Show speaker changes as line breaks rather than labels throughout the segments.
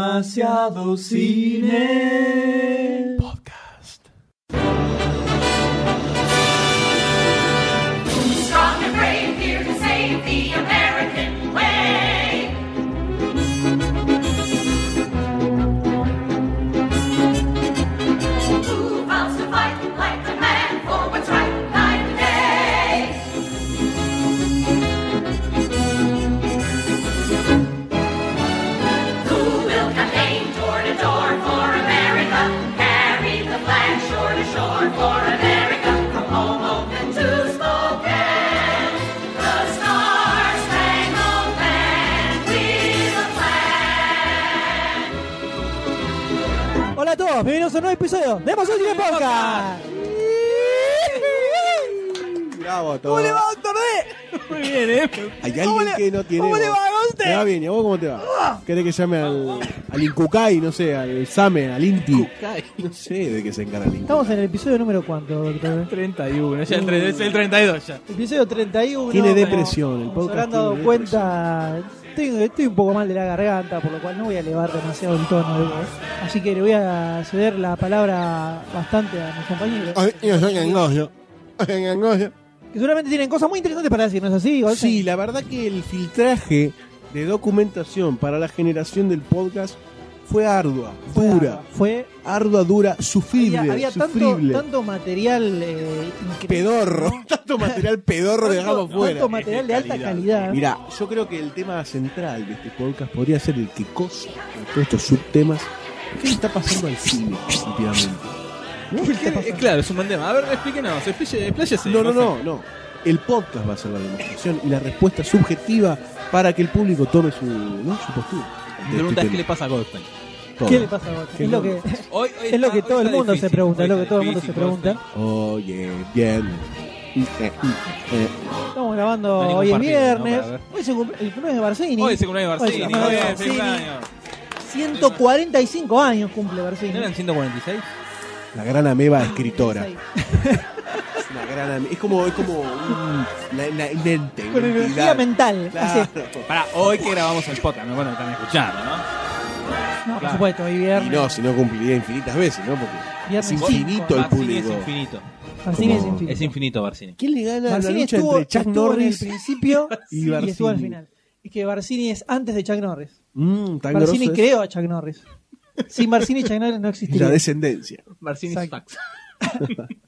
Demasiado cine. Podcast.
Strong and brave, here to save the American way. Who vows to fight like the man for what's right night and day? Who will campaign door to door for America? Carry the flag shore to shore for America, from home open to Spokane. The Star Spangled Banner, we the flag.
Hola a todos, bienvenidos a un nuevo episodio de Demasiado Cine Podcast.
Bravo, todo.
¿Cómo le va, doctor D? Muy bien, ¿eh?
Hay
¿Cómo
alguien
le-
que no tiene.
¿Cómo
voz.
le va a
¿Te va
usted?
bien? ¿Y a vos cómo te va? ¿Querés que llame al, al Incucay, no sé, al Same, al Inti? No sé de qué se encarga el Inti.
Estamos en el episodio número cuánto, doctor D?
31, ya el, tre- es el 32 ya.
Episodio 31.
Tiene
como-
depresión, el
como se
podcast
habrán dado
tiene
cuenta, estoy, estoy un poco mal de la garganta, por lo cual no voy a elevar demasiado el tono de voz. Así que le voy a ceder la palabra bastante a mis compañeros.
Yo soy engoyo.
Que seguramente tienen cosas muy interesantes para decirnos, ¿así? Goldstein?
Sí, la verdad que el filtraje de documentación para la generación del podcast fue ardua,
Fue-
dura,
Fue
ardua, dura, sufrible,
había, había tanto,
sufrible.
tanto material eh, increíble,
pedorro,
¿no?
tanto material pedorro
tanto,
dejamos fuera.
tanto material de alta calidad.
Mira, yo creo que el tema central de este podcast podría ser el que cosa con todos estos subtemas. ¿Qué le está pasando al cine últimamente?
Eh, claro, es un buen tema. A ver, explíquenos, explíquese- expláyese.
No, no, no, no. El podcast va a ser la demostración y la respuesta subjetiva para que el público tome su, ¿no? su postura.
Mi pregunta es qué le pasa a Goldstein.
Todo.
¿Qué le pasa a vos?
Qué
Es lo que,
bueno.
Hoy, hoy
es lo
está-
que
hoy
todo el
está
mundo se
difícil,
pregunta,
hoy
es lo que
está
todo el mundo se
difícil,
pregunta.
Goldstein.
Oye, bien. Eh, eh,
Estamos grabando
No hay ningún
hoy es
partido, ¿no?
viernes.
Para ver.
Hoy es el cumple- el cumpleaños de Barcini.
Hoy es el cumpleaños de Barcini.
Hoy es el
Muy bien,
cumpleaños de
feliz
Barcini.
año.
145 años cumple Barcini.
¿No eran 146?
La gran ameba escritora.
16.
Es una gran ame- Es como, es como un, una, una ente, una
Con energía
entidad.
mental.
Claro.
Así.
Para hoy que grabamos el podcast, me bueno, están escuchando, ¿no?
No, por
Claro.
supuesto, hoy viernes.
Y no, si no cumpliría infinitas veces, ¿no? Porque
Viernes
es infinito
cinco.
el
Barcini
público.
es infinito.
Barcini es
como-
infinito.
Es infinito Barcini.
¿Quién le gana la
Barcini
lucha
estuvo,
entre Chuck
estuvo
Norris
en el principio
y
y, estuvo al
Barcini?
final. Es que Barcini es antes de Chuck Norris.
Mm, tan
Barcini
grosso es
creó a Chuck Norris. Sin Barcini, Chuck Norris no existiría.
la descendencia?
Barcini
Exacto.
Fax.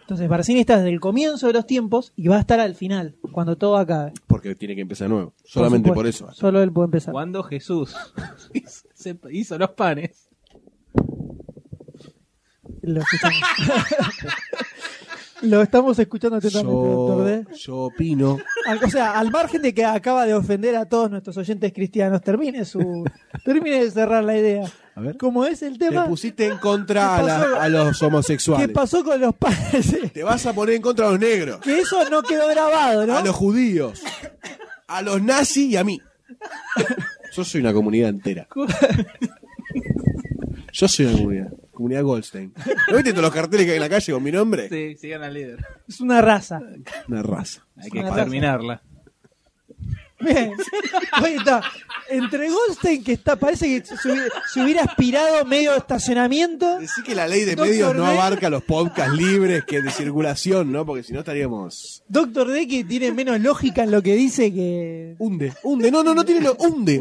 Entonces, Barcini está desde el comienzo de los tiempos y va a estar al final, cuando todo acabe. Por
Porque tiene que empezar nuevo. Solamente por,
supuesto,
eso.
Solo él puede empezar.
Cuando Jesús se hizo los panes.
Lo escuchamos. Lo estamos escuchando atentamente, doctor
Yo,
D.
yo opino.
Al- O sea, al margen de que acaba de ofender a todos nuestros oyentes cristianos, termine su termine de cerrar la idea.
A ver.
Como es el
Te
tema
pusiste en contra a,
¿Qué pasó?
la- a los homosexuales.
que pasó con los padres,
Te vas a poner en contra a los negros,
que eso no quedó grabado, ¿no?
a los judíos, a los nazis y a mí. Yo soy una comunidad entera. Yo soy una comunidad. Comunidad Goldstein. ¿No viste todos los carteles que hay en la calle con mi nombre?
Sí, sigan al líder.
Es una raza.
Una raza.
Hay que
Una raza.
exterminarla.
Bien. Ahí está. Entre Goldstein, que está, parece que se, hubi- se hubiera aspirado medio estacionamiento.
Decir que la ley de
Doctor
medios no
D.
abarca los podcasts libres que de circulación, ¿no? Porque si no estaríamos.
Doctor D, que tiene menos lógica en lo que dice que.
Hunde, hunde, no, no, no tiene lo. Hunde.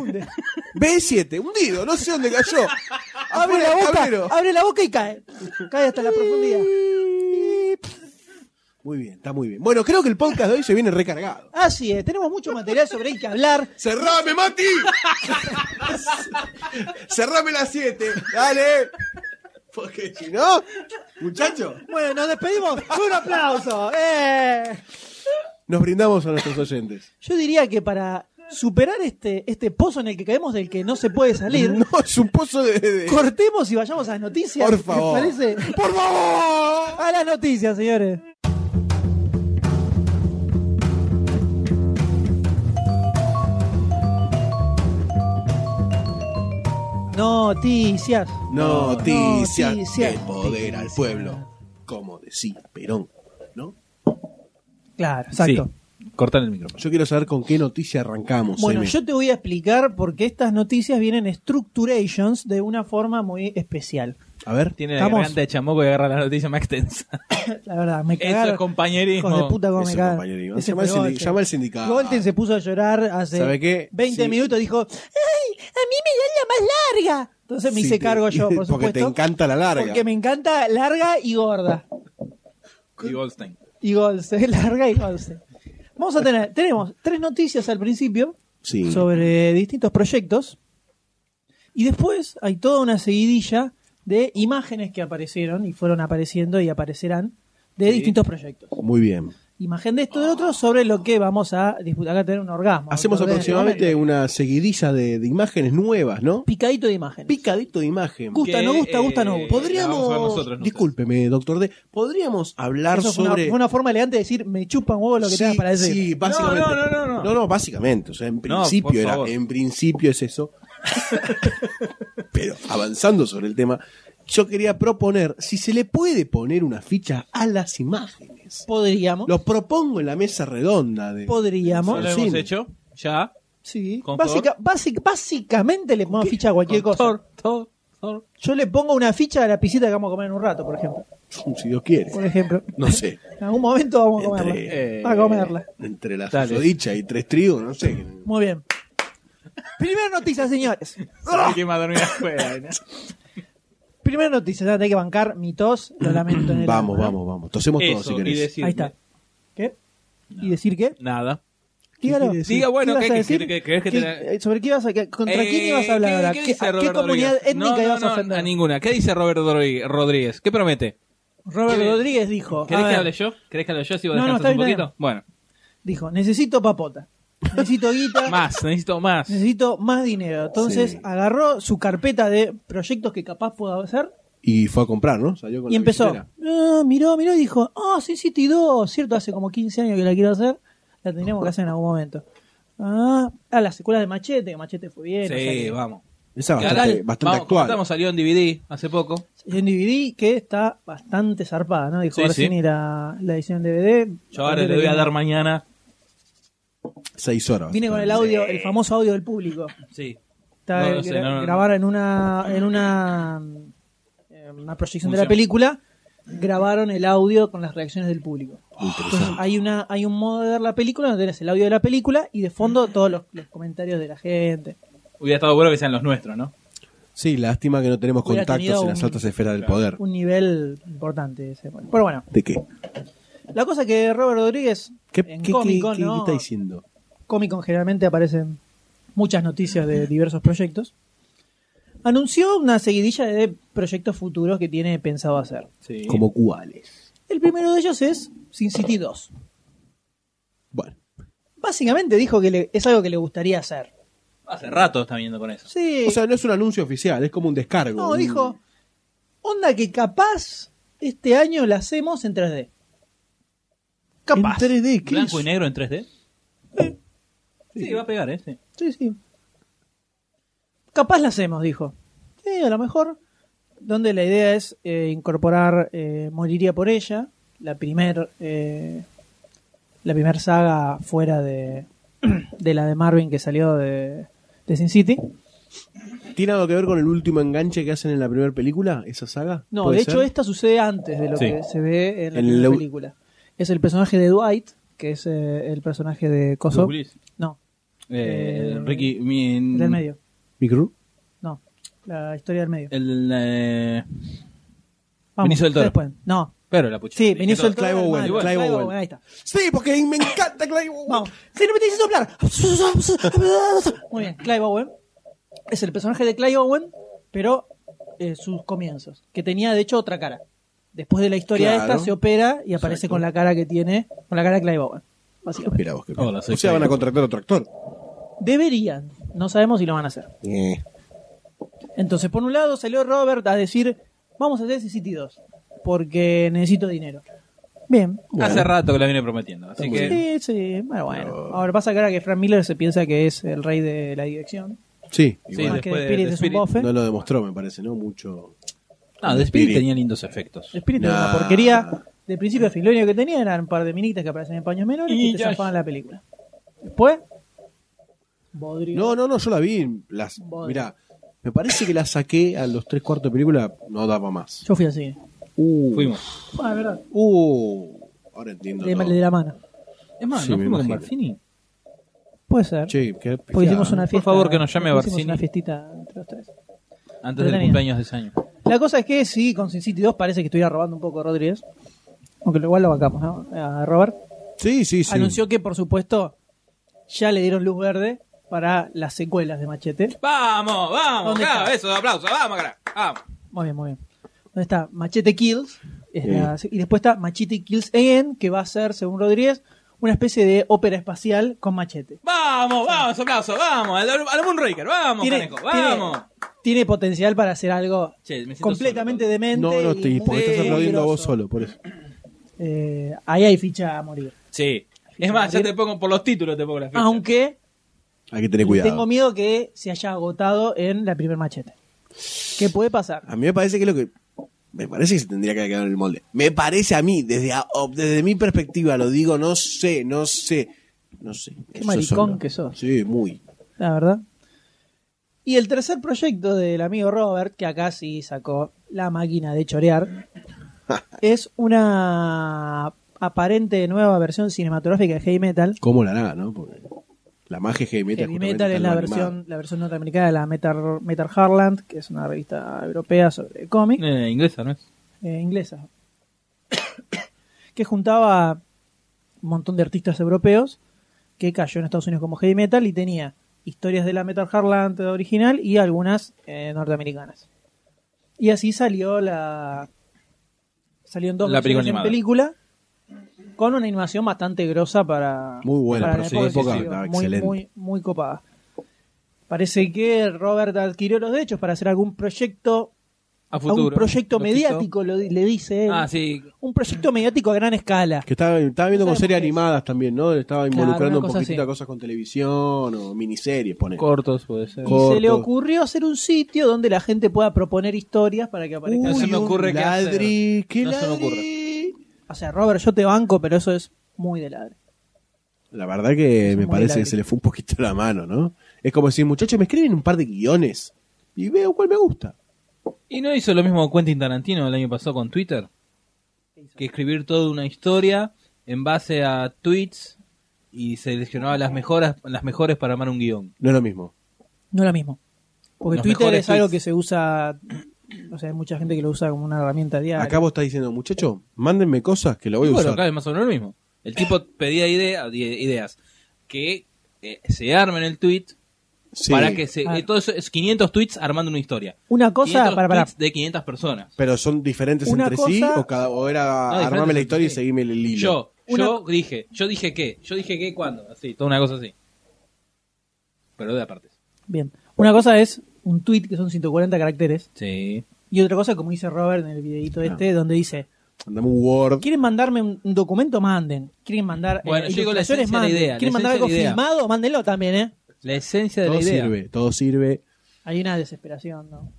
B7, hundido, no sé dónde cayó.
Abre
Afuera
la
del
boca,
tablero.
abre la boca y cae. Cae hasta la profundidad.
Muy bien, está muy bien. Bueno, creo que el podcast de hoy se viene recargado.
Así es, tenemos mucho material sobre el que hablar.
¡Cerrame, Mati! ¡Cerrame las 7! ¡Dale! Porque si no, muchachos,
Bueno, nos despedimos. con Un aplauso. ¡Eh!
nos brindamos a nuestros oyentes.
Yo diría que para superar este, este pozo en el que caemos del que no se puede salir,
No, es un pozo de. de-
cortemos y vayamos a las noticias.
Por
¿les
favor.
parece?
¡Por favor!
A las noticias, señores. Noticias.
Noticias
Noticias.
del poder al pueblo, como decía Perón, ¿no?
Claro, exacto.
cortan el micrófono.
Yo quiero saber con qué noticia arrancamos.
Bueno,
M.
yo te voy a explicar por qué estas noticias vienen structurations de una forma muy especial.
A ver,
Tiene la
Estamos-
garganta de chamoco y agarra la noticia más extensa.
La verdad, me
Eso
cagaron.
es compañerismo.
Hijos de puta cómo
Eso,
me cagan.
compañero.
Ese
Llama al
fue
sindi-
Golten.
llama al sindicato.
Golten se puso a llorar hace
¿Sabe qué?
20
Sí.
minutos. Dijo, ¡ay! A mí me dan la más larga. Entonces me
Sí,
hice
te-
cargo yo, por
porque
supuesto.
te encanta la larga.
Porque me encanta larga y gorda.
Y Goldstein.
Y Golce, larga y Golce. Vamos a tener, tenemos tres noticias al principio
Sí.
sobre distintos proyectos. Y después hay toda una seguidilla de imágenes que aparecieron y fueron apareciendo y aparecerán de distintos proyectos.
Muy bien.
Imagen de esto de otro sobre lo que vamos a disputar. Acá tener un orgasmo.
Hacemos
Acordé,
aproximadamente una seguidilla de, de imágenes nuevas, ¿no?
Picadito de imágenes.
Picadito de imagen.
Gusta, no gusta, gusta, no gusta.
eh, la vamos a ver nosotros,
Podríamos.
nosotros.
Discúlpeme, doctor D. Podríamos hablar
Eso fue una,
sobre.
fue una forma elegante de decir, me chupan huevo lo que
Sí,
tengas para decir.
Sí, básicamente.
No, no, no, no, no.
básicamente. O sea, en
No,
principio
por
era.
favor.
En principio es eso. Pero avanzando sobre el tema, yo quería proponer si se le puede poner una ficha a las imágenes.
Podríamos.
Lo propongo en la mesa redonda de.
Ya
Podríamos.
lo
Sí.
hemos hecho. Ya.
Sí.
Con
Básica- básica- básicamente le pongo ficha a cualquier
Con
cosa.
Thor, Thor, Thor.
Yo le pongo una ficha a la piscita que vamos a comer en un rato, por ejemplo.
Si Dios quiere.
Por ejemplo.
No sé.
En algún momento vamos a comerla.
Eh.
Entre,
Va a comerla.
entre la
Dale.
susodicha y tres trigos, no sé.
Muy bien. Primera noticia, señores.
Ah.
Sabe que iba a dormir afuera, ¿no?
Primera noticia, ya tengo que bancar mi tos, lo lamento en el
Vamos,
alma, ¿no?
vamos, vamos. Tosemos todos si
Eso, y
querés.
decir.
Ahí está. ¿Qué? ¿Y decir qué?
Nada.
Dígalo.
quiere decir?
Diga, bueno,
¿qué
¿qué-
ibas a
qué-
decir?
qué- querés que
¿Qué-
te
eh, ¿Sobre qué ibas a, qué- ¿Contra quién ibas a hablar ahora? ¿Qué,
Eh, dice
a qué
Robert
comunidad
Rodríguez?
étnica
No,
ibas
no,
a
no,
ofender?
A ninguna. ¿Qué dice Robert Rodri- Rodríguez? ¿Qué promete?
Robert
¿Qué-
Rodríguez dijo.
¿Querés
a
que
ver,
hable yo? ¿Querés que hable yo si vos
No, no,
descansas
está
un
bien,
poquito?
está
Bueno,
Dijo, necesito papota. Necesito guita.
más, necesito más.
Necesito más dinero. Entonces
Sí.
agarró su carpeta de proyectos que capaz pueda hacer
Y fue a comprar, ¿no? Salió con
y
la
empezó.
billetera.
Ah, miró, miró y dijo, ah, sí, sí, te dos, ¿cierto? Hace como 15 años que la quiero hacer. La tendríamos que hacer en algún momento. Ah, ah, las secuelas de Machete, que Machete fue bien. o sea
Sí,
que-
vamos.
Esa
Que
bastante,
ahora-
bastante
vamos,
actual.
comentamos, salió en DVD hace poco.
En DVD que está bastante zarpada, ¿no? Dijo
Sí,
recién
sí.
era la edición en DVD.
Yo ahora le voy a dar mañana.
Seis horas.
Vine con el audio, el famoso audio del público.
Sí.
Está
No,
eh,
no sé,
gra-
no, no.
grabar en una en una eh, una proyección de la
Función.
película grabaron el audio con las reacciones del público.
Ah,
Entonces
Interesante.
hay una hay un modo de ver la película donde tenés el audio de la película y de fondo todos los, los comentarios de la gente.
Hubiera estado bueno que sean los nuestros, ¿no?
Sí, lástima que no tenemos
Hubiera
contactos
tenido
en las
un-
altas esferas del poder.
Un nivel importante ese. Pero bueno,
¿De qué?
la cosa que Robert Rodríguez
¿Qué,
en
qué-
Comic
qué-
Con,
qué
¿no?
está diciendo?
Comic Con generalmente aparecen muchas noticias de diversos proyectos. Anunció una seguidilla de proyectos futuros que tiene pensado hacer.
Sí.
¿Como cuáles?
El primero de ellos es Sin City 2.
Bueno,
Básicamente dijo que le- es algo que le gustaría hacer.
Hace rato está viendo con eso.
Sí.
o sea, no es un anuncio oficial, es como un descargo.
no,
un-
dijo, onda que capaz este año la hacemos en 3D. Capaz.
En 3D, ¿qué
Blanco
es?
y negro en 3D. Sí, va a pegar, ¿eh? Sí.
Sí, sí. Capaz la hacemos, dijo. Sí, a lo mejor. Donde la idea es eh, incorporar eh, Moriría por ella, la primer, eh, la primer saga fuera de, de la de Marvin que salió de, de Sin City.
¿Tiene algo que ver con el último enganche que hacen en la primera película, esa saga?
No,
¿Puede
de hecho este-
ser?
esta sucede antes de lo
Sí.
que se ve en la
En
primera
la u-
película. Es el personaje de Dwight, que es eh, el personaje de Coso.
Bruce Willis.
No,
Eh,
Eh,
Ricky. mi-
el
Mm.
del medio.
¿Micro?
No, la historia del medio.
El. eh,
Vamos,
Benicio del Toro.
ustedes pueden. No,
pero la pucha.
sí,
Dije
Benicio del
todo.
Toro. era
Clive Owen,
el malo.
Clive
Clive
Owen.
Owen, ahí está.
Sí, porque me encanta Clive Owen.
Vamos. ¡Se no me tenés que soplar! Muy bien, Clive Owen. Es el personaje de Clive Owen, pero eh, sus comienzos. Que tenía, de hecho, otra cara. Después de la historia
Claro.
esta, se opera y aparece
Exacto.
con la cara que tiene, con la cara de Clive Owen, básicamente.
Mira vos, qué
Hola,
o
soy
sea, van a
Clive.
contratar otro actor.
Deberían. No sabemos si lo van a hacer.
Eh.
Entonces, por un lado, salió Robert a decir, vamos a hacer ese City 2, porque necesito dinero. Bien.
Hace rato que la viene prometiendo. Así
Está muy
que.
Sí, sí, bueno, bueno. Ahora pasa que ahora que Frank Miller se piensa que es el rey de la dirección.
Sí,
Sí,
igual.
más que
después de-
Spirit
de
es un
Spirit.
bofe.
No lo demostró, me parece, ¿no? Mucho.
No, The Spirit
Spirit.
tenía lindos efectos.
Spirit es una
Nah.
porquería. De principio a fin, lo único que tenía eran un par de minitas que aparecen en paños menores y,
Y
te
ya-
zafaban la película. Después, bodrio.
No, no, no, yo la vi. Las,
Bueno.
mirá, me parece que la saqué a los tres cuartos de película, no daba más.
Yo fui así.
Uh,
Fuimos.
Ah, es verdad.
Uh, ahora entiendo.
Le,
todo.
le di la mano.
Es más,
Sí,
¿no
me
fuimos con
imagino.
Barfini?
Puede ser.
Che, qué
porque
pijada,
hicimos
¿no?
una
Por
fiesta.
favor, que nos llame
hicimos
Barcini.
una fiestita entre los tres.
Antes
Pero
del
la
cumpleaños de ese año.
La cosa es que sí, con Sin City 2 parece que estuviera robando un poco Rodríguez. Aunque igual lo bancamos, ¿no? A Robert.
Sí, sí, sí.
Anunció que, por supuesto, ya le dieron luz verde para las secuelas de Machete.
¡Vamos, vamos!
¿Dónde
cara,
está?
eso, aplauso, vamos, cara, vamos.
Muy bien, muy bien. ¿Dónde está? Machete Kills. es
Sí.
la- y después está Machete Kills Again, que va a ser, según Rodríguez, una especie de ópera espacial con machete.
Vamos, vamos, aplauso, vamos. Al, al Moonraker, vamos, caneco, vamos.
Tiene, tiene potencial para hacer algo
Che, me siento
completamente
solo,
demente.
No, no,
y
te,
muy
porque estás aplaudiendo a vos
peligroso.
solo, por eso.
Eh, ahí hay ficha a morir.
Sí. Es más, ya te pongo por los títulos, te pongo la
Ah,
fecha.
Aunque
Hay que tener cuidado.
tengo miedo que se haya agotado en la primer machete. ¿Qué puede pasar?
A mí me parece que lo que. Me parece que se tendría que quedar en el molde. Me parece a mí, desde, a- o- desde mi perspectiva, lo digo, no sé, no sé. No sé.
Qué
Yo
maricón
solo.
que sos.
Sí, muy.
La verdad. Y el tercer proyecto del amigo Robert, que acá sí sacó la máquina de chorear, es una aparente nueva versión cinematográfica de Heavy Metal.
¿Cómo la hará, no? Porque la magia heavy metal.
Heavy
justamente
Metal
está
es
en
la
lo
versión,
animado.
la versión norteamericana de la Metal, Metal Heartland, que es una revista europea sobre cómic,
Eh, inglesa, ¿no es?
eh, inglesa, que juntaba un montón de artistas europeos que cayó en Estados Unidos como Heavy Metal y tenía historias de la Metal Heartland original y algunas eh, norteamericanas. Y así salió la... Salieron dos
La película
versiones en
animada.
película con una animación bastante grosa para
Muy buena,
para
pero
la
sí,
época,
época,
sí,
estaba
muy,
excelente.
muy, muy copada. Parece que Robert adquirió los derechos para hacer algún proyecto,
A
algún
futuro.
proyecto
Lo
mediático, lo di- le dice él.
quito. Ah, sí.
Un proyecto mediático a gran escala.
Que estaba, estaba viendo
No
con
sabemos
series
qué es.
animadas también, ¿no? Estaba
una
involucrando un
cosa
poquitito
así.
a cosas con televisión o miniseries, pone.
Cortos, puede ser.
Co-
Y se le
corto.
ocurrió hacer un sitio donde la gente pueda proponer historias para que aparezcan.
No se
Uy,
me
un
ocurre qué hacer.
ladri, qué
No se me
ladri.
O sea, Robert, yo te banco, pero eso es muy de ladre.
La verdad que
Es
me
muy
parece
ladri.
que se le fue un poquito la mano, ¿no? Es como decir, muchachos, me escriben un par de guiones y veo cuál me gusta.
¿Y no hizo lo mismo Quentin Tarantino el año pasado con Twitter? Que escribir toda una historia en base a tweets y seleccionaba las mejoras, las mejores para armar un guión.
No es lo mismo.
No es lo mismo. Porque
Los
Twitter
mejores
es algo
tweets.
que se usa, o sea, hay mucha gente que lo usa como una herramienta diaria.
Acá vos estás diciendo, muchachos, mándenme cosas que lo voy a
bueno, acá
usar.
es más o menos lo mismo. El tipo pedía idea, ide- ideas que eh, se armen el tweet
Sí,
para que se.
Ah.
eh, todo eso es 500 tweets armando una historia.
Una cosa,
500
para, para,
tweets de 500 personas.
Pero son diferentes
Una
entre sí
cosa-
o, cada, o era
No, diferentes
armarme la
entre
historia y
sí.
seguirme el hilo.
Yo,
Una-
yo dije, yo dije qué, yo dije qué cuándo, así, toda una cosa así. Pero de aparte.
Bien. Una cosa es un tweet que son 140 caracteres.
Sí.
Y otra cosa, como dice Robert en el
Ah.
videito este, donde dice:
Andame un Word.
¿Quieren mandarme un un documento? Manden. ¿Quieren mandar
Bueno, yo digo la
ilustraciones?
esencia de la
Manden.
idea, la
¿Quieren mandar
esencia
algo
de la idea.
filmado? Mándenlo también, ¿eh?
La esencia de
Todo
la idea.
sirve, todo sirve.
Hay una desesperación, ¿no?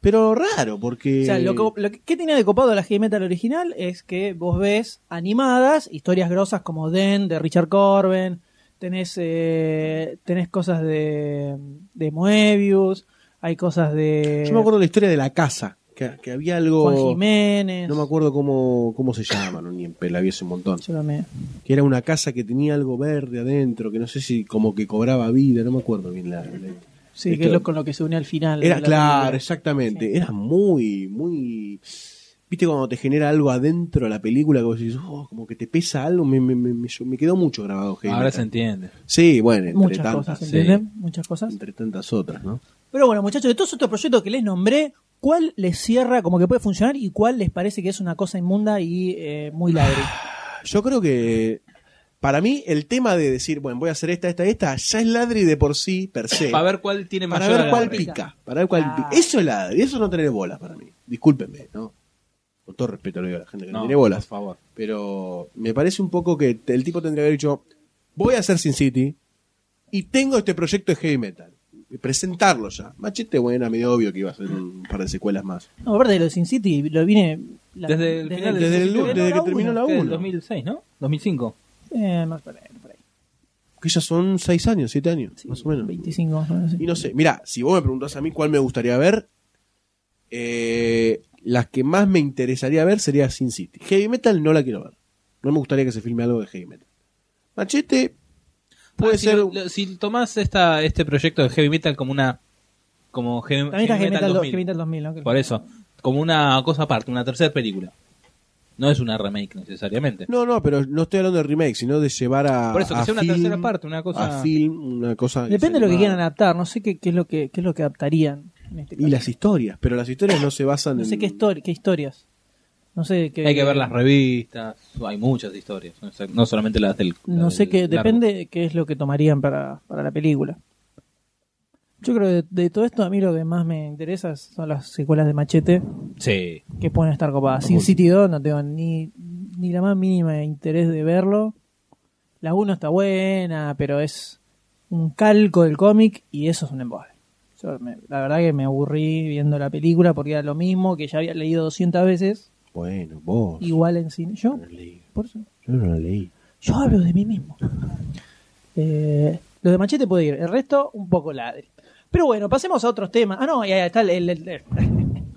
Pero raro, porque...
O sea, lo que, lo que- ¿qué tenía de copado la heavy metal original? Es que vos ves animadas, historias grosas como Den, de Richard Corben, tenés, eh, tenés cosas de, de Moebius, hay cosas de
Yo me acuerdo la historia de la casa, que, que había algo...
Juan Jiménez.
No me acuerdo cómo, cómo se llama, no, ni en pela, había ese montón.
Yo también.
Que era una casa que tenía algo verde adentro, que no sé si como que cobraba vida, no me acuerdo bien la... la-
Sí,
Esto-
que es lo con lo que se une al final.
Era
de la
claro,
película.
exactamente. Era muy, muy. ¿Viste cuando te genera algo adentro de la película? Que vos decís, "Oh, como que te pesa algo. Me, me, me, me- me quedó mucho grabado, Heavy
Ahora se
Metal.
entiende.
Sí, bueno, entre
Muchas
tantas.
cosas,
sí.
¿entienden? Muchas cosas.
Entre tantas otras, ¿no?
Pero bueno, muchachos, de todos estos proyectos que les nombré, ¿cuál les cierra como que puede funcionar y cuál les parece que es una cosa inmunda y eh, muy ladri?
Ah. Yo creo que. Para mí, el tema de decir, bueno, voy a hacer esta, esta, esta, ya es ladri de por sí, per se.
Para ver cuál tiene
Para
mayor
ver cuál
agarre.
pica. Para ver cuál
Ah.
pica. Eso es ladri, eso es no tener bolas para mí. Discúlpenme, ¿no? Con todo respeto lo digo a la gente que no,
No,
tiene bolas.
Por favor.
Pero me parece un poco que te- el tipo tendría que haber dicho, voy a hacer Sin City y tengo este proyecto de heavy metal. Y presentarlo ya. Machete, bueno, era medio obvio que iba a hacer un par de secuelas más.
No, aparte de lo de Sin City, lo vine, la-
Desde el final del
desde el-
capítulo,
desde que
la
terminó
uno.
la
que es
1.
2006, ¿no? 2005.
Eh, más por ahí, por ahí.
Que ya son 6 años, 7 años,
Sí,
más o menos.
25 más o menos, sí.
Y no sé, mira, si vos me preguntás a mí cuál me gustaría ver, eh, las que más me interesaría ver sería Sin City. Heavy Metal no la quiero ver. No me gustaría que se filme algo de Heavy Metal. Machete puede
Ah, si
ser...
lo- lo- Si, tomás esta, este proyecto de Heavy Metal como una. Como Heavy,
También está
Heavy
Heavy Metal
2000.
2000, 2000 ¿no? Creo.
Por eso. Como una cosa aparte, una tercera película. No es una remake necesariamente.
No, no, pero no estoy hablando de remake, sino de llevar a...
Por eso, que
a
sea una
film,
tercera parte, una cosa-
A film, una cosa...
Depende de lo que
animada.
quieran adaptar, no sé qué, qué es lo que qué es lo que adaptarían en este
Y
caso.
las historias, pero las historias no se basan
No
en...
sé qué, histori- qué historias. No sé qué
Hay que ver las revistas. Hay muchas historias. no sé- No solamente las del.
No
las
sé
del
qué,
largo.
depende qué es lo que tomarían para, para la película. Yo creo que de, de todo esto a mí lo que más me interesa son las secuelas de Machete
Sí.
que pueden estar copadas. Sin City 2 no tengo ni, ni la más mínima interés de verlo. La 1 está buena, pero es un calco del cómic y eso es un embole. Yo me- la verdad que me aburrí viendo la película porque era lo mismo que ya había leído 200 veces,
Bueno, vos...
igual en cine. Yo, por eso.
Yo no la leí.
Yo hablo de mí mismo. Eh, lo de Machete puede ir, el resto un poco ladre. Pero bueno, pasemos a otros temas. Ah, no, ya está el, el- el-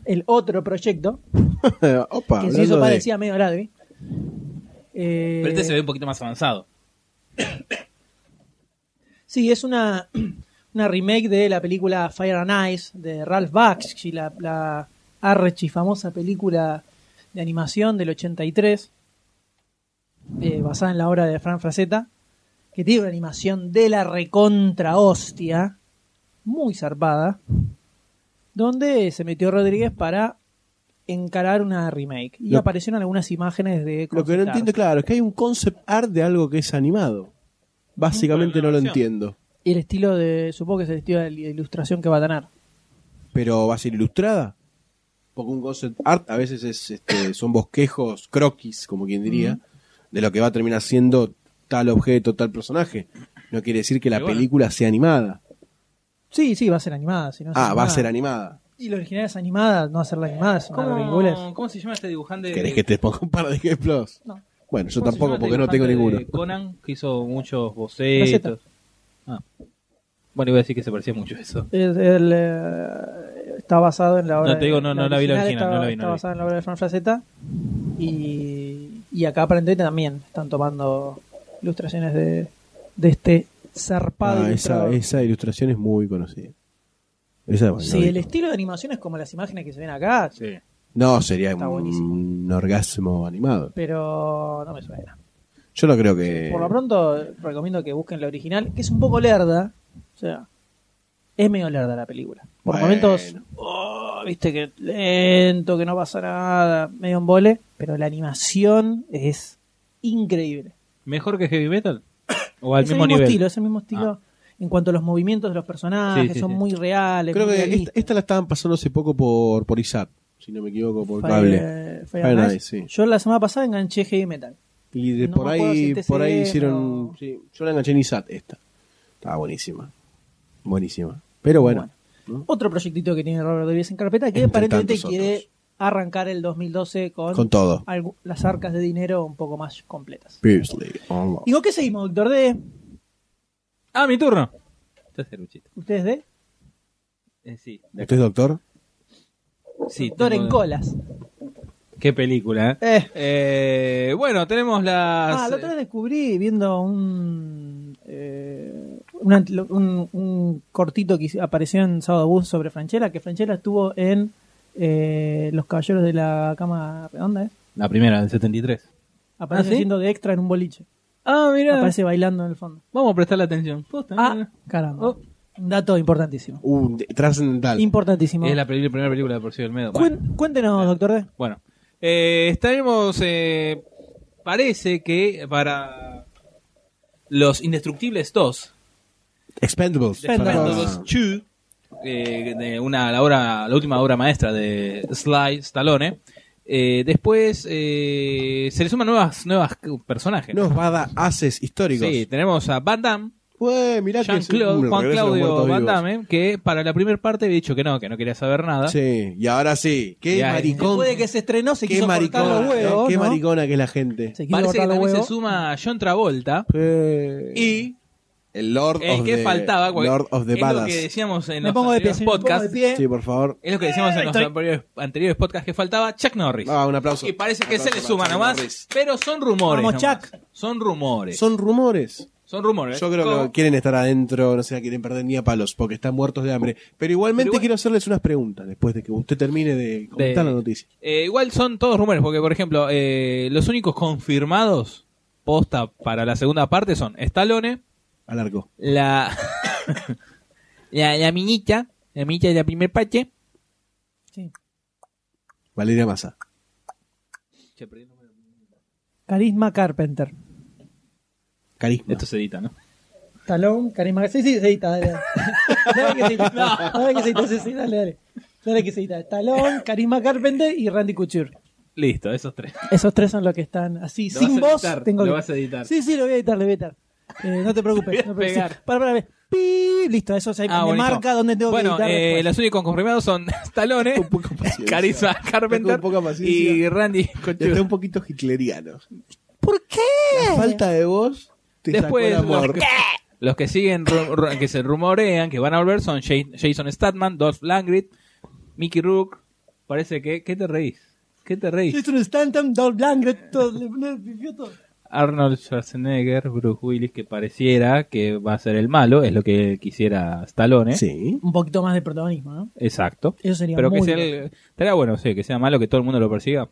el otro proyecto
Opa,
que se hizo
hablando de-
parecía medio ladre. Eh,
Pero este se ve un poquito más avanzado.
Sí, es una, una remake de la película Fire and Ice de Ralph Bakshi, la, la archi famosa película de animación del 83, eh, basada en la obra de Fran Frazetta, que tiene una animación de la recontra hostia, muy zarpada, donde se metió Rodríguez para encarar una remake. Y
Lo-
aparecieron algunas imágenes de...
Lo que no
concept art.
entiendo, claro, es que hay un concept art de algo que es animado. Básicamente no lo entiendo.
Y el estilo de... Supongo que es el estilo de la ilustración que va a tener.
Pero va a ser ilustrada. Porque un concept art a veces es, este, son bosquejos, croquis, como quien diría, de lo que va a terminar siendo tal objeto, tal personaje. No quiere decir que la
Y bueno.
película sea animada.
Sí, sí, va a ser animada. Si no es
Ah, va a
animada.
ser animada.
Y lo original es animada, no hacerla animada es una ridiculez.
¿Cómo, cómo se llama este dibujante?
¿Querés que te ponga un par de ejemplos?
No.
Bueno, yo
¿Cómo se
tampoco,
llama
porque
este
no tengo
dibujante
ninguno.
de Conan, que hizo muchos
Frazetta.
bocetos. Ah. Bueno, iba a decir que se parecía mucho a eso.
Es el, eh, está basado en la obra.
No, te digo, no, no la vi la original,
Está,
no la vi, no
está
la vi.
basado en la obra de Fran Frazetta. Y, y acá aparentemente también están tomando ilustraciones de, de este zarpado.
Ah, esa,
ilustrador.
esa ilustración es muy conocida. Esa, bueno,
Sí,
no-
el estilo de animación es como las imágenes que se ven acá,
Sí.
No, sería un,
Está buenísimo.
un orgasmo animado.
pero no me suena.
Yo no creo que.
Por lo pronto, recomiendo que busquen la original, que es un poco lerda. O sea, es medio lerda la película. Por
Bueno.
momentos, oh, viste que lento, que no pasa nada, medio embole. Pero la animación es increíble.
¿Mejor que Heavy Metal? ¿O al
es
mismo,
el mismo
nivel?
estilo, es el mismo
Ah.
estilo. En cuanto a los movimientos de los personajes,
Sí, sí,
son
sí.
muy reales.
Creo
muy
que esta,
realistas.
esta la estaban pasando hace poco por, por ISAT, si no me equivoco, por
Fire-
cable.
Fire
Fire
and
and
Ice.
Ice, sí.
Yo la semana pasada enganché heavy metal.
Y de
no
por
me acuerdo si este
ahí,
en TCM
por ahí hicieron.
o-
sí, yo la enganché en ISAT, esta. Estaba buenísima. Buenísima. Pero bueno. ¿no?
Otro proyectito que tiene Robert Rodríguez en carpeta que
Entre
aparentemente
tantos
quiere
otros.
arrancar el 2012 con,
Con todo.
algu- las arcas de dinero un poco más completas.
Previously on Lost.
¿Y con qué seguimos, doctor D?
Ah, mi turno. Este es el bichito.
¿Ustedes de?
Eh, sí.
¿Usted es doctor?
Sí,
Doctor
tengo-
en colas.
Qué película, ¿eh?
Eh.
Eh, bueno, tenemos las...
Ah, la otra vez descubrí viendo un, eh, una- un, un cortito que apareció en Sábado Bus sobre Franchella, que Franchella estuvo en eh, Los Caballeros de la Cama Redonda, ¿eh?
La primera, del 73.
Ah,
Aparece
¿sí?
siendo de extra en un boliche.
Ah, mira.
Aparece bailando en el fondo.
Vamos a prestarle atención. Posta,
Ah,
mira.
caramba.
Oh.
Un dato importantísimo.
Un Uh, de- trascendental.
Importantísimo.
Es la peli- primera película de Porcio del Medo. Bueno,
Cuen- cuéntenos, doctor D.
bueno. Eh, estaremos... eh, parece que para los Indestructibles 2,
Expendables.
Expendables
Ah.
2, eh, de una, la, obra, la última obra maestra de Sly Stallone, eh, después eh, se le suman nuevas, nuevas personajes.
Nos va a dar haces históricos.
Sí, tenemos a Van Damme,
Ué, mirá que es-
Jean-Claude,
Uh,
Juan
regreso a los
Claudio
muertos
Van
vivos.
Damme, ¿eh? que para la primera parte había dicho que no, que no quería saber nada.
Sí, y ahora sí. Qué
Ya, eh.
maricón.
Después de que se estrenó, se
qué
quiso cortar
maricona.
los huevos.
eh, Qué
¿no?
maricona que es la gente.
Se quiso
Parece que
cortar los
también se
huevos.
suma John Travolta.
Y el Lord
El
of
que
the,
Eh, faltaba cual-
Lord of the
es lo
Badass.
que decíamos en
Me
los
pongo de pie,
anteriores
sí, me pongo de
podcasts.
pie.
Sí, por favor.
Es lo que decíamos en los
Estoy-
anteriores, anteriores podcasts que faltaba Chuck Norris.
Ah, un aplauso.
y parece que
Un
se le
aplauso
suma
para Chuck
nomás.
Norris.
Pero son rumores.
Vamos,
nomás.
Chuck.
Son rumores. Son,
Son rumores.
rumores.
Yo creo
Como-
que quieren estar adentro, no se la quieren perder ni a palos, porque están muertos de hambre. Pero igualmente
Pero igual-
quiero hacerles unas preguntas después de que usted termine de comentar
de-
la noticia.
Eh, igual son todos rumores, porque por ejemplo, eh, los únicos confirmados posta para la segunda parte son Stallone,
Al arco.
la la, la minita, la minita de la primer parte.
Sí.
Valeria Massa.
Carisma Carpenter.
Carisma.
Esto se edita, ¿no?
Talón, Carisma Carpenter. Sí, sí, sí, dale. Dale, dale que se edita. Dale que se edita, sí, sí, dale, dale. Dale que se edita. Talón, Carisma Carpenter y Randy Couture.
Listo, esos tres.
Esos tres son los que están así,
Lo
sin
vas a
voz.
editar,
tengo
lo
que-
vas a editar.
Sí, sí, lo voy a editar, lo voy a editar. Eh, no te preocupes.
Voy a
no te preocupes.
pegar. Ah,
Sí, Para, para, para. Pi, listo, eso se
Ah,
me
buenísimo.
marca donde tengo
bueno,
que editar.
eh,
después.
los únicos confirmados son Stallone,
Con poca paciencia.
Carisma Carpenter
Con poca paciencia.
y Randy
Ya Está
Couture.
un poquito hitleriano.
¿Por qué?
La falta de voz te
Después,
sacó el
los
amor.
que, los que siguen, ru- ru- que se rumorean que van a volver son Ja- Jason Statman, Dolph Langrid, Mickey Rook. Parece que. ¿Qué te reís? ¿Qué te reís?
Es un Stanton, Dolph Lundgren, todo, le- le- le- todo.
Arnold Schwarzenegger, Bruce Willis, que pareciera que va a ser el malo, es lo que quisiera Stallone.
Sí.
Un poquito más de protagonismo, ¿no?
Exacto.
Eso sería
Pero que
muy
sea,
bien.
el- estaría bueno, sí, que sea malo, que todo el mundo lo persiga.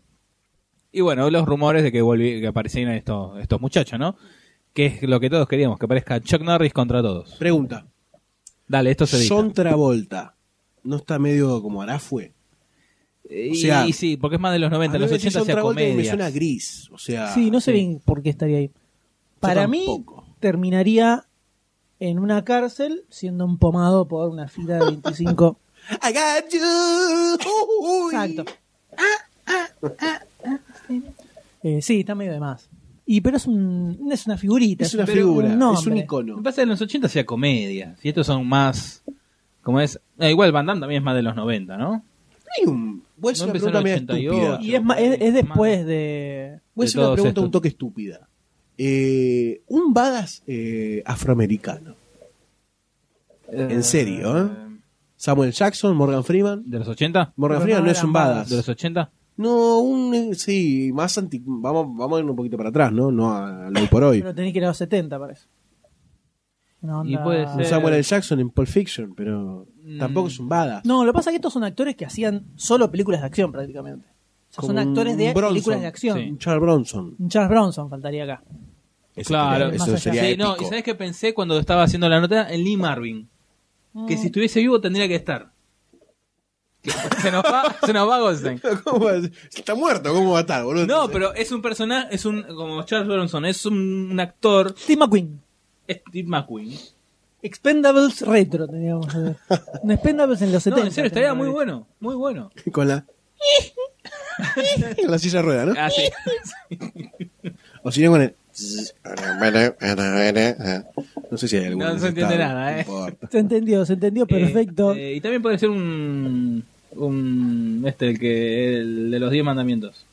Y bueno, los rumores de que, volvi- que aparecieron estos, estos muchachos, ¿no? Que es lo que todos queríamos, que aparezca Chuck Norris contra todos.
Pregunta.
Dale, esto se dice.
John Travolta. ¿No está medio como Arafue?
Y,
o sea,
y sí, porque es más de los 90,
A mí
los
me decís
80 hacía
y me
comedia.
suena gris. O sea.
Sí, no sé bien por qué estaría ahí. Para mí,
Ah, tampoco.
terminaría en una cárcel siendo empomado por una fila de 25.
I got you. Uy.
Exacto. Eh, sí, está medio de más. Y pero es, un, es una figurita.
Es una
pero
figura. es
nombre.
un
Lo
icono.
que pasa es que en los 80 hacía comedia. Y estos son más. Como es. eh, igual Van Damme también es más de los 90, ¿no?
Hay un. Voy a hacer
No
una
empezó en
pregunta media
88.
estúpida.
Y es, ma- es, es después de...
Voy a
de
hacer una
todos
pregunta un
estos.
toque estúpida. Eh, un badass eh, afroamericano. En serio, ¿eh? Samuel Jackson, Morgan Freeman.
¿De los 80?
Morgan
Pero
Freeman
no
no, es
eran
un badass.
¿De los 80?
No, un. eh, Sí, más anti. Vamos, vamos a ir un poquito para atrás, ¿no? No a, a lo hoy por hoy.
Pero tenés que ir a los 70, parece. Una
Y puede
Un
ser.
Samuel L. Jackson en Pulp Fiction, pero
mm,
tampoco es un badass.
No, lo que pasa es que estos son actores que hacían solo películas de acción prácticamente. O sea,
Como
son actores de
un Bronson.
películas de acción.
Sí.
Un Charles Bronson.
Un Charles Bronson faltaría acá.
Eso
Claro.
sería-
Más
eso
allá.
sería
Sí,
épico.
no, y sabes que pensé cuando estaba haciendo la nota en Lee Marvin.
Mm.
Que
Mm.
si estuviese vivo tendría que estar. Que se nos va, se nos va Goldstein.
¿Cómo va a ser? Está muerto, ¿cómo va a estar, boludo?
No, pero es un personaje, es un, como Charles Bronson, es un, un actor,
Steve McQueen.
Steve McQueen.
Expendables retro teníamos. que ver. Un Expendables en los 70.
No, en serio, estaría
teníamos
muy
que ver.
bueno, muy bueno.
Con la. con la silla de rueda, ¿no?
Ah, sí.
O si no con el. No sé si hay alguno.
No se entiende nada, ¿eh?
Se entendió, se entendió perfecto.
Eh, eh, y también puede ser un, un este el que el de los 10 mandamientos.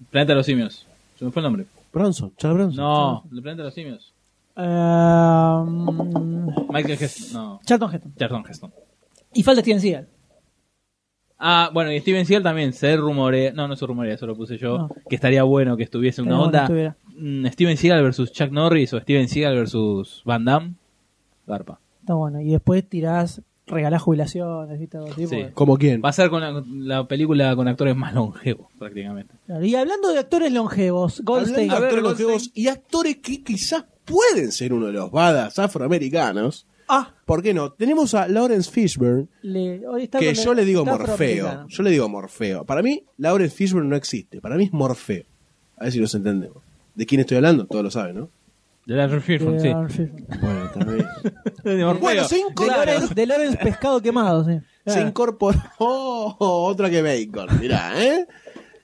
El planeta de los simios. Se me fue el nombre.
Bronson, Charles Bronson.
No, el planeta de los simios.
Ah, mm,
Michael Heston, no,
Charlton Heston.
Charlton Heston.
Y falta Steven Seagal.
Ah, bueno, y Steven Seagal también se rumorea, no, no se rumorea, eso lo puse yo,
No.
que estaría bueno que estuviese una
Estaría bueno
onda
que estuviera.
mm, Steven Seagal versus Chuck Norris o Steven Seagal versus Van Damme, garpa.
Está bueno. Y después tirás, regalás jubilaciones, ¿viste? Todo tipo
Sí.
de-
¿Como quién?
Pasar con la, la película con actores más longevos, prácticamente.
Claro, Y hablando de actores longevos, Goldstein.
Hablando de
A ver,
actores
Goldstein.
longevos y actores que quizás pueden ser uno de los badas afroamericanos.
Ah,
¿Por qué no? Tenemos a Lawrence Fishburne,
le- hoy está
que
con-
yo le digo
está
Morfeo.
afroamericano.
Yo le digo Morfeo. Para mí, Lawrence Fishburne no existe. Para mí es Morfeo. A ver si nos entendemos. ¿De quién estoy hablando? Todos lo saben, ¿no?
De la Refirfon, sí.
Eh, Armstrong.
Bueno, también.
De Morfeo.
Bueno, se
De
incorporó,
Lawrence, de Lawrence Pescado Quemado, sí.
se
Claro.
incorporó oh, otra que Bacon, mirá, ¿eh?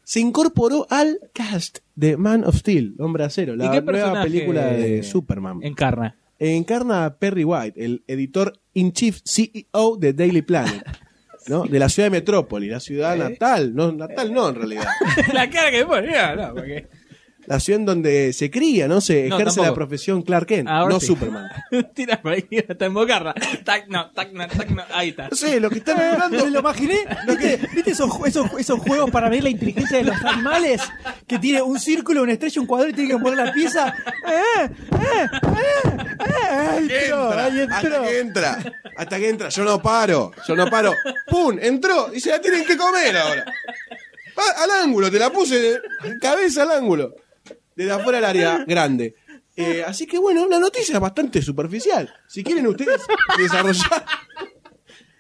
Se incorporó al cast de Man of Steel, Hombre Acero,
¿Y
la
qué
nueva
personaje
película de Superman.
Encarna.
encarna a Perry White, el editor in chief CEO de Daily Planet, ¿no? De la ciudad de Metrópoli, la
¿Eh?
ciudad natal, no natal no en realidad.
la cara que me ponía, no, porque...
La ciudad en donde se cría, ¿no? Se
No,
ejerce la
tampoco.
profesión Clark Kent,
Ahora
no
sí.
Superman.
Tira por ahí hasta invocarla. Tac, no, tac, no, tac, no. Ahí está.
No sé, lo que están hablando
Me lo imaginé. ¿Viste, viste esos, ju- esos, ju- esos juegos para medir la inteligencia de los animales? Que tiene un círculo, una estrella, un cuadrado y tiene que poner la pizza. ¡Eh! ¡Eh! ¡Eh! ¡Eh! ¡Ahí entró!
entra,
¡Ahí
hasta
entró!
que entra, hasta que entra, yo no paro, yo no paro, ¡pum! entró y se la tienen que comer ahora. Va al ángulo, te la puse de cabeza al ángulo, desde afuera del área grande. Eh, así que bueno, una noticia bastante superficial. Si quieren ustedes desarrollar,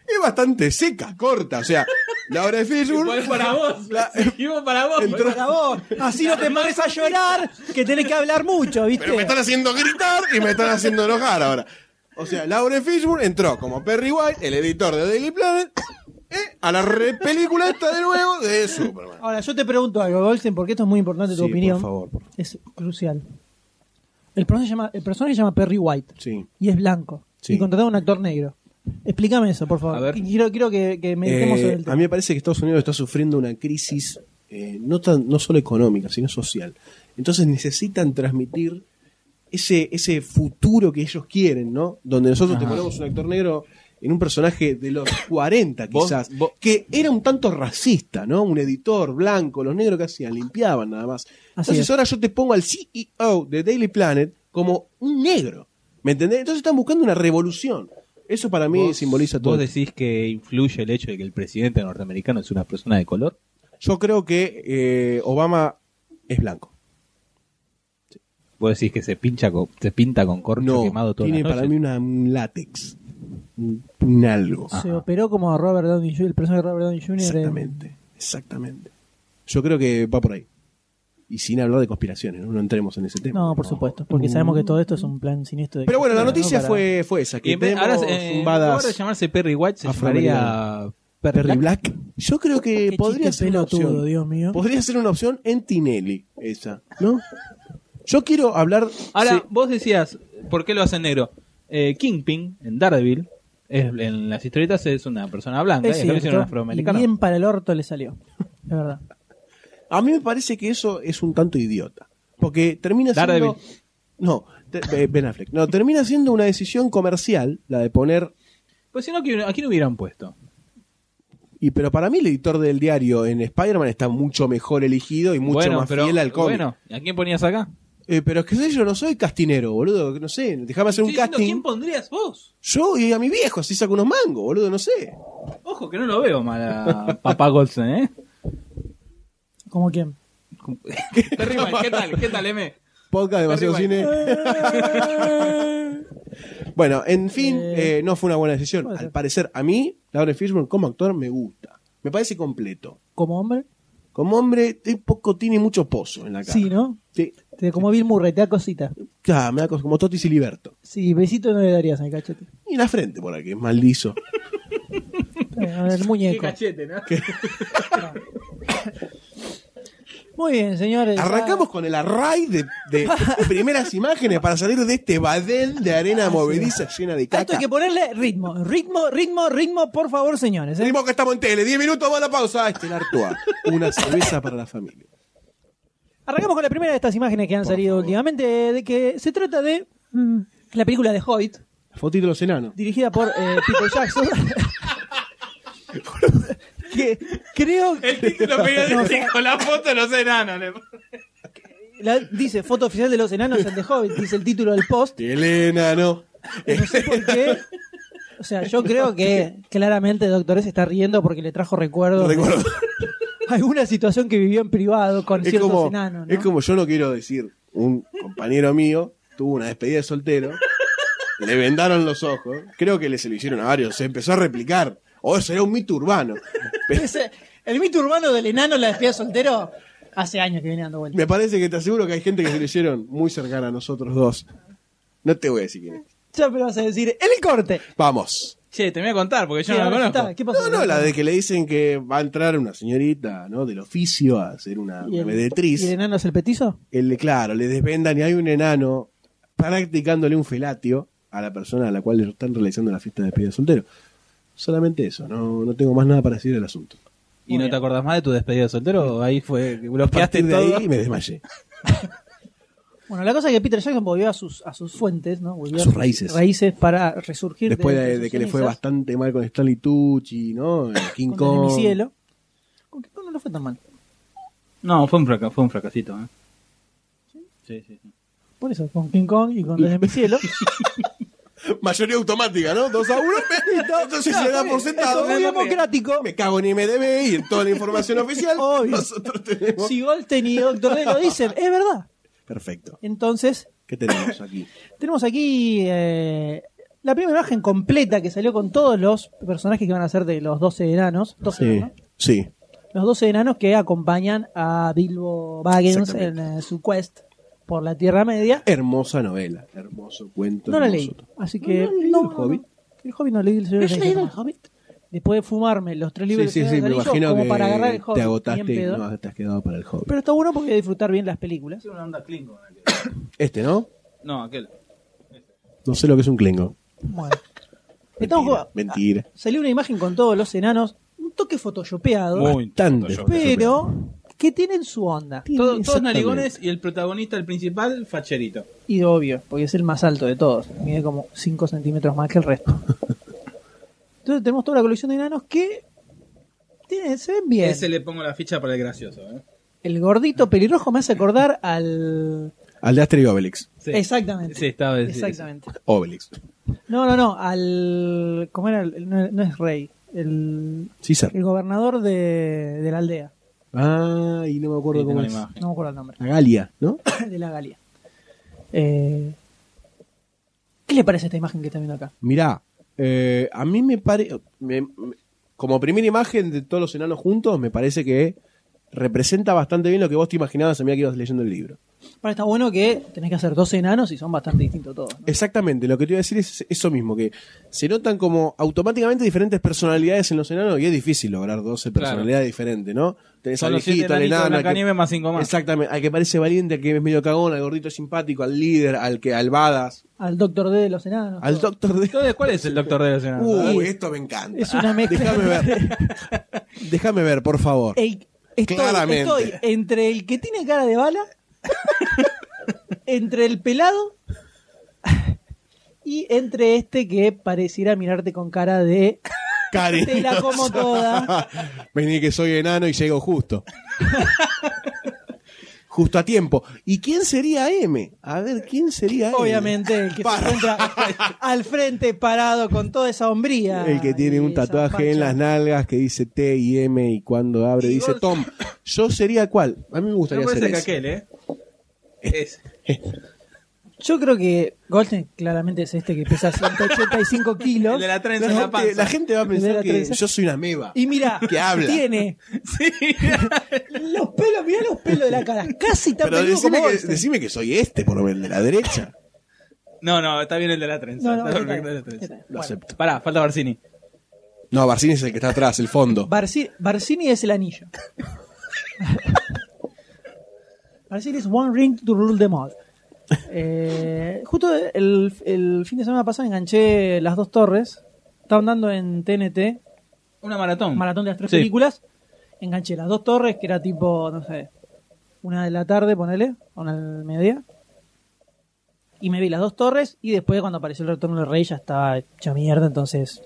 es bastante seca, corta, o sea, la hora de Facebook.
Igual para vos.
la-
Igual para vos.
entró-
Para vos. Así no te pones a llorar, que tenés que hablar mucho, ¿viste?
Pero me están haciendo gritar y me están haciendo enojar ahora. O sea, Lauren Fishburne entró como Perry White, el editor de Daily Planet, eh, a la re- película esta de nuevo de Superman.
Ahora, yo te pregunto algo, Goldstein, porque esto es muy importante tu
Sí, por
opinión.
favor, por favor.
Es crucial. El personaje, se llama, el personaje se llama Perry White
Sí.
y es blanco.
Sí.
Y contratado a un actor negro. Explícame eso, por favor.
A ver.
Quiero, quiero que, que meditemos Eh, sobre el
Eh, a
tema.
mí me parece que Estados Unidos está sufriendo una crisis eh, no, tan, no solo económica, sino social. Entonces necesitan transmitir ese, ese futuro que ellos quieren, ¿no? Donde nosotros te ponemos un actor negro en un personaje de los 40
Vos-
quizás,
vos-
que era un tanto racista, ¿no? Un editor blanco, los negros que hacían, limpiaban nada más. Entonces
es.
ahora yo te pongo al CEO de Daily Planet como un negro, ¿me entendés? Entonces están buscando una revolución. Eso para mí simboliza todo.
¿Vos decís que influye el hecho de que el presidente norteamericano es una persona de color?
Yo creo que eh, Obama es blanco.
¿Vos decís que se pincha con, se pinta con corcho quemado todo
tiene para mí una- un látex, un, un algo.
Se operó como Robert Downey Jr., el personaje de Robert Downey Jr. en-
Exactamente, exactamente. Yo creo que va por ahí. Y sin hablar de conspiraciones, no, No entremos en ese tema.
No, por supuesto, porque sabemos que todo esto es un plan siniestro. de-
Uh. Pero bueno, la
¿no?
noticia
Para-
fue, fue esa, que
Y en vez, ahora,
tenemos
eh, en lugar
zumbadas
de llamarse Perry White, se llamaría
afroamericanas. Perry Black. Yo creo
Qué
que
chiste
podría ser una
pelotudo,
opción.
Dios mío.
Podría ser una opción en Tinelli, esa, ¿no? Yo quiero hablar...
Ahora,
Sí.
vos decías, ¿por qué lo hacen negro? Eh, Kingpin, en Daredevil, es- en las historietas es una persona blanca,
Es
y acá lo hicieron
cierto,
un
y
afroamericano.
bien para el orto le salió. Es verdad.
A mí me parece que eso es un tanto idiota. Porque termina siendo.
Daredevil.
No, te- eh, Ben Affleck. No, termina siendo una decisión comercial, la de poner.
Pues si no, ¿quién- ¿a quién hubieran puesto?
Y pero para mí el editor del diario en Spider-Man está mucho mejor elegido y mucho
bueno,
más
pero,
fiel al cómic.
Bueno, ¿a quién ponías acá?
Eh, pero es que sé, yo no soy castinero, boludo. No sé, déjame hacer un
Estoy diciendo,
casting.
¿Quién pondrías vos?
Yo y a mi viejo, así saco unos mangos, boludo, no sé.
Ojo, que no lo veo mal a Papá Goldstein, ¿eh?
¿Como quién?
Perry White, ¿qué tal? ¿Qué tal, M?
Podcast, demasiado
Perry
cine. bueno, en fin,
Eh,
eh, no fue una buena decisión.
puede
Al
ser.
parecer, a mí, Lauren Fishburne como actor me gusta. Me parece completo.
¿Como hombre?
Como hombre, te- poco tiene mucho pozo en la cara.
Sí, ¿no?
Sí.
Te- como Bill Murray, te da cosita.
Ah, me da cosa como Totis y Liberto.
Sí, besito no le darías en el cachete.
Y la frente por aquí, es más liso.
En el muñeco.
cachete, ¿no?
Muy bien, señores.
Arrancamos con el array de, de primeras imágenes para salir de este badén de arena movediza llena de
Ah, Esto
caca.
hay que ponerle ritmo. Ritmo, ritmo, ritmo, por favor, señores. ¿eh?
Seguimos que estamos en tele, 10 minutos, va la pausa. Estelar Artois, una cerveza para la familia.
Arrancamos con la primera de estas imágenes que han salido últimamente, de que se trata de mm, la película de Hoyt,
Fotito de los enanos.
dirigida por eh, Peter Jackson. que creo que
El título periodístico, la foto no sé nada. Le...
la- dice foto oficial de los enanos en The Hobbit, dice el título del post.
El enano.
Y No sé por qué. O sea, yo creo que claramente Doctor S está riendo porque le trajo recuerdos. de
Recuerdo.
Alguna situación que vivió en privado con
Es
ciertos
como,
enanos. ¿no?
es como yo no quiero decir, un compañero mío tuvo una despedida de soltero, le vendaron los ojos, creo que le se lo hicieron a varios, se empezó a replicar. O eso era un mito urbano. Pero
Ese- el mito urbano del enano en la despedida de soltero hace años que viene dando vueltas.
me parece que te aseguro que hay gente que se lo hicieron muy cercana a nosotros dos. No te voy a decir quién es.
Ya me vas a decir, el corte.
Vamos.
Che, te voy a contar porque yo
Sí,
no
ahora
lo
sí
conozco.
está. ¿Qué pasó?
No, no, la de que le dicen que va a entrar una señorita, ¿no? Del oficio a ser una,
¿Y
una
el-
meretriz.
¿Y el enano es el petizo?
el, claro, le desvendan y hay un enano practicándole un felatio a la persona a la cual están realizando la fiesta de despedida de soltero. Solamente eso, no, no tengo más nada para decir del asunto.
¿Y no te acordás más de tu despedida de soltero? Ahí fue,
A
bloqueaste
partir de
todo.
ahí me desmayé.
Bueno, la cosa es que Peter Jackson volvió a sus, a sus fuentes, ¿no? Volvió
A sus raíces.
raíces para resurgir. de
Después de,
entre
de
sus
que le fue
cenizas,
bastante mal con Stanley Tucci, ¿no? Eh, King
con Desde
Kong.
mi cielo. Con que no le fue tan mal.
No, fue un, fraca- fue un fracasito. ¿eh? Sí, sí, sí.
Por eso, con King Kong y con Desde mi cielo.
Mayoría automática, ¿no? 2 a 1. Entonces se da por sentado.
muy democrático.
Me cago en IMDB y en toda la información oficial.
Obvio.
Nosotros tenemos.
Si Goldstein y Doctor D lo dicen, es verdad.
Perfecto.
Entonces,
¿Qué tenemos aquí?
tenemos aquí eh, la primera imagen completa que salió con todos los personajes que van a ser de los 12 enanos. 12
Sí.
enanos, ¿no?
Sí.
Los 12 enanos que acompañan a Bilbo Baggins en
Exactamente.
eh, su quest por la Tierra Media.
Hermosa novela. Hermoso cuento.
No la
hermoso
leí,
todo.
así que...
no leí
no,
El
no,
Hobbit.
no. El Hobbit no leí el Señor de
¿No has
los Anillos.
leído El Hobbit?
Después de fumarme los tres
Sí,
libros
sí,
del
sí.
Señor
Me
de los Anillos,
imagino
como
que
para agarrar el Hobbit,
te
ni en
agotaste y
pedo.
no, te has quedado para el Hobbit.
Pero está bueno porque disfrutar bien las películas.
Este, ¿no?
No, aquel.
No sé lo que es un Klingon.
Bueno. Estamos
Mentira.
jugando-
mentira.
Salió una imagen con todos los enanos, un toque photoshopeado,
Bastante.
pero que tienen su onda.
Todo- todos
Exactamente.
narigones y el protagonista, el principal, facherito.
Y obvio, porque es el más alto de todos. Mide como 5 centímetros más que el resto. Entonces tenemos toda la colección de enanos que tienen, se ven bien.
Ese le pongo la ficha para el gracioso. ¿eh?
El gordito pelirrojo me hace acordar al...
Al de Asterix y Obelix.
Sí.
Exactamente.
Sí, estaba diciendo
Exactamente.
Obelix.
No, no, no, al... ¿Cómo era? El- No, no es rey. El,
César.
el gobernador de, de la aldea.
Ah, y no me acuerdo
Sí,
cómo
tengo la
es.
imagen.
No me acuerdo el nombre.
La Galia, ¿no?
de la Galia. Eh, ¿Qué le parece esta imagen que está viendo acá?
Mirá, eh, a mí me parece. como primera imagen de todos los enanos juntos, me parece que representa bastante bien lo que vos te imaginabas a medida que ibas leyendo el libro.
Bueno, está bueno que tenés que hacer 12 enanos y son bastante distintos todos. ¿no?
Exactamente, lo que te iba a decir es eso mismo, que se notan como automáticamente diferentes personalidades en los enanos y es difícil lograr 12
Claro.
personalidades diferentes, ¿no? Tenés
Son
al
los siete
viejito, al
enanitos de
enano, al que-
Blancanieves más cinco más.
Exactamente, al que parece valiente, al que es medio cagón, al gordito simpático, al líder, al que al badass,
Al Doctor D de los enanos.
al
todo.
doctor de...
Entonces, ¿cuál es el doctor de los enanos?
Uh, esto me encanta.
Es una mezcla.
Déjame ver. Déjame ver, por favor.
El- estoy,
Claramente.
estoy entre el que tiene cara de bala, entre el pelado y entre este que pareciera mirarte con cara de
Cariño.
te la como toda.
Vení que soy enano y llego justo. justo a tiempo. ¿Y quién sería M? A ver, ¿quién sería M?
Obviamente, el que se encuentra al frente parado con toda esa hombría.
El que tiene
y
un
esa
tatuaje en
facha.
las nalgas que dice T y M y cuando abre
Y
dice
vos-
Tom. Yo sería cuál? A mí me
No
gustaría
puede
ser
ser que
ese.
aquel, ¿eh? Ese.
Yo creo que Goldstein claramente es este que pesa 185
El
kilos.
de la trenza
La
en la
gente,
panza.
la gente va a
De
pensar
la
que
trenza.
yo soy una meba.
Y mira,
Que habla.
tiene
Sí.
los pelos, mira los pelos de la cara, casi tan
Pero
peludo como
decime que,
Goldstein.
decime que soy este, por lo menos, de la derecha.
No, no, está bien el de la trenza.
No, no,
está
está
perfecto
bien,
el de la
está
trenza.
bien.
Lo acepto.
Pará, falta Barcini.
No, Barcini es el que está atrás, el fondo.
Barci- Barcini es el anillo. Barcini es One Ring to Rule Them All. Eh, justo el, el fin de semana pasado enganché las dos torres. Estaban dando en TNT
Una maratón.
maratón de las tres
Sí.
películas. Enganché las dos torres, que era tipo, no sé, una de la tarde, ponele, o una del mediodía. Y me vi las dos torres y después cuando apareció el retorno del rey ya estaba hecha mierda, entonces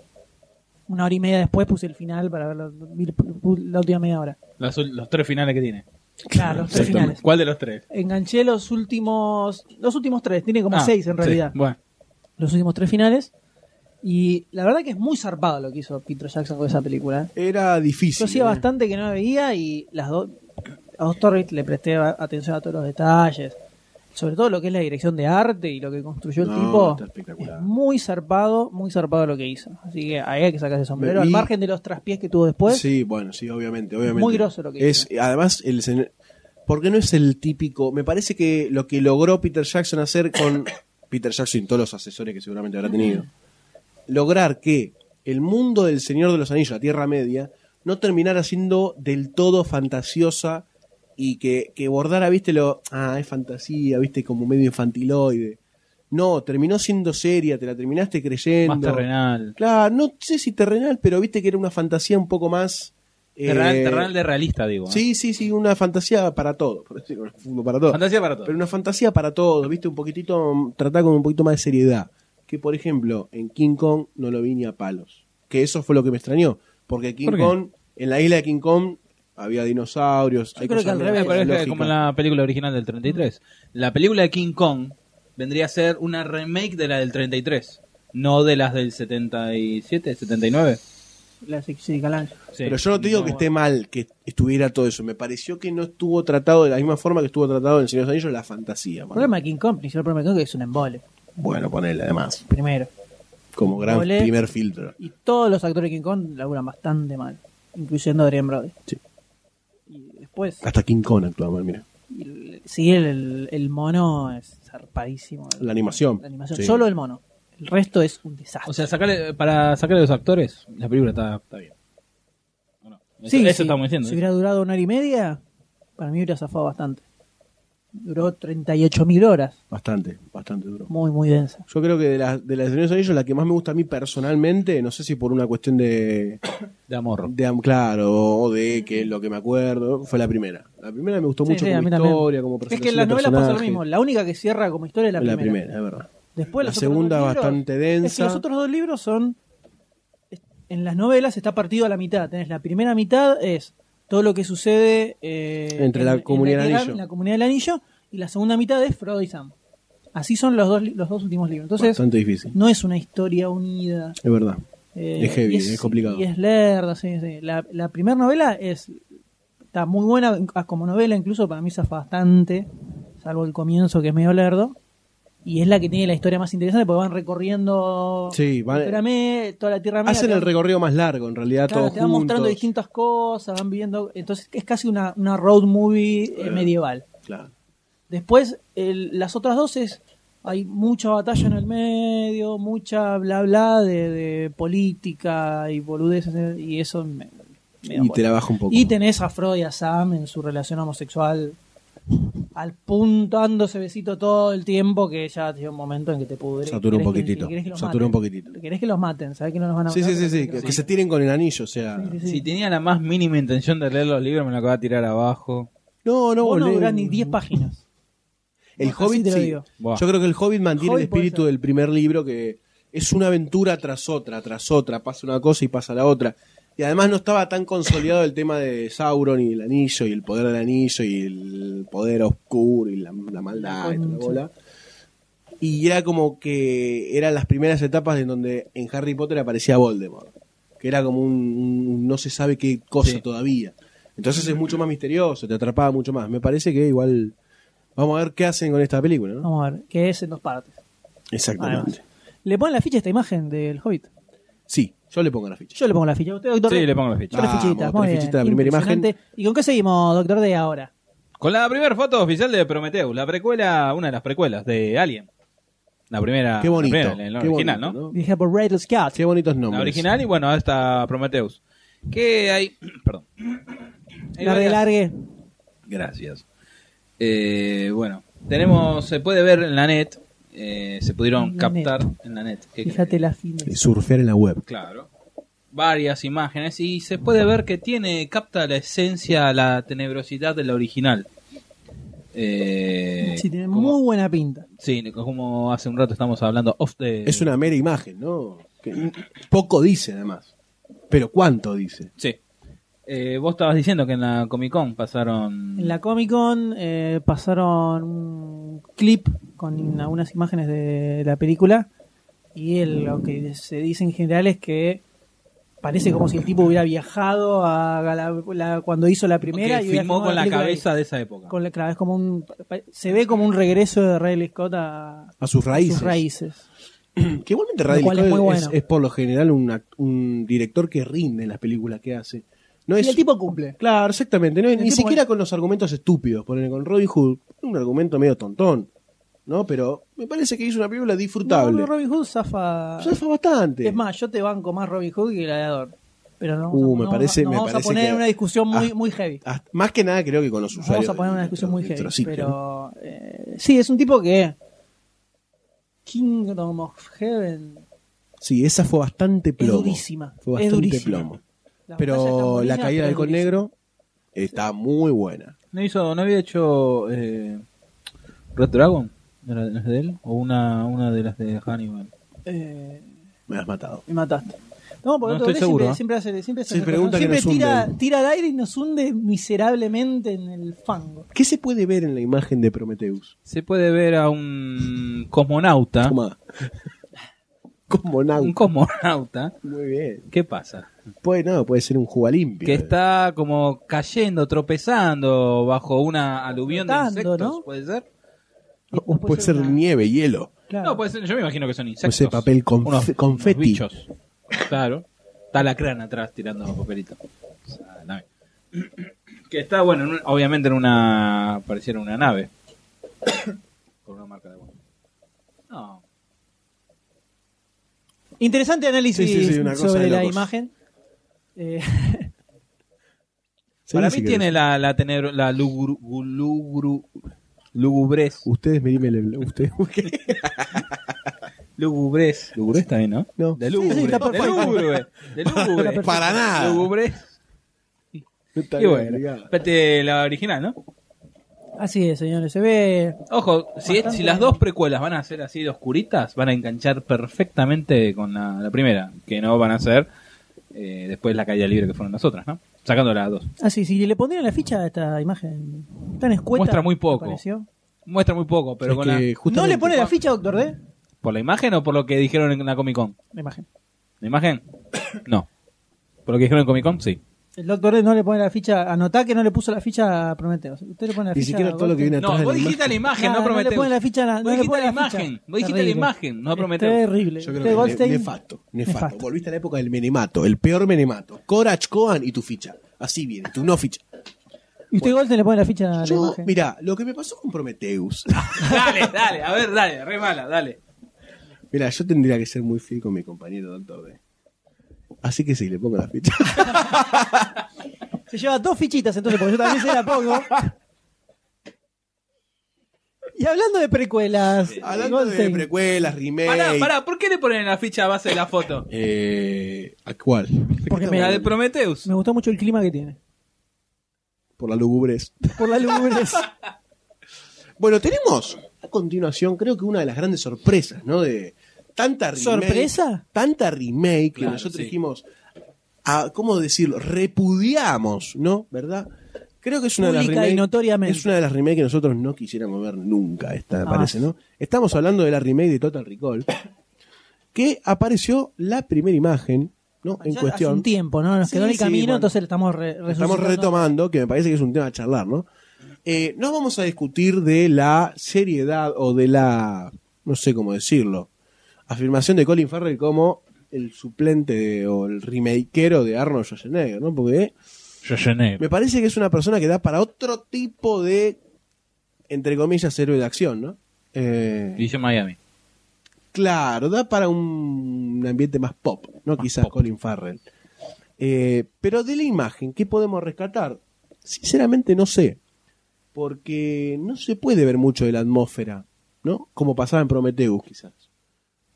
una hora y media después puse el final para ver la, la última media hora.
Las ul- los tres finales que tiene.
Claro, los tres
Exactamente.
finales.
¿Cuál de los tres?
Enganché los últimos, los últimos tres, tiene como
Ah,
seis en
sí,
realidad
Bueno.
los últimos tres finales. Y la verdad que es muy zarpado lo que hizo Peter Jackson con esa película. ¿eh?
Era difícil.
Yo hacía
¿eh?
bastante que no la veía y las dos, a dos Torres le presté ba- atención a todos los detalles. Sobre todo lo que es la dirección de arte y lo que construyó el
No,
tipo.
está espectacular.
Es muy zarpado, muy zarpado lo que hizo. Así que ahí hay que sacarse el sombrero.
Me-
Al
y-
margen de los traspiés que tuvo después.
Sí, bueno, sí, obviamente, obviamente.
Muy groso lo que
es. Además, el sen- porque no es el típico. Me parece que lo que logró Peter Jackson hacer con Peter Jackson y todos los asesores que seguramente habrá tenido, lograr que el mundo del Señor de los Anillos, la Tierra Media, no terminara siendo del todo fantasiosa y que, que bordara, viste, lo. Ah, es fantasía, viste, como medio infantiloide. No, terminó siendo seria, te la terminaste creyendo.
Más terrenal.
Claro, no sé si terrenal, pero viste que era una fantasía un poco más. eh,
terrenal, terrenal de realista, digo. ¿eh?
Sí, sí, sí, una fantasía para todo. por decirlo, fútbol para todo.
Fantasía para todo.
Pero una fantasía para todos, ¿viste? Un poquitito, mm, tratar con un poquito más de seriedad. Que, por ejemplo, en King Kong no lo vi ni a palos. Que eso fue lo que me extrañó. Porque King
¿Por qué?
Kong, en la isla de King Kong, había dinosaurios. hay
creo
cosas
que al
medio
Me
revés.
parece
lógicas.
como en la película original del 33. La película de King Kong vendría a ser una remake de la del 33, no de las del 77, 79.
La sí, Calancho.
Sí.
Pero yo no te digo que esté mal que estuviera todo eso. Me pareció que no estuvo tratado de la misma forma que estuvo tratado en El Señor de los Anillos la fantasía.
El
mano.
problema de King Kong, principal problema de King Kong, es que es un embole,
Bueno, ponele además.
primero.
Como gran
Ponele.
primer filtro.
Y todos los actores de King Kong laburan bastante mal, incluyendo a Adrian Brody.
Sí.
Y después,
Hasta King Kong actúa mal, mira.
y el- sí, el- el, el mono es zarpadísimo.
La animación.
La animación,
Sí.
solo el mono. El resto es un desastre.
O sea, sacarle, para sacarle a los actores, la película está, está bien. ¿O no? Eso,
Sí,
eso
sí.
estamos diciendo.
Si
¿eh?
hubiera durado una hora y media, para mí hubiera zafado bastante. Duró 38.000 horas.
Bastante, bastante duro.
Muy, muy densa.
Yo creo que de las de las de Señor de los Anillos, la que más me gusta a mí personalmente, no sé si por una cuestión de,
De amor.
de am- claro, o de que es lo que me acuerdo, fue la primera. La primera me gustó
Sí,
mucho
sí, a
como
mí también.
historia, como
Es
presentación
que en las
de
novelas pasa lo
personajes.
mismo. La única que cierra como historia es la
Es
primera.
es verdad.
Después
La
los otros
segunda
dos libros-
bastante
Es que
densa.
los otros dos libros son. es- En las novelas está partido a la mitad. Tenés la primera mitad es todo lo que sucede eh,
Entre la comunidad del
Tierra-
anillo.
la comunidad del anillo y la segunda mitad es Frodo y Sam. Así son los dos li- los dos últimos libros. Entonces
bastante difícil.
no es una historia unida.
Es verdad.
Eh,
Es heavy,
y
es complicado.
Y es lerda, sí, sí. La, la primera novela es está muy buena ah, como novela, incluso para mí zafa bastante, salvo el comienzo que es medio lerdo. Y es la que tiene la historia más interesante porque van recorriendo
Sí, van-
Tierra Me- toda la Tierra Media.
Hacen
te
el
van-
recorrido más largo, en realidad,
claro,
todos
te van
juntos.
mostrando distintas cosas, van viendo. Entonces es casi una, una road movie eh, medieval.
Claro.
Después, el- las otras dos es. Hay mucha batalla en el medio, mucha bla bla de, de política y boludeces, eh, y eso me, me da
Y
bola.
te la baja un poco.
Y tenés a Freud y a Sam en su relación homosexual, al punto dándose besito todo el tiempo, que ya llega un momento en que te pudre.
Satura
Querés
un
que-
poquitito,
querés que los
satura un
maten.
poquitito.
Querés que los maten, sabés que no los van a
Sí,
matar,
sí, sí,
pero
sí,
querés
Que,
los
que se
maten.
tiren con el anillo, o sea.
Sí, sí, sí.
Si tenía la más mínima intención de leer los libros, me lo acaba de tirar abajo.
No, no,
Vos no
boludo.
durás ni 10 páginas.
El
Así
Hobbit,
te lo
sí.
digo.
Buah.
Yo creo que el Hobbit mantiene
Hobbit
el
puede
espíritu
ser.
del primer libro, que es una aventura tras otra, tras otra. Pasa una cosa y pasa la otra. Y además no estaba tan consolidado el tema de Sauron y el anillo, y el poder del anillo, y el poder oscuro, y la, la maldad, y toda la
Concha.
bola. Y era como que eran las primeras etapas en donde en Harry Potter aparecía Voldemort. Que era como un, un no se sabe qué cosa
Sí.
todavía. Entonces es mucho más misterioso, te atrapaba mucho más. Me parece que igual. Vamos a ver qué hacen con esta película, ¿no?
Vamos a ver, que es en dos partes.
Exactamente.
Le ponen la ficha a esta imagen del Hobbit.
Sí, yo le pongo la ficha.
Yo le pongo la ficha. ¿Usted, doctor?
Sí,
D?
le pongo la ficha.
Tres
Vamos,
fichitas. muy
tres
bien.
fichitas, la primera imagen.
Impresionante. ¿Y con qué seguimos, doctor D, ahora?
Con la primera foto oficial de Prometheus, la precuela, una de las precuelas de Alien. La primera,
Qué bonito.
la primera, Ah, la
qué
original,
bonito,
¿no?
Dije por Rattle Scott.
Qué bonitos
La
nombres.
original y bueno, esta Prometheus. Que hay, perdón. Hay
Largue,
varias-
largue.
Gracias. Eh, bueno, tenemos, se puede ver en la net, eh, se pudieron
En la
captar en la net. ¿Qué
Fíjate
querés?
la fines.
Y surfear en la web.
Claro. Varias imágenes y se puede ver que tiene, capta la esencia, la tenebrosidad de la original. Eh,
Sí, tiene
como-
muy buena pinta.
Sí, como hace un rato estamos hablando off de...
Es una mera imagen, ¿no? Que poco dice, además. Pero ¿cuánto dice?
Sí. Eh, vos estabas diciendo que en la Comic Con pasaron...
En la Comic Con eh, pasaron un clip con algunas imágenes de la película y el- lo que se dice en general es que parece como si el tipo hubiera viajado a Gala- la- cuando hizo la primera
que
y hubiera
filmó
filmado
con la
película ahí.
cabeza de esa época.
Con la- claro, es como un, pa- se ve como un regreso de Riley Scott a
A sus raíces.
sus raíces.
Que
Lo
igualmente Ridley
cual es
Scott
muy
es,
bueno.
es por lo general un, act- un director que rinde en las películas que hace. No es,
Y el tipo cumple.
Claro, exactamente. No es-
El
ni
tipo
siquiera
es-
con los argumentos estúpidos. Poner con Robin Hood, un argumento medio tontón. ¿No? Pero me parece que hizo una película disfrutable.
No, Robin Hood zafa.
Ya fue bastante.
Es más, yo te banco más Robin Hood que Gladiador. Pero no.
Uh, me
no,
parece-
no
me
vamos a
parece
poner
que-
una discusión muy,
Ah.
muy heavy.
Hasta- más que nada creo que con los
Nos
usuarios.
vamos a poner
del-
una discusión
del
muy heavy.
trociclo, ¿no?
Pero eh, sí, es un tipo que Kingdom of Heaven.
Sí, esa fue bastante plomo.
durísima, es
Fue bastante
durísima.
plomo.
La batalla está
pero
buena,
la caída
pero
del Halcón
durísima.
Negro está muy buena.
¿No, hizo, ¿No había hecho eh, Red Dragon? ¿Era de las de él? ¿O una, una de las de Hannibal?
Eh,
Me has matado.
me mataste. No, porque otro
No estoy
Dredd
seguro,
siempre,
¿eh?
siempre hace, siempre hace
Se
esas
pregunta
cosas.
que
Siempre
nos
tira,
hunden.
tira al aire y nos hunde miserablemente en el fango.
¿Qué se puede ver en la imagen de Prometheus?
Se puede ver a un cosmonauta.
Toma. Como
¿Ah? Un
náutica.
cosmonauta.
Muy bien.
¿Qué pasa?
Puede, no, puede ser un juga limpio.
Que está como cayendo, tropezando bajo una aluvión
Flotando,
de insectos,
¿no?
¿puede ser?
O puede, ser, nieve, hielo.
Claro.
No, puede ser, yo me imagino que son insectos.
ser papel conf-
Unos-
confeti.
unos bichos. Claro. Está la crana atrás tirando papelito. O sea, la- Que está, bueno, en un- obviamente en una. pareciera una nave. Con una marca de agua. No.
Interesante análisis
Sí, sí, sí, una cosa
sobre
de
la
locos.
imagen. Eh,
Sí,
Para
sí
mí
que-
tiene la, la, tenebro- la lugru, lugru, lugubrez.
Ustedes me dime el- usted- ¿qué?
Lugubrez. Lugubrez también, ¿no?
No.
De lugubre.
Sí, sí, está
de
perfecto.
lugubre. De lugubre.
Para nada.
Lugubrez.
Está
Y bueno,
largada.
espérate, la original, ¿no?
así es, señores. Se ve
Ojo, si,
Bastante
si las dos precuelas van a ser así de oscuritas, van a enganchar perfectamente con la, la primera, que no van a ser eh, después la caída libre que fueron las otras, ¿no? Sacando las dos.
así. Ah, Si le pondrían la ficha a esta imagen tan escueta.
Muestra muy poco.
me pareció.
Muestra muy poco, pero
Es
con
que
la-
¿No
justamente-
le pone la ficha, doctor D?
¿Por la imagen o por lo que dijeron en la Comic Con?
La imagen.
¿La imagen? No. ¿Por lo que dijeron en Comic Con? Sí.
El doctor D no le pone la ficha. Anotá que no le puso la ficha a Prometeos. Usted le pone la
Ni
ficha
siquiera todo lo que viene
No,
atrás de
vos
la
dijiste
imagen.
la imagen,
Nada,
no
No le
Prometheus.
pone la ficha.
Vos
no le
dijiste
pone
la
ficha.
imagen, vos dijiste la
Terrible.
imagen, no
Es
Prometheus.
Terrible.
Yo creo
Usted,
que
Goldstein,
ne- nefasto, nefasto.
nefasto.
Volviste a la época del menemato, el peor menemato. Corach Cohen y tu ficha. Así viene, tu no ficha.
Y usted, Goldstein, le pone la ficha a la
Yo,
imagen.
mirá, lo que me pasó con Prometheus.
dale, dale, a ver, dale, re mala, dale.
mirá, yo tendría que ser muy fiel con mi compañero doctor D. Así que sí, le pongo la ficha.
Se lleva dos fichitas entonces, porque yo también se la pongo. Y hablando de precuelas,
Hablando de
Goldstein,
precuelas, remake.
Pará, pará, ¿por qué le ponen la ficha a base de la foto?
Eh, ¿A cuál?
Porque me-
La de Prometheus.
me gustó mucho el clima que tiene.
Por la lugubres.
Por la lúgubres.
Bueno, tenemos a continuación, creo que una de las grandes sorpresas, ¿no? De tanta remake.
¿Sorpresa?
Tanta remake que
Claro,
nosotros
sí.
dijimos, a, ¿cómo decirlo? Repudiamos, ¿no? ¿Verdad? Creo que es una de
Pública
las remake-
y notoriamente.
Es una de las remake que nosotros no quisiéramos ver nunca, esta me
Jamás.
parece, ¿no? Estamos hablando de la remake de Total Recall, que apareció la primera imagen, ¿no? En
Ya
cuestión.
Hace un tiempo, ¿no? Nos
Sí,
quedó en el
sí,
camino,
bueno.
entonces lo estamos re
estamos
resucitando.
retomando, que me parece que es un tema a charlar, ¿no? Eh, no vamos a discutir de la seriedad o de la, no sé cómo decirlo, afirmación de Colin Farrell como el suplente de- o el remakero de Arnold Schwarzenegger, ¿no? Porque me parece que es una persona que da para otro tipo de, entre comillas, héroe de acción, ¿no? Eh,
Dice Miami.
Claro, da para un ambiente más pop, ¿no? Quizás Colin Farrell. Eh, pero de la imagen, ¿qué podemos rescatar? Sinceramente no sé, porque no se puede ver mucho de la atmósfera, ¿no? Como pasaba en Prometheus, quizás.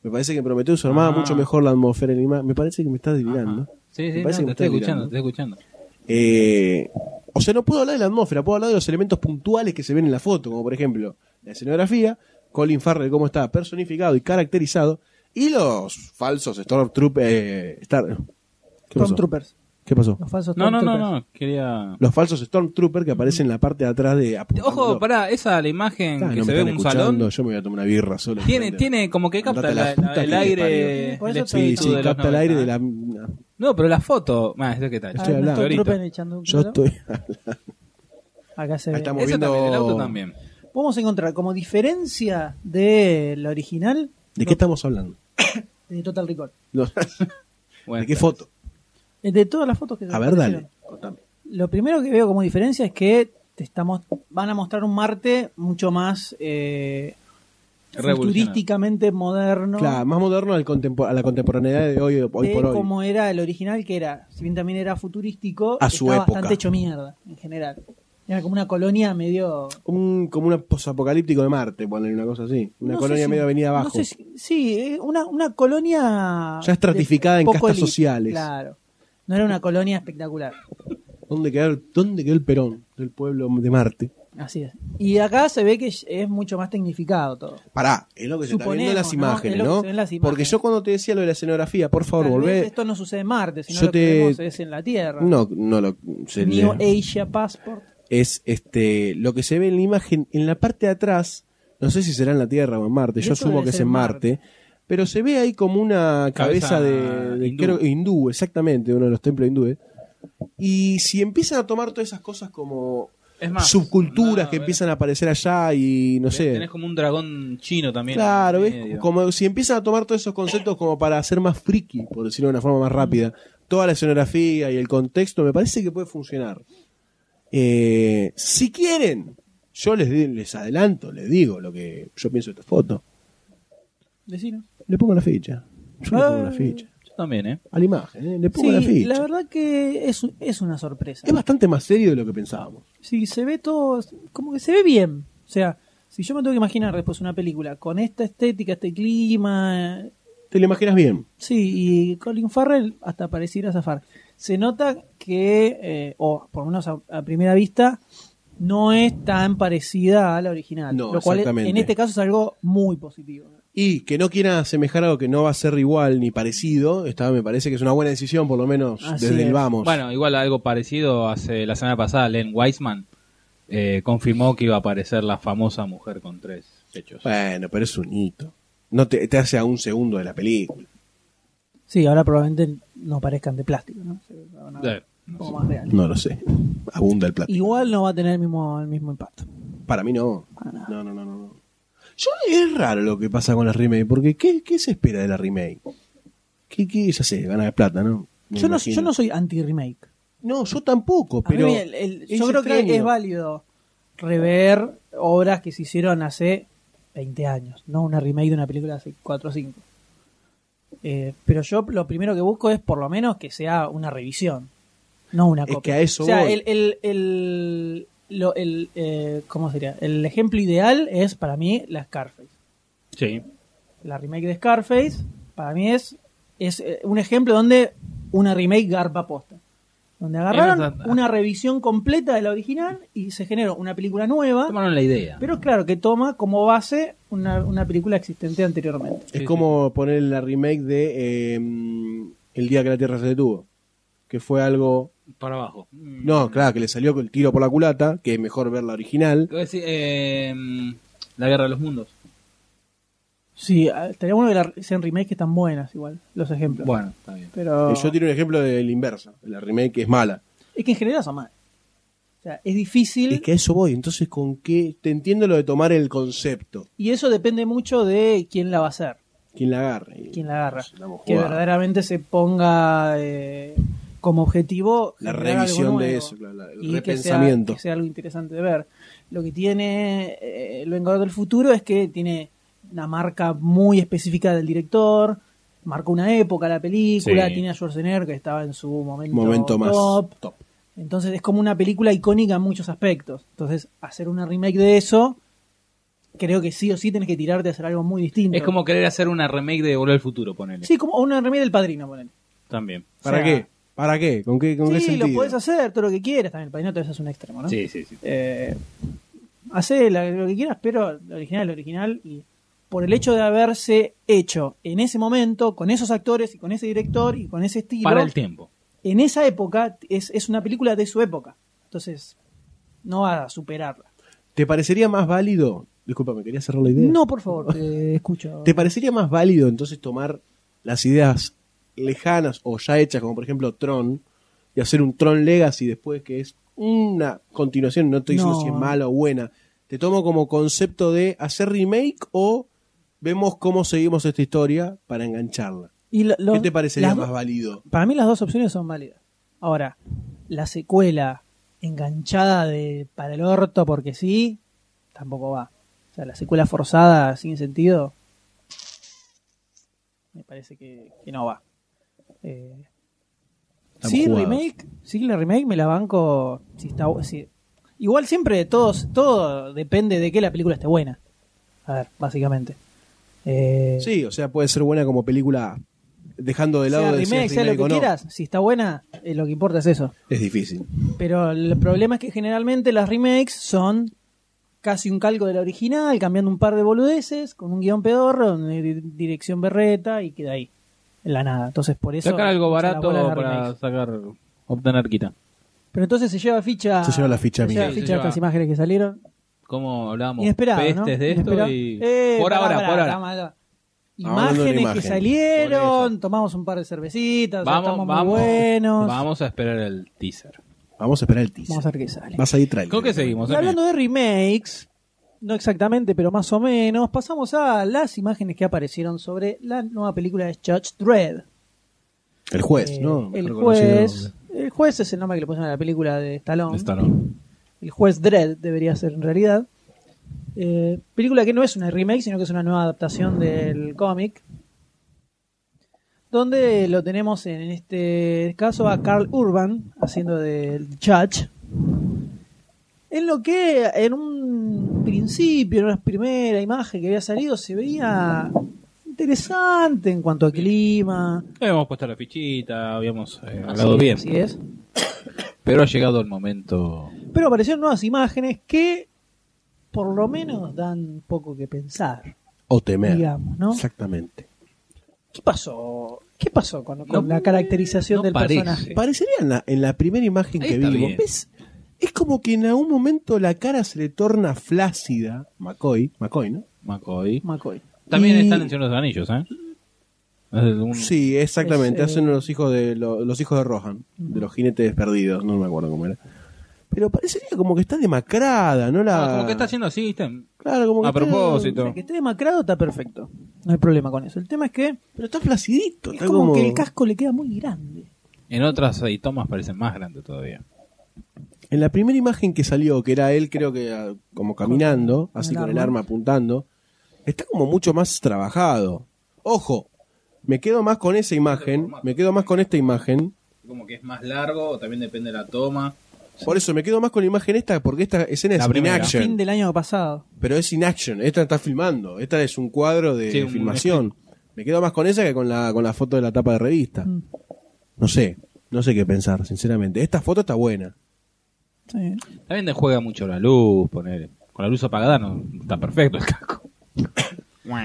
Me parece que en Prometheus se armaba
Ah.
mucho mejor la atmósfera. en la ima- Me parece que me estás delirando.
Sí,
Me
sí, no,
parece
te
que me estás
estoy
delirando.
escuchando, te estoy escuchando.
Eh, o sea, no puedo hablar de la atmósfera, puedo hablar de los elementos puntuales que se ven en la foto, como por ejemplo la escenografía, Colin Farrell cómo está personificado y caracterizado, y los falsos Stormtroopers. eh, Star- ¿Qué pasó?
Stormtroopers.
¿Qué pasó?
Los falsos
No, no, no,
Stormtroopers.
no, quería...
Los falsos Stormtroopers que aparecen en la parte de atrás de.
Ojo,
apuntando.
pará, esa la imagen
Ah, no
que
me
se ve
están
en un
escuchando,
salón.
Yo me voy a tomar una birra solo.
Tiene,
Andate.
tiene como que capta
Andate a la
la-
puta
la-
que
el
te
aire,
parió.
el
Sí,
Sí,
espíritu
sí,
de los
capta el
90,
aire de
¿eh?
la.
No, pero la foto. Más, ¿qué tal?
Estoy
Ah,
hablando.
Stormtrooper echando un
Yo
culo.
estoy.
Acá se
Ahí
ve.
estamos.
Esa también, el auto
moviendo-
también.
Podemos encontrar como diferencia de la original
¿De qué estamos hablando?
de Total Recall.
No,
Bueno,
¿De qué foto?
Eh, De todas las fotos que se
A ver,
aparecieron.
dale. Contame.
Lo primero que veo como diferencia es que te estamos, van a mostrar un Marte mucho más eh,
Revolucionario.
futurísticamente moderno
Claro, más moderno al contempor- a la contemporaneidad de hoy, hoy
de
por hoy.
como era el original, que era, si bien también era futurístico,
A su
estaba
época.
bastante hecho mierda en general. Era como una colonia medio.
Un, como una posapocalíptico de Marte, ponen una cosa así. Una
no sé
colonia
si-
medio avenida abajo.
No sé si- sí, eh, una, una colonia.
Ya estratificada
de-
en
poco
castas
elite,
sociales.
Claro. No era una colonia espectacular.
¿Dónde, quedó, el- ¿Dónde quedó el Perón del pueblo de Marte?
Así es. Y acá se ve que es mucho más tecnificado todo.
Pará, es lo que se está viendo en
Suponemos,
las
¿no?
imágenes,
Es lo que
¿no?
se ve en las imágenes.
Porque yo cuando te decía lo de la escenografía, por favor,
Tal vez
volvé.
Esto no sucede en Marte, sino
Yo
lo
te-
que vemos es en la Tierra.
No, no lo. se
New
le-
Asia Passport.
Es este lo que se ve en la imagen, en la parte de atrás, no sé si será en la Tierra o en Marte,
Y
yo
eso
asumo
debe
que es
ser
en Marte, pero se ve ahí como una cabeza,
Cabeza
de, de-
hindú.
creo- hindú, exactamente, uno de los templos hindúes. Y si empiezan a tomar todas esas cosas como
Es más,
subculturas
no,
que
a ver.
empiezan a aparecer allá y no sé.
Tenés como un dragón chino también.
Claro,
en el
¿ves?
medio.
Como si empiezan a tomar todos esos conceptos como para hacer más friki, por decirlo de una forma más rápida. Toda la escenografía y el contexto me parece que puede funcionar. Eh, si quieren, yo les, di- les adelanto, les digo lo que yo pienso de esta foto.
Decilo.
Le pongo la ficha. Yo le pongo
Ah.
la ficha.
Yo también, ¿eh?
A la imagen, ¿eh? le pongo
Sí,
la ficha.
la verdad que es, es una sorpresa.
Es bastante más serio de lo que pensábamos.
Sí, se ve todo, como que se ve bien. O sea, si yo me tengo que imaginar después una película con esta estética, este clima, eh,
Te lo imaginas bien.
sí, y Colin Farrell hasta pareciera zafar. Se nota que, eh, o por lo menos a, a primera vista, no es tan parecida a la original.
No,
lo cual es-
exactamente.
en este caso es algo muy positivo.
Y que no quiera asemejar algo que no va a ser igual ni parecido, esta me parece que es una buena decisión, por lo menos
Así
desde el
es.
vamos.
Bueno, igual algo parecido hace la semana pasada Len Wiseman eh, confirmó que iba a aparecer la famosa mujer con tres hechos.
Bueno, pero es un hito. No te, te hace a un segundo de la película.
Sí, ahora probablemente no parezcan de plástico, ¿no? Se van a ver
Eh,
un poco más reales.
No lo sé. Abunda el plato.
Igual no va a tener el mismo, el mismo impacto.
Para mí no. No, no, no, no. no. Yo, es raro lo que pasa con las remake, porque ¿qué, qué se espera de la remake? ¿Qué, qué? Ya sé, ganar plata, ¿no? Me
Yo no,
imagino.
yo no soy anti-remake.
No, yo tampoco,
A mí
pero...
el- el-
es
yo creo
extraño.
que es válido rever obras que se hicieron hace 20 años, no una remake de una película de hace 4 o 5. Eh, pero yo lo primero que busco es por lo menos que sea una revisión, no una
Es
copia.
que a eso
o sea,
voy.
el, el, el- lo- el, eh, ¿cómo sería? El ejemplo ideal es para mí la Scarface.
Sí.
La remake de Scarface para mí es, es eh, un ejemplo donde una remake garpa posta. Donde
Es
agarraron
verdad.
una revisión completa de la original y se generó una película nueva,
Tomaron la idea.
pero claro que toma como base una, una película existente anteriormente.
Es
Sí,
como poner la remake de eh, El día que la Tierra se detuvo, que fue algo...
Para abajo.
No, claro, que le salió el tiro por la culata, que es mejor ver la original.
¿Qué voy a decir? Eh, mm, la guerra de los mundos.
Sí, eh, estaría bueno que la- sean remakes que están buenas igual, los ejemplos.
Bueno, está bien.
pero
Eh, Yo tiro un ejemplo de la inversa, de la remake que es mala.
es que en general son mal. O sea, es difícil
Es que a eso voy, entonces con qué te entiendo lo de tomar el concepto,
y eso depende mucho de quién la va a hacer.
quién la agarre.
quien la agarra.
Pues, la vamos a
Que
jugar.
verdaderamente se ponga eh, como objetivo
La
generar algo
revisión de
nuevo
eso, claro, la-
y
el
que sea-
repensamiento.
Que sea, algo interesante de ver. Lo que tiene eh, El Vengador del Futuro es que tiene una marca muy específica del director, marcó una época la película,
Sí.
tiene a Schwarzenegger que estaba en su momento,
Momento más
top.
top.
Entonces es como una película icónica en muchos aspectos. Entonces hacer una remake de eso, creo que sí o sí tenés que tirarte a hacer algo muy distinto.
Es como querer hacer una remake de Volver al Futuro, ponele.
Sí, como o una remake del Padrino, ponele.
También.
¿Para
O sea,
qué? ¿Para qué? ¿Con qué, con qué
sí,
sentido?
lo podés hacer, todo lo que quieras. También el padrino te es un extremo, ¿no?
Sí, sí, sí.
Eh, hacé la- lo que quieras, pero lo original es lo original. Y por el hecho de haberse hecho en ese momento, con esos actores y con ese director y con ese estilo,
Para el tiempo.
en esa época, es, es una película de su época. Entonces, no va a superarla.
¿Te parecería más válido? Disculpa, me quería cerrar la idea.
No, por favor, te escucho.
¿Te parecería más válido entonces tomar las ideas lejanas o ya hechas, como por ejemplo Tron, y hacer un Tron Legacy después que es una continuación? No te diciendo
No.
si es mala o buena. Te tomo como concepto de hacer remake o vemos cómo seguimos esta historia para engancharla.
Y lo- lo-
¿Qué te parecería
las
más
do-
válido?
Para mí las dos opciones son válidas. Ahora, la secuela enganchada de para el orto porque sí, tampoco va. O sea, la secuela forzada sin sentido, me parece que, que no va. Eh, sí,
jugados.
remake, sí, la remake me la banco si está bu- si- Igual siempre todos, todo depende de que la película esté buena. A ver, básicamente. Eh,
Sí, o sea, puede ser buena como película dejando de
sea
lado de si
remake,
es
sea lo
remake
que
o no.
quieras, si está buena, eh, lo que importa es eso.
Es difícil.
Pero el problema es que generalmente las remakes son casi un calco de la original, cambiando un par de boludeces, con un guión pedorro, una di- dirección berreta y queda ahí, en la nada. Entonces, por eso.
Sacar algo
se la
barato
vuelan las
para
remakes.
sacar, obtener quita.
Pero entonces se lleva ficha.
Se lleva la ficha,
Se
amigo.
lleva
Sí, se
ficha
lleva.
estas imágenes que salieron.
Como hablábamos,
Inesperado.
pestes
¿no?
de esto
Inesperado.
y...
Eh,
por
pará,
ahora,
pará,
por ahora.
pará, pará.
Vamos hablando de
Imágenes
imagen.
que salieron,
Por
tomamos un par de cervecitas,
Vamos,
estamos
vamos,
muy buenos.
vamos a esperar el teaser.
Vamos a esperar el teaser.
Vamos a ver qué sale.
Vas a ir trailer.
¿Con qué seguimos?
Y
Emi?
hablando de remakes, no exactamente, pero más o menos, pasamos a las imágenes que aparecieron sobre la nueva película de Judge Dredd.
El juez,
Eh,
¿no?
el
Mejor
juez.
conocido.
El juez es el nombre que le pusieron a la película de Stallone.
Esta no.
El juez Dredd debería ser en realidad. Eh, película que no es una remake, sino que es una nueva adaptación del cómic. Donde lo tenemos en este caso a Carl Urban haciendo del judge. En lo que en un principio, en una primera imagen que había salido, se veía interesante en cuanto a clima.
Habíamos puesto la fichita, habíamos eh,
Ah,
hablado bien.
Así es.
Pero ha llegado el momento.
Pero aparecieron nuevas imágenes que por lo menos dan poco que pensar.
O temer.
Digamos, ¿no?
Exactamente.
¿Qué pasó? ¿Qué pasó con, con
No,
la caracterización
no
del
parece.
personaje?
Parecería en la, en la primera imagen
Ahí
que
está
vimos.
bien.
¿Ves? Es como que en algún momento la cara se le torna flácida. McCoy, McCoy, ¿no?
McCoy.
McCoy.
También
Y-
están en Señor de los Anillos, ¿eh? Es un-
Sí, exactamente.
Es, eh,
Hacen los hijos de lo- los hijos de Rohan, de los jinetes perdidos, no me acuerdo cómo era. Pero parecería como que está demacrada, ¿no? La...
Ah, como que está haciendo así, está-
Claro, como que
A
está-
propósito.
El que esté demacrado está perfecto. No hay problema con eso. El tema es que
Pero está flacidito.
es
está
como, que el casco le queda muy grande.
En otras eh, tomas parecen más grandes todavía.
En la primera imagen que salió, que era él, creo que ah, como caminando,
con
así
el
con el
arma.
arma apuntando, está como mucho más trabajado. Ojo, me quedo más con esa imagen, me quedo más con esta imagen.
Como que es más largo, también depende de la toma.
Por eso me quedo más con la imagen esta, porque esta escena
La
es in
primera.
Fin
action.
del año pasado.
Pero es in action, esta está filmando, esta es un cuadro de
Sí, un-
filmación. Me quedo más con esa que con la, con la foto de la tapa de revista.
Mm.
No sé, no sé qué pensar, sinceramente. Esta foto está buena.
Sí.
También te juega mucho la luz, poner. Con la luz apagada no está perfecto el casco.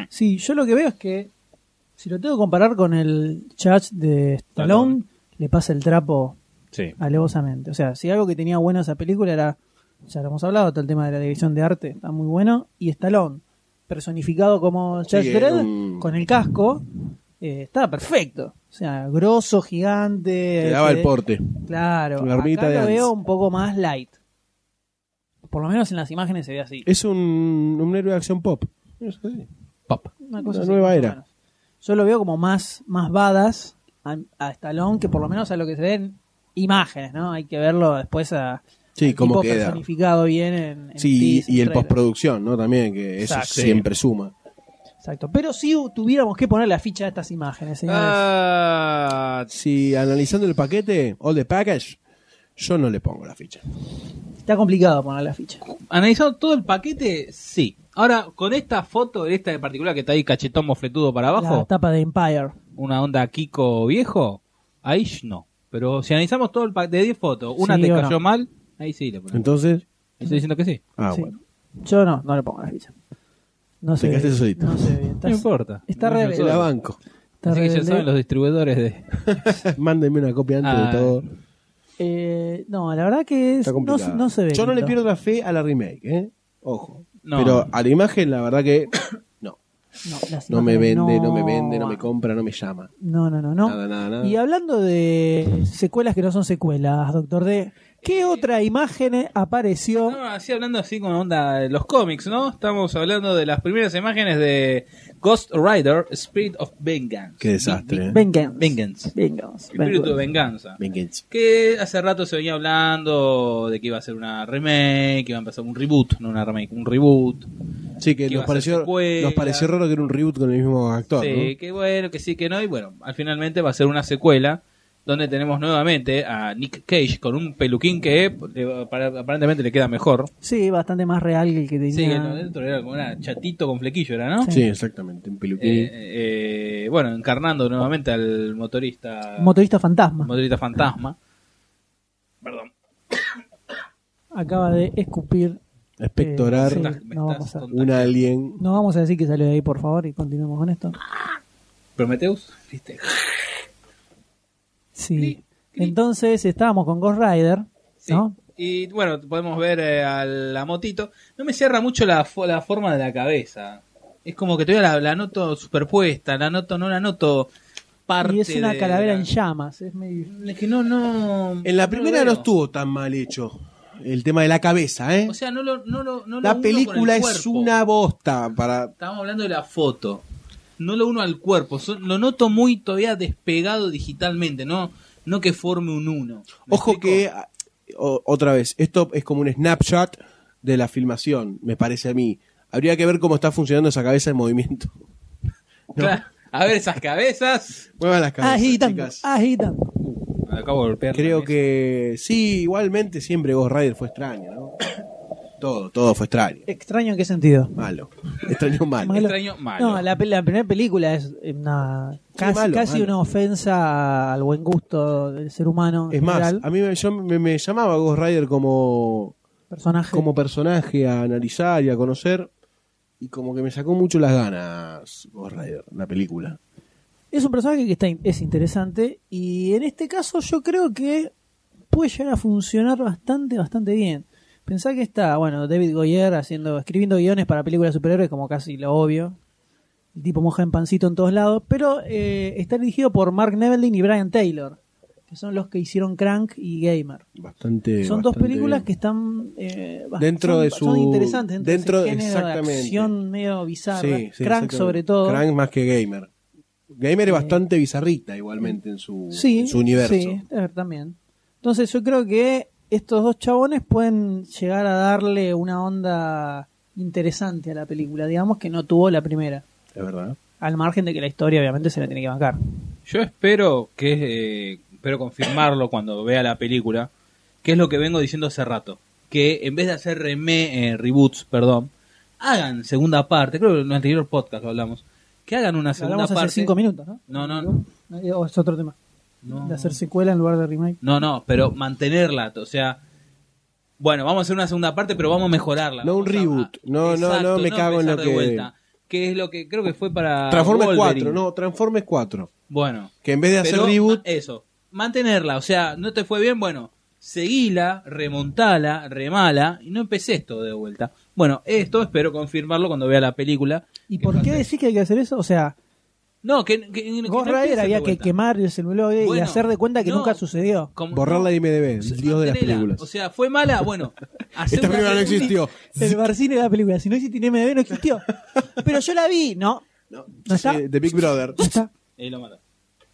Sí, yo lo que veo es que si lo tengo que comparar con el Judge de Stallone, le pasa el trapo
Sí.
Ah. alevosamente. O sea, si algo que tenía bueno esa película era, ya lo hemos hablado, todo el tema de la dirección de arte está muy bueno, y Stallone, personificado como
Sí,
Judge
era
Dredd,
un-
con el casco, eh, estaba perfecto. O sea, grosso, gigante.
Te daba
que-
el porte.
Claro,
La hormiguita
acá
de
lo
Ants.
veo un poco más light. Por lo menos en las imágenes se ve así.
Es un, un héroe de acción pop. Eso sí.
Pop.
Una cosa
la
así,
nueva
más o
era.
menos. Yo lo veo como más, más badas a, a Stallone que por lo menos a lo que se ven imágenes, ¿no? Hay que verlo después a,
Sí,
al
cómo
tipo
queda.
personificado bien en, en
Sí,
teaser,
y, y el
trailer.
postproducción, ¿no? También, que eso
Exacto.
siempre suma.
Exacto. Pero si tuviéramos que poner la ficha de estas imágenes, señores.
Ah.
Ah,
Si analizando el paquete, all the package, yo no le pongo la ficha.
Está complicado poner la ficha.
Analizando todo el paquete, sí. Ahora, con esta foto, esta en particular que está ahí cachetón mofletudo para abajo,
La tapa de Empire.
una onda Kiko viejo, ahí sh- no. Pero si analizamos todo el pack de 10 fotos, una
Sí
te
o
cayó
no.
mal, ahí sí le ponemos.
Entonces,
Estoy diciendo que sí.
ah,
Sí.
bueno.
Yo no, no le pongo la ficha. No sé.
quedaste solito.
No sé bien.
No
Estás-
importa.
está
No, yo
rebelde.
Se
soy-
la banco.
estás
Así que ya
rebelde.
saben los distribuidores de...
Mándenme una copia antes
Ah,
de todo.
Eh, no, la verdad que es-
Está
no,
complicado.
no se ve.
Yo no le
lindo.
pierdo la fe a la remake, ¿eh? Ojo.
No.
Pero a la imagen, la verdad que no.
No, las
No me
imágenes
vende, no me vende, no me compra, no me llama.
No, no, no, no.
Nada, nada, nada.
Y hablando de secuelas que no son secuelas, doctor D, ¿qué otra imagen apareció?
No, así hablando así con onda de los cómics, ¿no? Estamos hablando de las primeras imágenes de Ghost Rider, Spirit of Vengeance.
Qué desastre, ¿eh?
Vengeance.
Vengeance.
Vengeance.
Espíritu de
Vengeance.
Venganza.
Vengeance.
Que hace rato se venía hablando de que iba a ser una remake, que iba a empezar un reboot, no una remake, un reboot.
Sí, que
Que iba
nos
a ser
pareció,
secuela.
nos pareció raro que era un reboot con el mismo actor.
sí,
¿no?
que bueno, que sí, que no. Y bueno, al finalmente va a ser una secuela donde tenemos nuevamente a Nick Cage con un peluquín que eh, para- aparentemente le queda mejor.
Sí, bastante más real que el que
Sí, que
tenía.
lo de dentro era como era chatito con flequillo, era, ¿no?
Sí, exactamente. Un peluquín.
Eh, eh, bueno, encarnando nuevamente al motorista
Motorista fantasma.
motorista fantasma. Perdón,
Acaba de escupir.
a espectorar
eh, sí.
estás- me
no
estás
vamos a-
contagiando.
un alien.
No vamos a decir que salió de ahí, por favor, y continuemos con esto.
Prometheus, ¿viste?
Sí.
Cri, cri.
Entonces estábamos con Ghost Rider,
Sí.
¿no?
Y bueno, podemos ver eh, a la motito. No me cierra mucho la, fo- la forma de la cabeza. Es como que todavía la, la noto superpuesta, la noto, no la noto parte
Y es una
de
calavera
la-
en llamas. Es medio...
Es que no, no.
En la
no lo
primera no
veo.
estuvo tan mal hecho el tema de la cabeza, ¿eh?
O sea, no lo. No lo no lo uno
la
con
película
el
es
cuerpo.
una bosta para
Estábamos hablando de la foto. No lo uno al cuerpo. So- lo noto muy todavía despegado digitalmente, no no que forme un uno. ¿Me
Ojo
explico?
que, a- o- otra vez, esto es como un snapshot de la filmación, me parece a mí. Habría que ver cómo está funcionando esa cabeza en movimiento.
Claro. A ver esas cabezas.
Muevan las cabezas,
Agitando,
chicas.
agitando.
Acabo de golpear.
Creo que sí, igualmente siempre Ghost Rider fue extraño, ¿no? Todo, todo fue extraño.
¿Extraño en qué sentido?
Malo. Extraño malo.
Malo.
Extraño malo.
No, la, pe- la primera película es una, casi,
malo,
casi
malo.
una ofensa al buen gusto del ser humano. en
Es más,
general.
a mí me, yo me, me llamaba Ghost Rider como,
personaje.
como personaje a analizar y a conocer. Y como que me sacó mucho las ganas Ghost Rider, la película.
Es un personaje que está in- es interesante y en este caso yo creo que puede llegar a funcionar bastante, bastante bien. Pensá que está, bueno, David Goyer haciendo, escribiendo guiones para películas de superhéroes como casi lo obvio. El tipo moja en pancito en todos lados, pero eh, está dirigido por Mark Neveldin y Brian Taylor, que son los que hicieron Crank y Gamer.
Bastante.
son dos
bastante
películas
bien.
que están eh, bast-
Dentro
son-
de
son
su-
interesantes dentro,
dentro-
de ese género de
exactamente.
acción medio bizarra.
Sí, sí,
Crank
exactamente.
sobre todo. Eh.
Crank más que Gamer. Gamer es bastante bizarrita igualmente en su,
sí,
en su universo.
Sí, es verdad, también. Entonces yo creo que estos dos chabones pueden llegar a darle una onda interesante a la película, digamos que no tuvo la primera,
Es verdad.
al margen de que la historia obviamente se la tiene que bancar.
Yo espero que eh, espero confirmarlo cuando vea la película, que es lo que vengo diciendo hace rato, que en vez de hacer reme- eh, reboots, perdón, hagan segunda parte, creo que en el anterior podcast lo hablamos, que hagan una segunda
Hablamos
parte.
hace cinco minutos, ¿no? Eh,
No, no, no.
O es otro tema.
No.
De hacer secuela en lugar de remake.
No, no, pero mantenerla, o sea, bueno, vamos a hacer una segunda parte, pero vamos a mejorarla.
No, un
Vamos a-
reboot. No, no, no, me cago en
empezar
lo
de
que-
vuelta. que es lo que creo que fue para
Transformers
Ah, Wolverine.
4, no, Transformers 4.
Bueno,
Que en vez de hacer
Pero, eh,
reboot,
ma- Eso, mantenerla. O sea, no te fue bien, bueno, seguila, remontala, remala y no empecé esto de vuelta. Bueno, esto espero confirmarlo cuando vea la película.
¿Y por qué decís que hay que hacer eso? O sea,
No, que, que- que no
Ghost
empieces
Rider
de
había que
vuelta.
quemar el celular y
Bueno,
hacer de cuenta que
no.
nunca sucedió.
Como-
borrar la IMDB,
Sí,
el dios de las
mantenela.
películas.
O sea, fue mala, bueno. hace
Esta
una
película no
segunda-
existió.
El barcine de la película, si no existe en MDB no existió. Pero yo la vi, ¿no? ¿No está?
Eh, The Big Brother.
¿No está?
Ahí lo mató.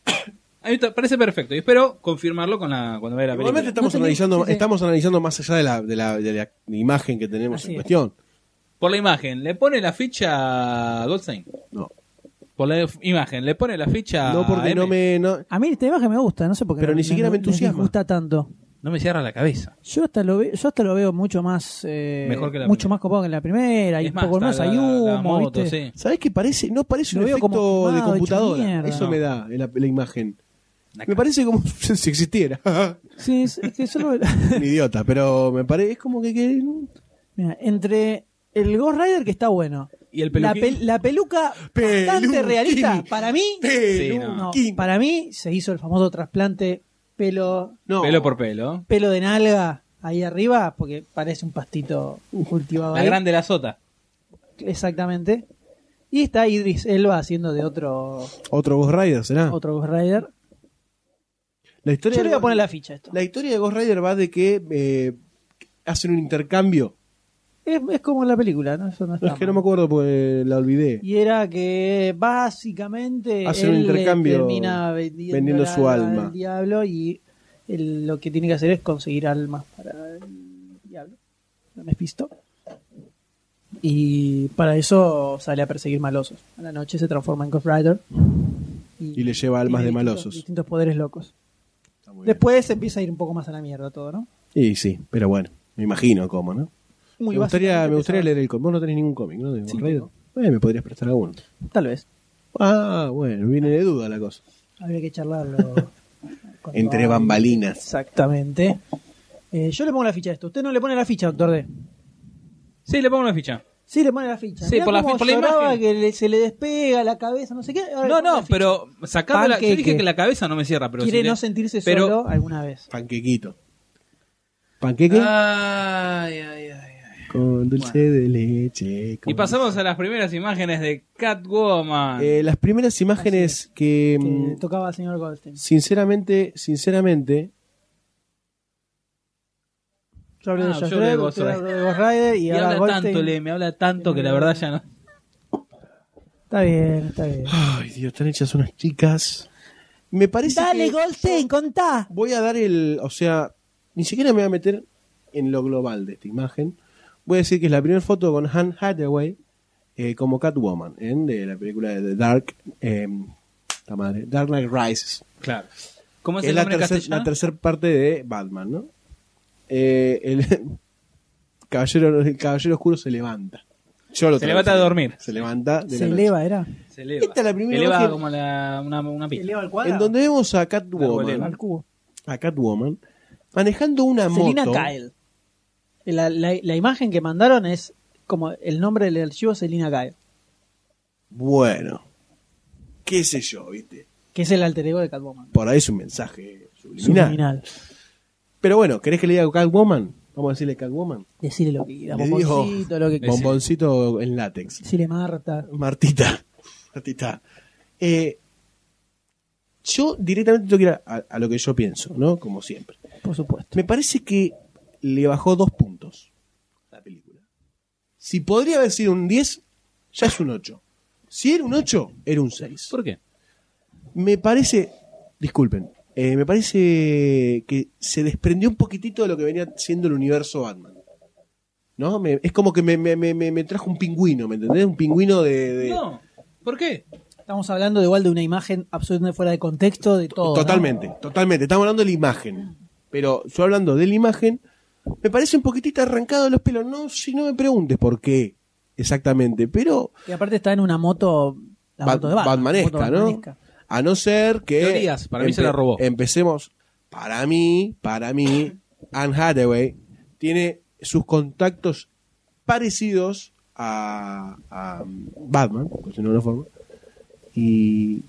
Ahí está, parece perfecto. Y espero confirmarlo con la, cuando vea la
Igualmente
película.
estamos
No tenía-
analizando,
sí, sí.
estamos analizando más allá de la, de la, de la imagen que tenemos
Así
en
es.
cuestión.
Por la imagen, le pone la ficha a Goldstein.
No,
Por la f- imagen, le pone la ficha
no porque
a
no me
M.
no,
A mí esta imagen me gusta, no sé por qué.
Pero
no-
ni siquiera
no-
me
no-
entusiasma.
Me gusta tanto.
No me cierra la cabeza.
Yo hasta lo veo, yo hasta lo veo mucho más eh,
Mejor que la
mucho
primera.
más copado que la primera, hay
Es
un poco
está
menos
la-
hay
la-
humo,
la moto,
¿viste?
sí.
¿Sabes qué parece? No parece un
Lo veo
efecto
como quemado,
de
hecho
computadora.
mierda.
Eso
No.
me da la, la imagen.
La
Me
cara.
parece como si existiera.
Sí, es, es que yo lo veo-
un idiota, pero me parece es como que, que-
Mira, entre el Ghost Rider que está bueno
Y el
la,
peluquín.
pel- la peluca bastante
Peluquín.
realista, para mí
Sí, no.
no,
Peluquín.
para mí se hizo el famoso trasplante pelo
No.
Pelo por pelo.
pelo de nalga ahí arriba porque parece un pastito cultivado
La
ahí.
grande la sota.
Exactamente. Y está Idris Elba haciendo de otro
Otro Ghost Rider será.
otro Ghost Rider.
La historia
Yo le
de-
voy a poner la ficha a esto.
la historia de Ghost Rider va de que eh, hacen un intercambio.
Es, es como en la película, ¿no? Eso no
No,
está
es que no
mal.
me acuerdo porque la olvidé.
Y era que básicamente
Hacen un
él le
intercambio
termina vendiendo,
vendiendo
la-
su alma.
al diablo y él lo que tiene que hacer es conseguir almas para el diablo, para Mephisto. Y para eso sale a perseguir malosos. A la noche se transforma en Ghost Rider.
Y le lleva almas
tiene distintos-
de malosos.
Distintos poderes locos.
está muy bien.
Después empieza a ir un poco más a la mierda todo, ¿no?
Y sí, pero bueno, me imagino cómo, ¿no?
Muy
me gustaría,
básicamente
me gustaría
empezaba-
leer el cómic. Vos no tenés ningún cómic, ¿no? De
Sí,
Gorraido. Eh, me podrías prestar alguno.
Tal vez.
Ah, bueno, viene de duda la cosa.
Habría que charlarlo. con
Entre
Iván.
bambalinas.
Exactamente. Eh, yo le pongo la ficha a esto. Usted no le pone la ficha, doctor D.
Sí, le pongo una ficha.
Sí, le pone la ficha.
Sí,
Mirá
por la
cómo
fi- por la
lloraba
imagen.
que le- se le despega la cabeza, no sé qué. Ahora le pongo
No,
la
no,
ficha.
pero sacando la. Yo dije
Panqueque.
que la cabeza no me cierra, pero
Quiere
si le-
no sentirse
pero-
solo alguna vez.
Panquequito. Panqueque
Ah, Ay, ay, ay.
con dulce de leche. con-
Y pasamos a las primeras imágenes de Catwoman.
Eh, las primeras imágenes que,
Que
mm,
Eh, tocaba al señor Goldstein.
sinceramente, sinceramente,
Yo hablé
Ah,
de Josh
yo hablé de
Dredd,
Ghost
usted
Rider.
habló de Ghost Rider y,
y
ahora
habla
Goldstein.
este-
tanto, Le, me habla tanto que la verdad ya no.
Está bien, está bien.
ay Dios, están hechas unas chicas. Me parece
Dale,
que
Goldstein, contá.
voy a dar el, o sea, ni siquiera me voy a meter en lo global de esta imagen. Voy a decir que es la primera foto con Han Hathaway eh, como Catwoman en de la película de The Dark, eh, la madre, Dark Knight Rises.
Claro. ¿Cómo
que
se
es la
llama en
tercera
castellano?
tercer parte de Batman, ¿no? Eh, el caballero, el caballero oscuro se levanta. Yo lo
Se
traducí.
levanta a dormir.
Se levanta. de
Se
la noche.
eleva, era.
Se eleva.
Esta es la primera
Eleva
imagen-
como la, una, una pista.
eleva al
En donde vemos a Catwoman,
Arboleda.
Al cubo.
a Catwoman manejando una
Selina
moto.
Kyle. La, la- la imagen que mandaron es como el nombre del archivo Selina Kyle,
Bueno, qué sé yo, viste.
que es el alter ego de Catwoman.
Por ahí es un mensaje subliminal.
Subliminal.
Pero bueno, ¿querés que le diga Catwoman? Vamos a decirle Catwoman.
Decirle lo que quiera.
Le dijo-
Bomboncito, lo que quiera.
Bomboncito en látex.
Decirle Marta.
Martita. Martita. Eh, yo directamente tengo que ir a, a- a lo que yo pienso, ¿no? Como siempre.
Por supuesto.
Me parece que le bajó dos puntos la película. Si podría haber sido un 10, ya es un 8. Si era un 8, era un 6.
¿Por qué?
Me parece, disculpen, eh, me parece que se desprendió un poquitito de lo que venía siendo el universo Batman. ¿No? Me- es como que me, me- me- me- me trajo un pingüino, ¿me entendés? Un pingüino de... de-
No. ¿Por qué?
Estamos hablando de igual de una imagen absolutamente fuera de contexto de todo. ¿no?
Totalmente, totalmente. Estamos hablando de la imagen. Pero yo hablando de la imagen, me parece un poquitito arrancado de los pelos. No, si no me preguntes por qué exactamente, pero
Y aparte está en una moto. La
Bat-
moto de Batman.
Batmanesca,
moto
¿no?
Batmanesca.
A no ser que.
Teorías, para mí se la robó.
Empecemos. Para mí, para mí, Anne Hathaway tiene sus contactos parecidos a, a Batman, por decirlo de una forma, y,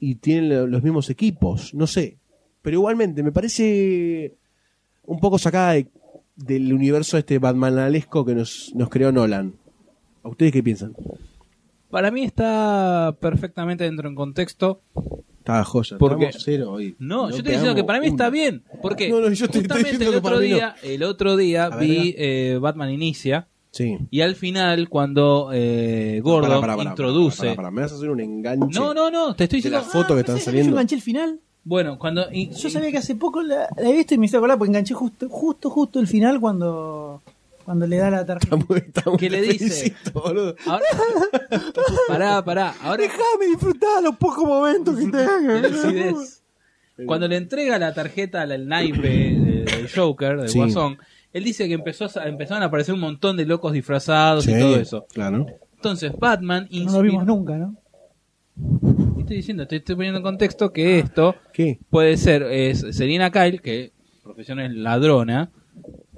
y tienen lo- los mismos equipos, no sé. Pero igualmente, me parece un poco sacada de- del universo este Batmanalesco que nos, nos creó Nolan. ¿A ustedes qué piensan?
Para mí está perfectamente dentro en contexto.
Está joya.
Porque-
Estamos cero hoy.
No, yo te estoy diciendo que para mí está bien. Porque
No, no, yo te estoy
justamente
diciendo
el
que
otro
para mí no.
día, el otro día
A ver,
vi eh, Batman Inicia.
Sí.
Y al final, cuando eh, Gordon
Pará, pará, pará,
introduce.
pará, pará, pará. Me vas a hacer un enganche.
No, no, no, te estoy
De
diciendo.
la foto que están
¿Pensás que Yo
saliendo.
enganché el final.
Bueno, cuando. y-
Yo sabía que hace poco la, la he visto y me hice acordar porque enganché justo, justo, justo el final cuando, cuando le da la tarjeta.
Está muy- está muy-
¿Qué le
te
dice?
felicito, boludo.
Ahora, pará, pará. Ahora.
Déjame disfrutar los pocos momentos que tengo.
lucidez. Cuando le entrega la tarjeta al al naipe de- del Joker, del
Sí.
Guasón, él dice que empezó a- empezaron a aparecer un montón de locos disfrazados
Sí,
y todo eso.
Claro.
Entonces, Batman
No lo vimos
inspiró-
nunca, ¿no?
Estoy diciendo, te estoy poniendo en contexto que esto
Ah, ¿Qué?
puede ser es Selina Kyle, que profesión es ladrona,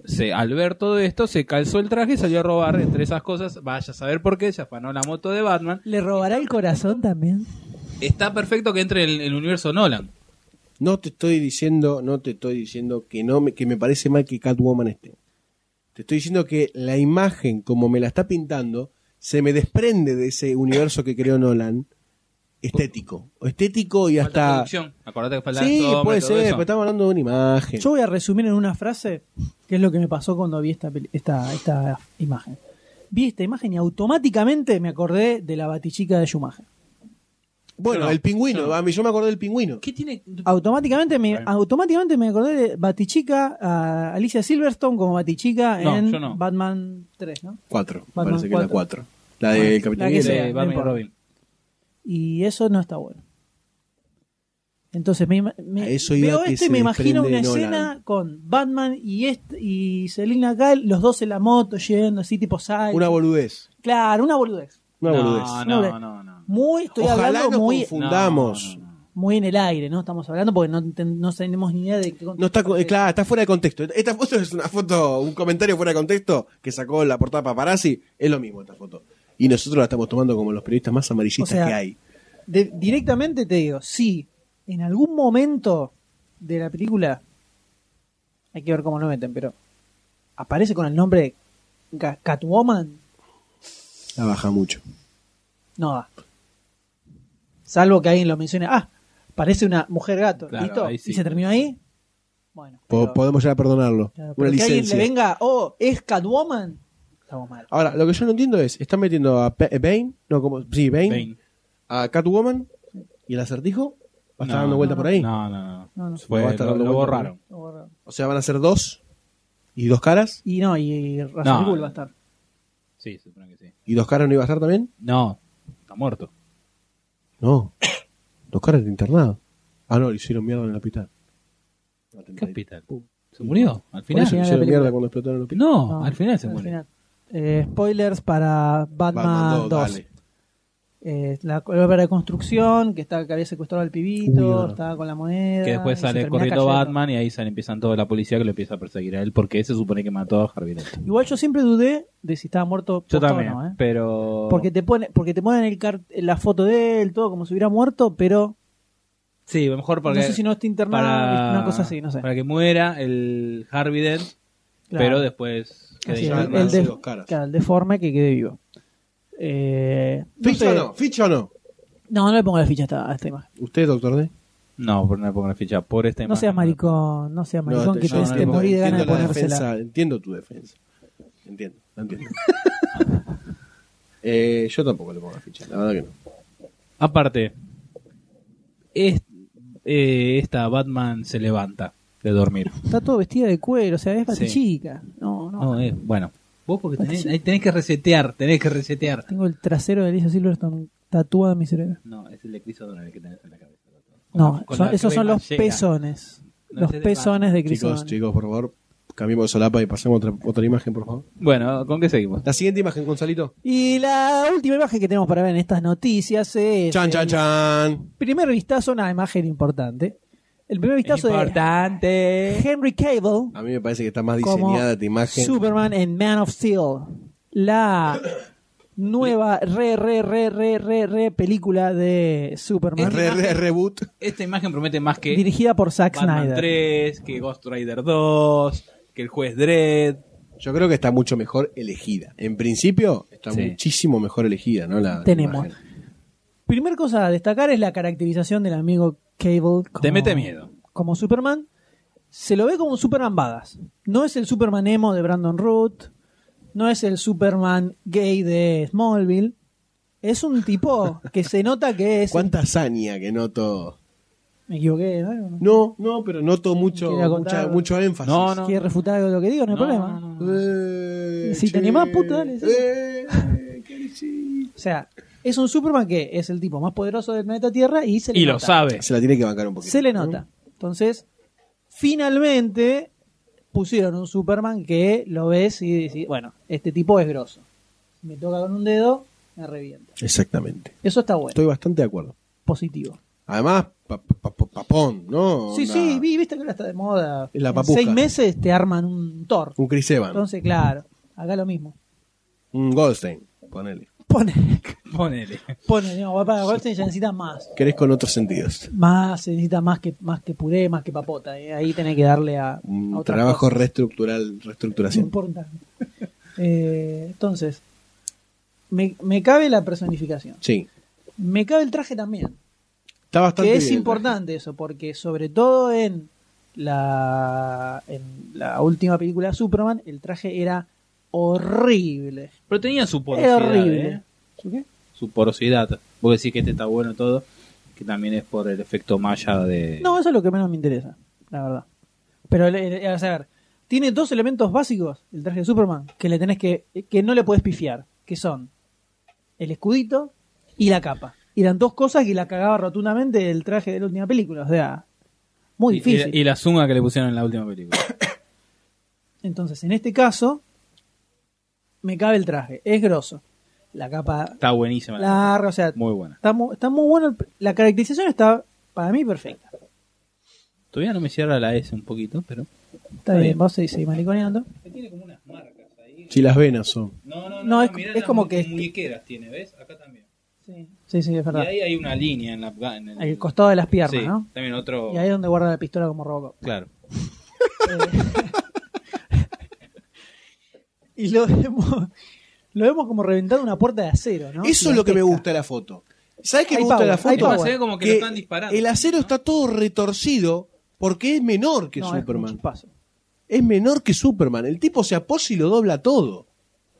se, al ver todo esto se calzó el traje y salió a robar entre esas cosas, vaya a saber por qué, se afanó la moto de Batman.
¿Le robará el corazón también?
Está perfecto que entre en el, universo Nolan.
No te estoy diciendo, no te estoy diciendo que no me, que me parece mal que Catwoman esté. Te estoy diciendo que la imagen como me la está pintando se me desprende de ese universo que creó Nolan estético, estético y
Falta
hasta
producción, acordate que falta
Sí,
sombra y
puede
todo
ser,
eso.
pero estamos hablando de una imagen.
Yo voy a resumir en una frase qué es lo que me pasó cuando vi esta, peli- esta, esta imagen. Vi esta imagen y automáticamente me acordé de la batichica de Schumacher.
bueno,
yo no,
el pingüino, a mí yo me acordé del pingüino.
¿Qué tiene?
Ah,
Automáticamente me, automáticamente me acordé de Batichica, a Alicia Silverstone como Batichica
No,
en
yo no.
Batman 3, ¿no?
Cuatro, me
Batman
parece que es la
cuatro.
cuatro. La del
la
Capitán
que
Hielo.
sea.
de Batman y
importa.
Robin.
Y eso no está bueno. Entonces me, ima- me-
A eso iba
veo
que
esto y
se
me imagino una
desprende Nolan.
escena con Batman y est- y Selina Kyle, los dos en la moto yendo así tipo sal.
Una boludez.
claro, una boludez.
Una boludez.
boludez.
no, no, no.
Muy, estoy
Ojalá
hablando
nos
muy,
confundamos.
No,
No,
no, no.
muy en el aire, ¿no? Estamos hablando porque no, ten- no tenemos ni idea de qué contexto.
está, con- eh, claro, está fuera de contexto. Esta foto es una foto, un comentario fuera de contexto que sacó la portada paparazzi. Es lo mismo esta foto. Y nosotros la estamos tomando como los periodistas más amarillistas
O sea,
que hay.
De- directamente te digo, sí, en algún momento de la película, hay que ver cómo lo meten, pero aparece con el nombre de Ga- Catwoman,
La baja mucho.
no da. Salvo que alguien lo mencione, ah, parece una mujer gato,
Claro,
¿listo?
ahí sí.
Y se terminó ahí. Bueno,
Po-
pero-
podemos ya perdonarlo.
claro,
una
pero que alguien
licencia.
le venga, oh, es Catwoman, estamos mal.
Ahora, lo que yo no entiendo es, están metiendo a Pe- eh, Bane, no como, sí, Bane,
Bane.
a Catwoman y el acertijo va a estar
No,
dando vueltas por ahí.
No, no,
No,
no.
no.
Fue-
Va a estar
lo,
dando
lo
vuelta por ahí.
borraron.
Lo borraron.
O sea, van a ser dos y dos caras
Y no, y, y Razal
No.
Ghul va a estar.
Sí, se supone que sí.
y dos caras no iba a estar también.
No, está muerto.
No, dos caras de internado. Ah, no, le hicieron mierda en el hospital.
¿Qué hospital? ¿Se murió? ¿Al
Por
final?
Final de la
eso le hicieron
película.
mierda cuando explotaron el hospital.
No,
No,
al final se
al
muere.
final. Eh, spoilers para Batman,
Batman
2.
dale.
Eh, la obra de construcción, que, está, que había secuestrado al
Uy,
pibito,
ahora.
estaba con la moneda.
Que
y
después
se
sale
termina
corriendo
cayendo.
Batman y ahí sale, empiezan toda la policía que lo empieza a perseguir a él porque se supone que mató a Harvey Dent.
Igual yo siempre dudé de si estaba muerto
Yo
posta o
también,
no, ¿eh?
pero...
Porque te pone, porque te ponen el car- la foto de él, todo como si hubiera muerto, pero
Sí, mejor porque...
no sé si no está internado,
para,
una cosa así, no sé.
Para que muera el Harvey Dent,
Claro.
pero después... quede
Así es,
ya
internado.
el, el
de-
def-
dos caras.
claro, el deforme que quede vivo. Eh, no,
¿Ficha
sé.
o no? ¿Ficha o no?
no, no le pongo la ficha a esta, a esta imagen.
¿Usted, doctor D?
No, por no le pongo la ficha, por este esta
No
imagen.
seas maricón, no seas maricón, que
yo
te,
no
te
le pongo-
morí de ganas de
entiendo la
ponérsela.
defensa, Entiendo tu defensa. Entiendo, la entiendo. Eh, yo tampoco le pongo la ficha, la verdad que no.
Aparte, es- eh, esta Batman se levanta de dormir.
Está todo vestida de cuero, o sea, es
Sí.
batichica. No, no.
No, es, bueno. Vos porque tenés, ahí tenés que resetear, tenés que resetear.
Tengo el trasero de Alicia Silverstone tatuado en mi cerebro.
No, es el de Chris O'Donnell que tenés en la cabeza.
No,
con
son-
la
esos son
crema
los
llega.
pezones.
No,
los
ese es de
pezones de Chris
Chicos,
O'Donnell.
chicos, por favor, cambiemos de solapa y pasemos a otra, otra imagen, por favor.
Bueno, ¿con qué seguimos?
La siguiente imagen, Gonzalito.
Y la última imagen que tenemos para ver en estas noticias es
Chan, chan,
el
chan.
primer vistazo, una imagen importante. El primer vistazo de
Importante.
Henry Cable
A mí me parece que está más
como
diseñada esta imagen.
Superman en Man of Steel. La nueva re re re re re re película de Superman
Re, re, reboot.
Esta imagen promete más que
dirigida por Zack
Batman
Snyder.
3, que Ghost Rider 2, que el juez Dredd.
Yo creo que está mucho mejor elegida. En principio, está
Sí.
muchísimo mejor elegida, ¿no? La, la
Tenemos.
imagen.
Primera cosa a destacar es la caracterización del amigo Cable como,
Te mete miedo.
como Superman. Se lo ve como un Superman badass. No es el Superman emo de Brandon Root. No es el Superman gay de Smallville. Es un tipo que se nota que es.
Cuánta hazaña que noto.
Me equivoqué. ¿no?
No, no, pero noto mucho,
Quería
mucha-
contar.
mucho énfasis.
No, no.
¿Quieres refutar algo de lo que digo? No hay problema.
Eh,
Si te
che,
animás, puto, dale, sí.
eh, qué lindo.
O sea, es un Superman que es el tipo más poderoso del planeta Tierra y se le
Y
nota.
lo sabe.
Se la tiene que bancar un poquito.
Se le
¿no?
nota. Entonces, finalmente pusieron un Superman que lo ves y decís, bueno, este tipo es grosso. Si me toca con un dedo, me revienta.
Exactamente.
Eso está bueno,
Estoy bastante de acuerdo.
positivo.
Además, pa- pa- pa- papón, ¿no?
Sí,
Onda,
sí, vi, viste que ahora está de moda.
Es la
en
papuja.
seis meses te arman un Thor.
Un Chris Evans,
Entonces, claro, acá lo mismo.
un Goldstein, ponele.
Pone,
Ponele.
pone, no, para Goldstein ya necesita más.
Querés con otros sentidos.
Más, se necesita más que, más que puré, más que papota. eh. Ahí tenés que darle a, a
Un
otra
trabajo
cosa.
reestructural,
No
reestructuración.
importa. Eh, entonces, me, me cabe la personificación.
Sí.
Me cabe el traje también.
Está bastante
Que es
bien,
importante eso, porque sobre todo en la, en la última película de Superman, el traje era horrible.
Pero tenía su
Era
porosidad.
horrible.
¿eh?
¿Su qué?
Su porosidad. Vos decís que este está bueno todo, que también es por el efecto malla de.
No, eso es lo que menos me interesa, la verdad. Pero, el- el- a saber, tiene dos elementos básicos el traje de Superman que le tenés que, que no le puedes pifiar, que son el escudito y la capa. Y eran dos cosas que la cagaba rotundamente el traje de la última película. O sea, muy
Y- y-
difícil.
Y, la zunga que le pusieron en la última película.
Entonces, en este caso, me cabe el traje. Es grosso. La capa
Está buenísima. la-
larga, o sea,
Muy buena.
está muy, está muy bueno. el- La caracterización está, para mí, perfecta.
Todavía no me cierra la S un poquito, pero.
Está bien, vos seguís seguís mariconeando.
Tiene como unas marcas ahí.
Si las venas son.
No, no,
no, No, es- mirá es las como mu- que-
muñequeras tiene, ¿ves? Acá también.
Sí, sí, es
Y
verdad.
ahí hay una línea en la. En el,
Al costado de las piernas,
sí,
¿no?
También otro.
Y ahí es donde guarda la pistola como Robocop.
Claro.
Y lo vemos, lo vemos como reventando una puerta de acero, ¿no?
Eso es lo que me
Gigantesca.
gusta de la foto. ¿Sabes qué me
Hay
gusta de la
power, hay
foto?
power. Se ve
como que lo están disparando.
El acero está todo retorcido porque es menor que
No, es como un
Superman.
chispazo.
Es, menor que Superman. El tipo se apoya y lo dobla todo.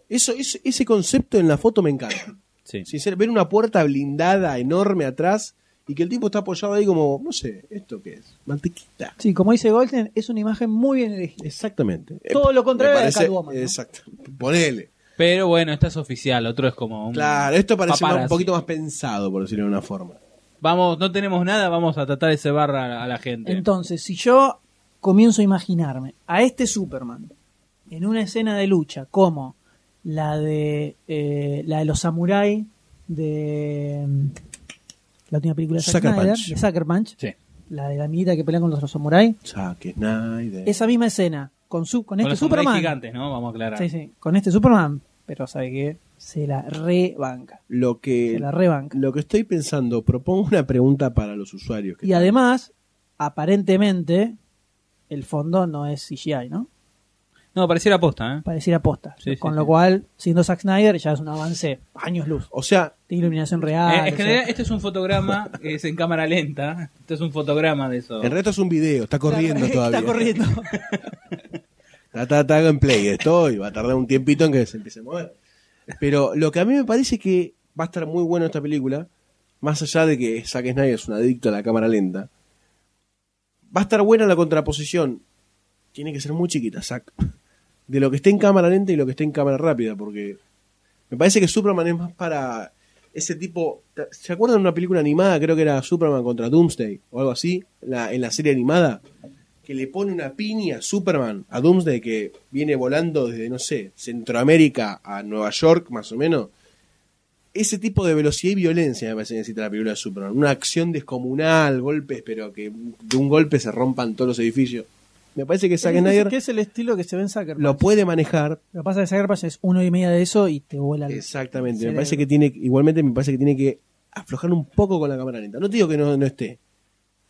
Eso, es- ese concepto en la foto me encanta.
Sí.
Sincero, ver una puerta blindada enorme atrás y que el tipo está apoyado ahí como, no sé, ¿esto qué es? Mantequita.
Sí, como dice Goldstein, es una imagen muy bien elegida.
Exactamente.
Todo lo contrario
Me
de Catwoman, ¿no?
Exacto. Ponele.
Pero bueno, esta es oficial, otro es como un
Claro, esto parece más- un
paparazzi.
poquito más pensado, por decirlo de una forma.
Vamos, no tenemos nada, vamos a tratar de cebar a, a la gente.
Entonces, si yo comienzo a imaginarme a este Superman en una escena de lucha como la de eh, la de los samuráis de mm, la última película de Zack
Sucker
Snyder,
Punch.
de Sucker Punch,
sí.
la de la amiguita que pelea con los samuráis,
Zack Snyder.
esa misma escena con su con
Con
este
los samuráis
Superman,
gigantes, ¿no? Vamos a aclarar.
sí, sí, con este Superman, pero sabe que se la rebanca,
Lo que,
se la rebanca.
lo que estoy pensando, propongo una pregunta para los usuarios. que-
Y además, aparentemente el fondo no es CGI, ¿no?
No, pareciera posta, ¿eh?
pareciera posta.
Sí,
con
sí,
lo
sí.
cual, siendo Zack Snyder, ya es un avance años luz
O sea,
de iluminación real.
Eh, en
o
general,
sea,
este es un fotograma, es en cámara lenta. Este es un fotograma de eso.
el resto es un video, está corriendo todavía.
Está corriendo.
Está, está- está en play estoy, va a tardar un tiempito en que se empiece a mover. Pero lo que a mí me parece que va a estar muy bueno esta película, más allá de que Zack Snyder es un adicto a la cámara lenta, va a estar buena la contraposición. Tiene que ser muy chiquita, Zack. De lo que esté en cámara lenta y lo que esté en cámara rápida, porque me parece que Superman es más para ese tipo. ¿Se acuerdan de una película animada? Creo que era Superman contra Doomsday o algo así, la- en la serie animada que le pone una piña a Superman, a Doomsday, que viene volando desde, no sé, Centroamérica a Nueva York, más o menos. Ese tipo de velocidad y violencia me parece que necesita la película de Superman. Una acción descomunal, golpes, pero que de un golpe se rompan todos los edificios. Me parece que Zack
que
Snyder
es el estilo que se ve en Sucker Punch.
lo puede manejar.
Lo que pasa es que Sucker Punch es uno y media de eso y te vuela el-
Exactamente. Me
cerebro.
parece que tiene, igualmente me parece que tiene que aflojar un poco con la cámara lenta. No te digo que no, no esté,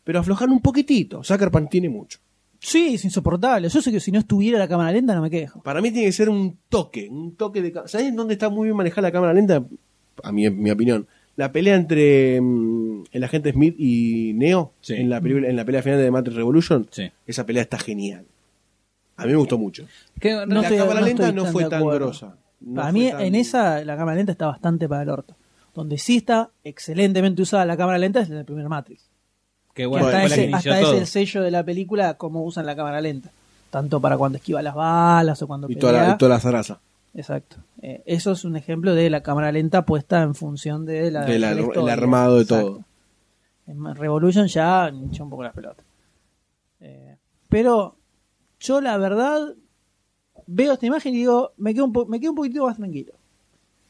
pero aflojar un poquitito. Sucker Punch tiene mucho.
Sí, es insoportable. Yo sé que si no estuviera la cámara lenta no me quejo.
Para mí tiene que ser un toque, un toque de... ca- ¿Sabés dónde está muy bien manejada la cámara lenta? A mi, mi opinión. La pelea entre mm, el agente Smith y Neo
Sí.
en, la película- en la pelea final de Matrix Revolution,
Sí.
esa pelea está genial. A mí me gustó mucho.
Que-
No
la
estoy-
cámara
no
lenta
estoy
no
tan
fue
de
tan
acuerdo.
grosa. No
para
fue
mí,
tan-
en esa, la cámara lenta está bastante para el orto. Donde sí está excelentemente usada la cámara lenta es en el primer Matrix.
que
Que
bueno,
hasta
fue la que
ese,
inició
hasta ese
todo.
el sello de la película, cómo usan la cámara lenta. Tanto para cuando esquiva las balas o cuando
Y toda la,
pelea.
y toda la zaraza.
Exacto. Eh, eso es un ejemplo de la cámara lenta puesta en función de la,
Del
de la
ar- el
historia.
armado de
Exacto.
todo.
En Revolution ya hinchó un poco las pelotas. Eh, pero yo la verdad veo esta imagen y digo, me quedo un, po- me quedo un poquitito más tranquilo.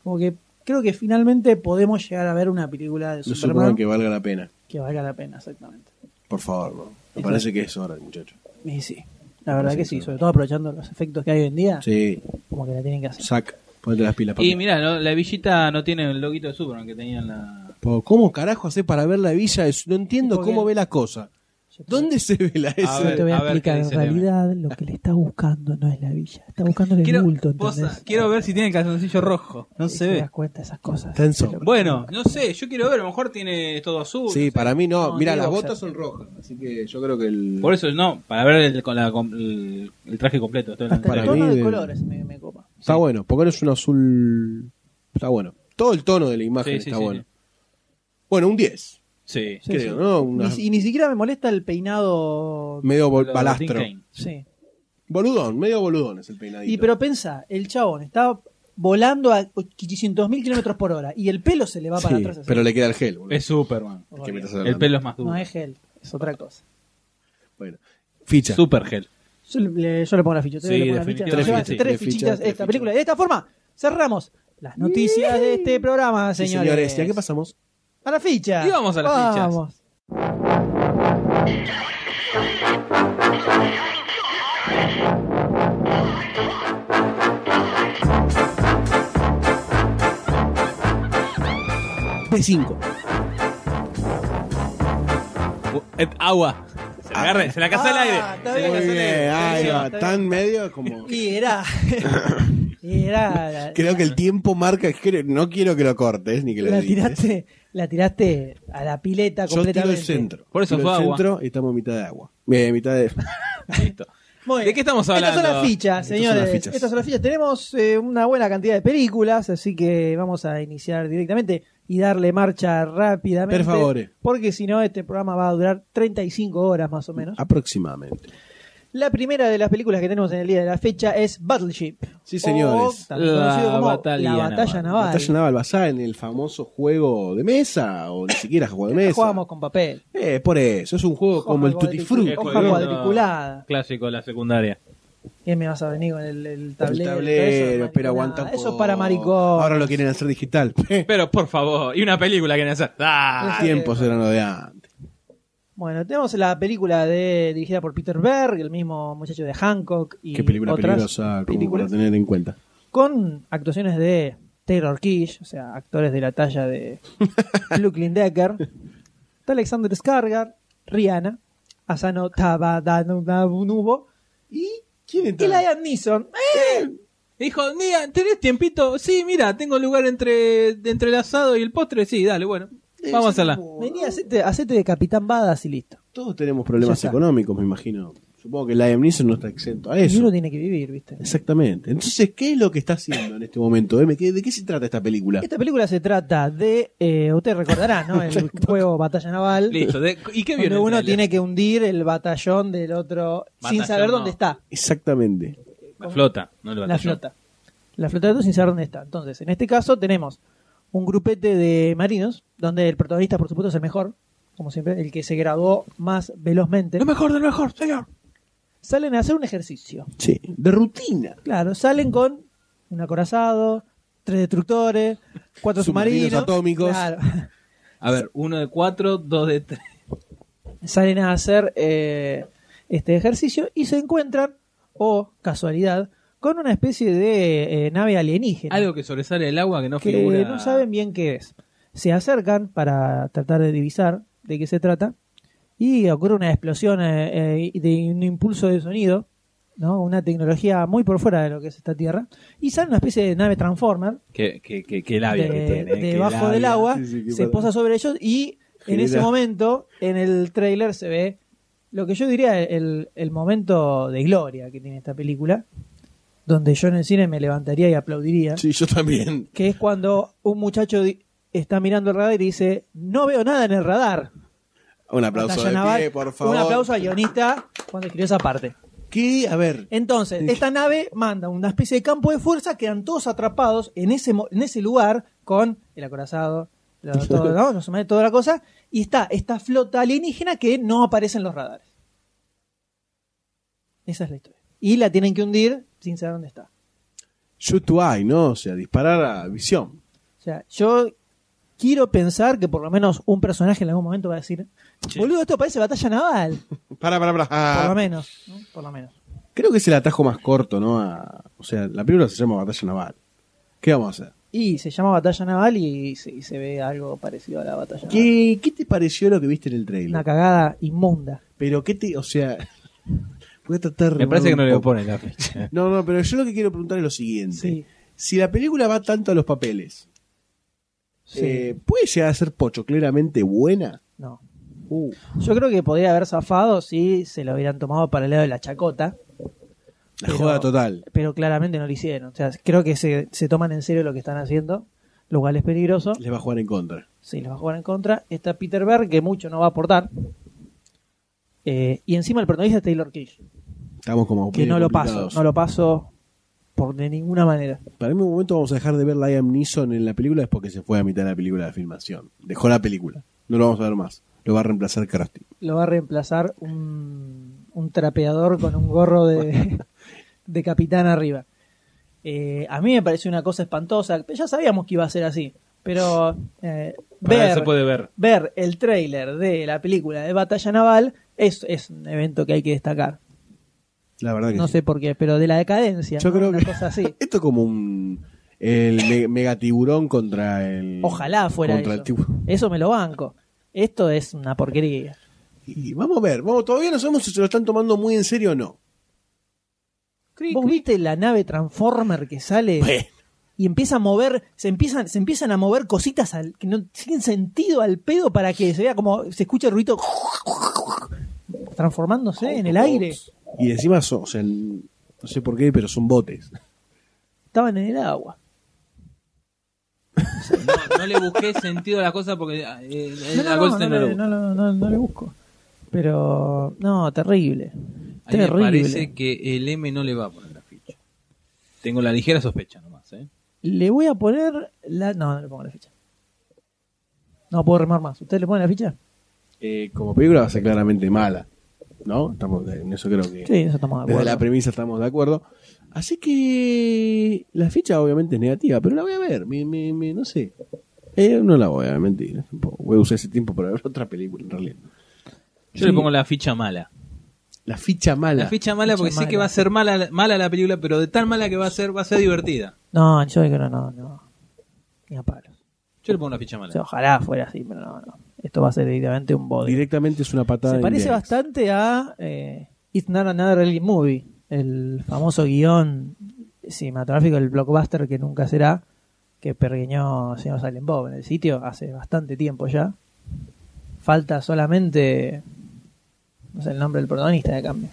Como que creo que finalmente podemos llegar a ver una película de
De
Superman,
Superman que
que...
valga la pena.
valga la pena, exactamente.
Por favor, bro. me
Exacto.
parece que es hora, muchacho.
Y sí, la verdad que sí, sobre todo aprovechando los efectos que hay hoy en día,
Sí,
como que la tienen que hacer.
Zack, ponte las pilas. papi.
Y mirá, no, la villita no tiene el loguito de Superman que tenía en la.
Po, ¿Cómo carajo hace para ver la villa? Es- No entiendo
¿Por qué?
cómo ve la cosa. ¿Dónde se ve la
A
esa?
Yo te voy a,
a ver qué
explicar. En
dice Leone.
realidad, lo que le está buscando no es la villa. Está buscando el
Quiero,
bulto,
posta,
¿entendés?
quiero ver si tiene el calzoncillo rojo. No
Y
se
te
ve.
das cuenta de esas cosas.
Está en sombra.
Bueno, no sé, yo quiero ver, a lo mejor tiene todo azul.
Sí, para mí no.
No,
Mira,
tiene
las
boxer.
botas son rojas, así que yo creo que el.
Por eso, no, para ver el, con la, con el, el traje completo. estoy
Hasta
hablando
para
el
en serio.
tono
mí
de
de-
colores me, me copa.
Está bueno, porque no es un azul. Está bueno. Todo el tono de la imagen
Sí, sí,
está
sí,
bueno.
sí.
Bueno, un 10,
Sí.
Sí,
creo,
sí.
¿no?
Ni
Una-
si- y ni siquiera me molesta el peinado.
Medio bol-
Lo de Tim
balastro.
Kaine.
Sí.
Boludón, medio boludón es el peinadito.
Y pero pensa, el chabón está volando a 500.000 kilómetros por hora y el pelo se le va para
Sí,
atrás. así.
pero le queda el gel, boludo.
Es Superman.
Es que me estás
El
hablando.
pelo es más duro.
No es gel, es otra cosa.
Bueno. Ficha.
Super gel.
Yo le, yo le pongo la ficha. ustedes
Sí,
le ponen la ficha.
definitivamente,
Llevan
Tres
sí.
tres
fichas,
fichitas
tres
esta
fichas.
película. Y de esta forma cerramos las noticias de este programa,
Sí,
señores.
señores, ¿y a qué pasamos?
A la ficha.
Y vamos a las
Vamos.
P5.
Bu- eh, Agua. Se la, agarra- se la caza el
Ah,
aire.
está
Se la
bien.
caza
Muy
el aire.
bien, ahí
Buenísimo,
va.
está
Tan medio como.
Y era. y era. la-
Creo que el tiempo marca. creo- No quiero que lo cortes ni que lo
la
edites.
tiraste, la tiraste a la pileta
Yo tiro
completamente.
el centro.
Por eso
Tiro
fue
el
agua.
centro y estamos a mitad de agua. Eh, mitad de.
Listo.
Muy bien.
¿De qué estamos hablando?
Estas son las fichas,
Estas son
señores.
las fichas.
Estas son las fichas. Tenemos eh, una buena cantidad de películas, así que vamos a iniciar directamente y darle marcha rápidamente.
Per favore.
Porque si no, este programa va a durar 35 horas más o
Ah.
menos.
Aproximadamente.
La primera de las películas que tenemos en el día de la fecha es Battleship.
Sí, señores.
O también
La
conocido como
batalla
La Batalla
naval.
Naval.
Batalla naval basada en el famoso juego de mesa, o ni siquiera juego de
Que
mesa.
Jugamos con papel.
Eh, por eso, es un juego como el Tutti Frutti.
Es
Hoja
juego-
cuadriculada.
Clásico de la secundaria.
¿Qué me vas a venir con el, el
El
tablero? Todo eso
tablero,
es
pero aguanta un
mariconada. Eso es
poco.
para maricón.
Ahora lo quieren hacer digital.
Pero por favor, y una película que hacer.
Ah,
¡Ah!
Tiempos eran los de antes.
Bueno, tenemos la película de dirigida por Peter Berg, el mismo muchacho de Hancock y
Qué película
otras
peligrosa, como para
películas,
tener en cuenta.
con actuaciones de Taylor Kish, o sea, actores de la talla de Luke Lindecker, de Alexander Skarsgård, Rihanna, Asano Tabadanubo y
¿Quién
y Liam Neeson. ¡Eh!
Dijo, mira, ¿tenés tiempito? Sí, mira, tengo lugar entre, entre el asado y el postre. Sí, dale, bueno.
Eh,
Vamos a hacerla.
Vení, hacete, hacete de Capitán Badas y listo.
Todos tenemos
Ya
problemas
está.
económicos, me imagino. Supongo que Liam Neeson no está exento a
Y
eso.
uno tiene que vivir, ¿viste?
Exactamente. Entonces, ¿qué es lo que está haciendo en este momento? M? ¿Qué- ¿De qué se trata esta película?
Esta película se trata de, eh, ustedes recordarán, ¿no? El juego Batalla Naval.
Listo. de- ¿Y qué
Donde
vio?
uno tiene que hundir el batallón del otro sin
Batallón,
saber
no.
dónde está
Exactamente.
La flota, no el
la
batallón.
flota. La flota del otro sin saber dónde está. Entonces, en este caso tenemos un grupete de marinos, donde el protagonista, por supuesto, es el mejor, como siempre, el que se graduó más velozmente.
Lo mejor, lo mejor, señor.
Salen a hacer un ejercicio.
Sí. De rutina.
Claro, salen con un acorazado, tres destructores, cuatro
Submarinos
submarinos.
atómicos.
Claro.
A ver, uno de cuatro, dos de tres.
salen a hacer eh, este ejercicio y se encuentran, oh, casualidad, con una especie de eh, nave alienígena
Algo que sobresale del agua que no
que
figura.
no saben bien qué es. Se acercan para tratar de divisar de qué se trata y ocurre una explosión eh, eh, de un impulso de sonido, ¿no? una tecnología muy por fuera de lo que es esta Tierra, y sale una especie de nave transformer
Que, que, que, que labia que
de-
tiene. que
debajo
labia.
del agua,
Sí, sí, qué
se
padre.
posa sobre ellos y en
Genera.
ese momento, en el trailer se ve lo que yo diría el, el momento de gloria que tiene esta película, donde yo en el cine me levantaría y aplaudiría,
Sí, yo también.
que es cuando un muchacho di- está mirando el radar y dice, no veo nada en el radar.
Un aplauso
Batalla
de
naval.
pie, por favor.
Un aplauso al guionista cuando escribió esa parte.
¿Qué? A ver.
Entonces, esta nave manda una especie de campo de fuerza, quedan todos atrapados en ese, mo- en ese lugar con el acorazado, lo- todo, ¿no? Los humanos, toda la cosa, y está esta flota alienígena que no aparece en los radares. Esa es la historia. Y la tienen que hundir sin saber dónde está.
Shoot to eye, ¿no? O sea, disparar a visión.
O sea, yo quiero pensar que por lo menos un personaje en algún momento va a decir, boludo, esto parece batalla naval,
Para, para, para.
por lo menos, ¿no? por lo menos.
Creo que es el atajo más corto, ¿no? A- o sea, la película se llama Batalla Naval. ¿Qué vamos a hacer?
Y se llama batalla naval y se, y se ve algo parecido a la batalla naval.
¿Qué, qué te pareció lo que viste en el
Una
trailer?
cagada inmunda.
Pero qué te, o sea, voy a tratar de
Me parece que no
remar un
le
poco.
ponen la fecha.
No, no, pero yo lo que quiero preguntar es lo siguiente.
Sí.
Si la película va tanto a los papeles,
Sí.
eh, ¿puede llegar a ser pocho claramente buena?
No.
Uh,
Yo creo que podría haber zafado si se lo hubieran tomado para el lado de la chacota,
la
Pero-
joda total.
pero claramente no lo hicieron. O sea, creo que se, se toman en serio lo que están haciendo, lo cual es peligroso.
Les va a jugar en contra.
Sí, los va a jugar en contra. Está Peter Berg, que mucho no va a aportar. Eh, y encima el protagonista es Taylor Kish,
Estamos como
que no lo paso, no lo paso por no, de ninguna manera.
Para mí, en un momento vamos a dejar de ver Liam Neeson en la película es porque se fue a mitad de la película de filmación. Dejó la película. No lo vamos a ver más. Lo va a reemplazar Krusty.
Lo va a reemplazar un, un trapeador con un gorro de, de capitán arriba. Eh, a mí me pareció una cosa espantosa. Ya sabíamos que iba a ser así. Pero eh,
Para
ver,
se puede ver.
ver el tráiler de la película de Batalla Naval es, es un evento que hay que destacar.
La verdad que
No
sí.
sé por qué, pero de la decadencia.
Yo
¿no?
creo
Una
que-
cosa así.
Esto es como un. El me- megatiburón contra el.
Ojalá fuera
contra el
eso.
tiburón.
Eso me lo banco. Esto es una porquería.
Y vamos a ver. Vamos, todavía no sabemos si se lo están tomando muy en serio o no.
¿Vos viste la nave Transformer que sale y empieza a mover, se empiezan, se empiezan a mover cositas al, que no tienen sentido al pedo para que se vea como se escuche el ruido transformándose en el aire?
Y encima son. O sea, no sé por qué, pero son botes.
Estaban en el agua.
No, no le busqué sentido a la cosa porque eh, eh,
No, no,
a
no,
Goldstein
no
no
le-
lo
no, no, no, no le busco. Pero, no, terrible.
A mí me
Terrible.
parece que el M no le va a poner la ficha. Tengo la ligera sospecha nomás, ¿eh?
Le voy a poner la. No, no le pongo la ficha. No puedo remar más. ¿Ustedes le ponen la ficha?
Eh, como película va a ser claramente mala. ¿No? Estamos de- en eso creo que.
Sí, eso estamos de
Desde la
acuerdo.
premisa estamos de acuerdo. Así que la ficha obviamente es negativa, pero la voy a ver. Me- me- me- no sé. Eh, no la voy a mentir. tampoco. Voy a usar ese tiempo para ver otra película en realidad.
Yo le pongo la ficha mala.
La ficha mala.
La ficha mala
Ficha
porque sé que
mala.
va a ser mala, mala la película, pero de tal mala que va a ser, va a ser divertida.
No, yo creo que no, no, no. Ni a palos.
Yo le pongo la ficha
O
mala.
sea, ojalá fuera así, pero no, no. Esto va a ser directamente un body.
Directamente es una patada.
Se
en
parece
Indiana.
bastante a eh, It's Not Another Elite Movie, el famoso guión cinematográfico del blockbuster que nunca será, que pergueñó señor Silent Bob en el sitio hace bastante tiempo ya. Falta solamente, no sé el nombre del protagonista de cambio.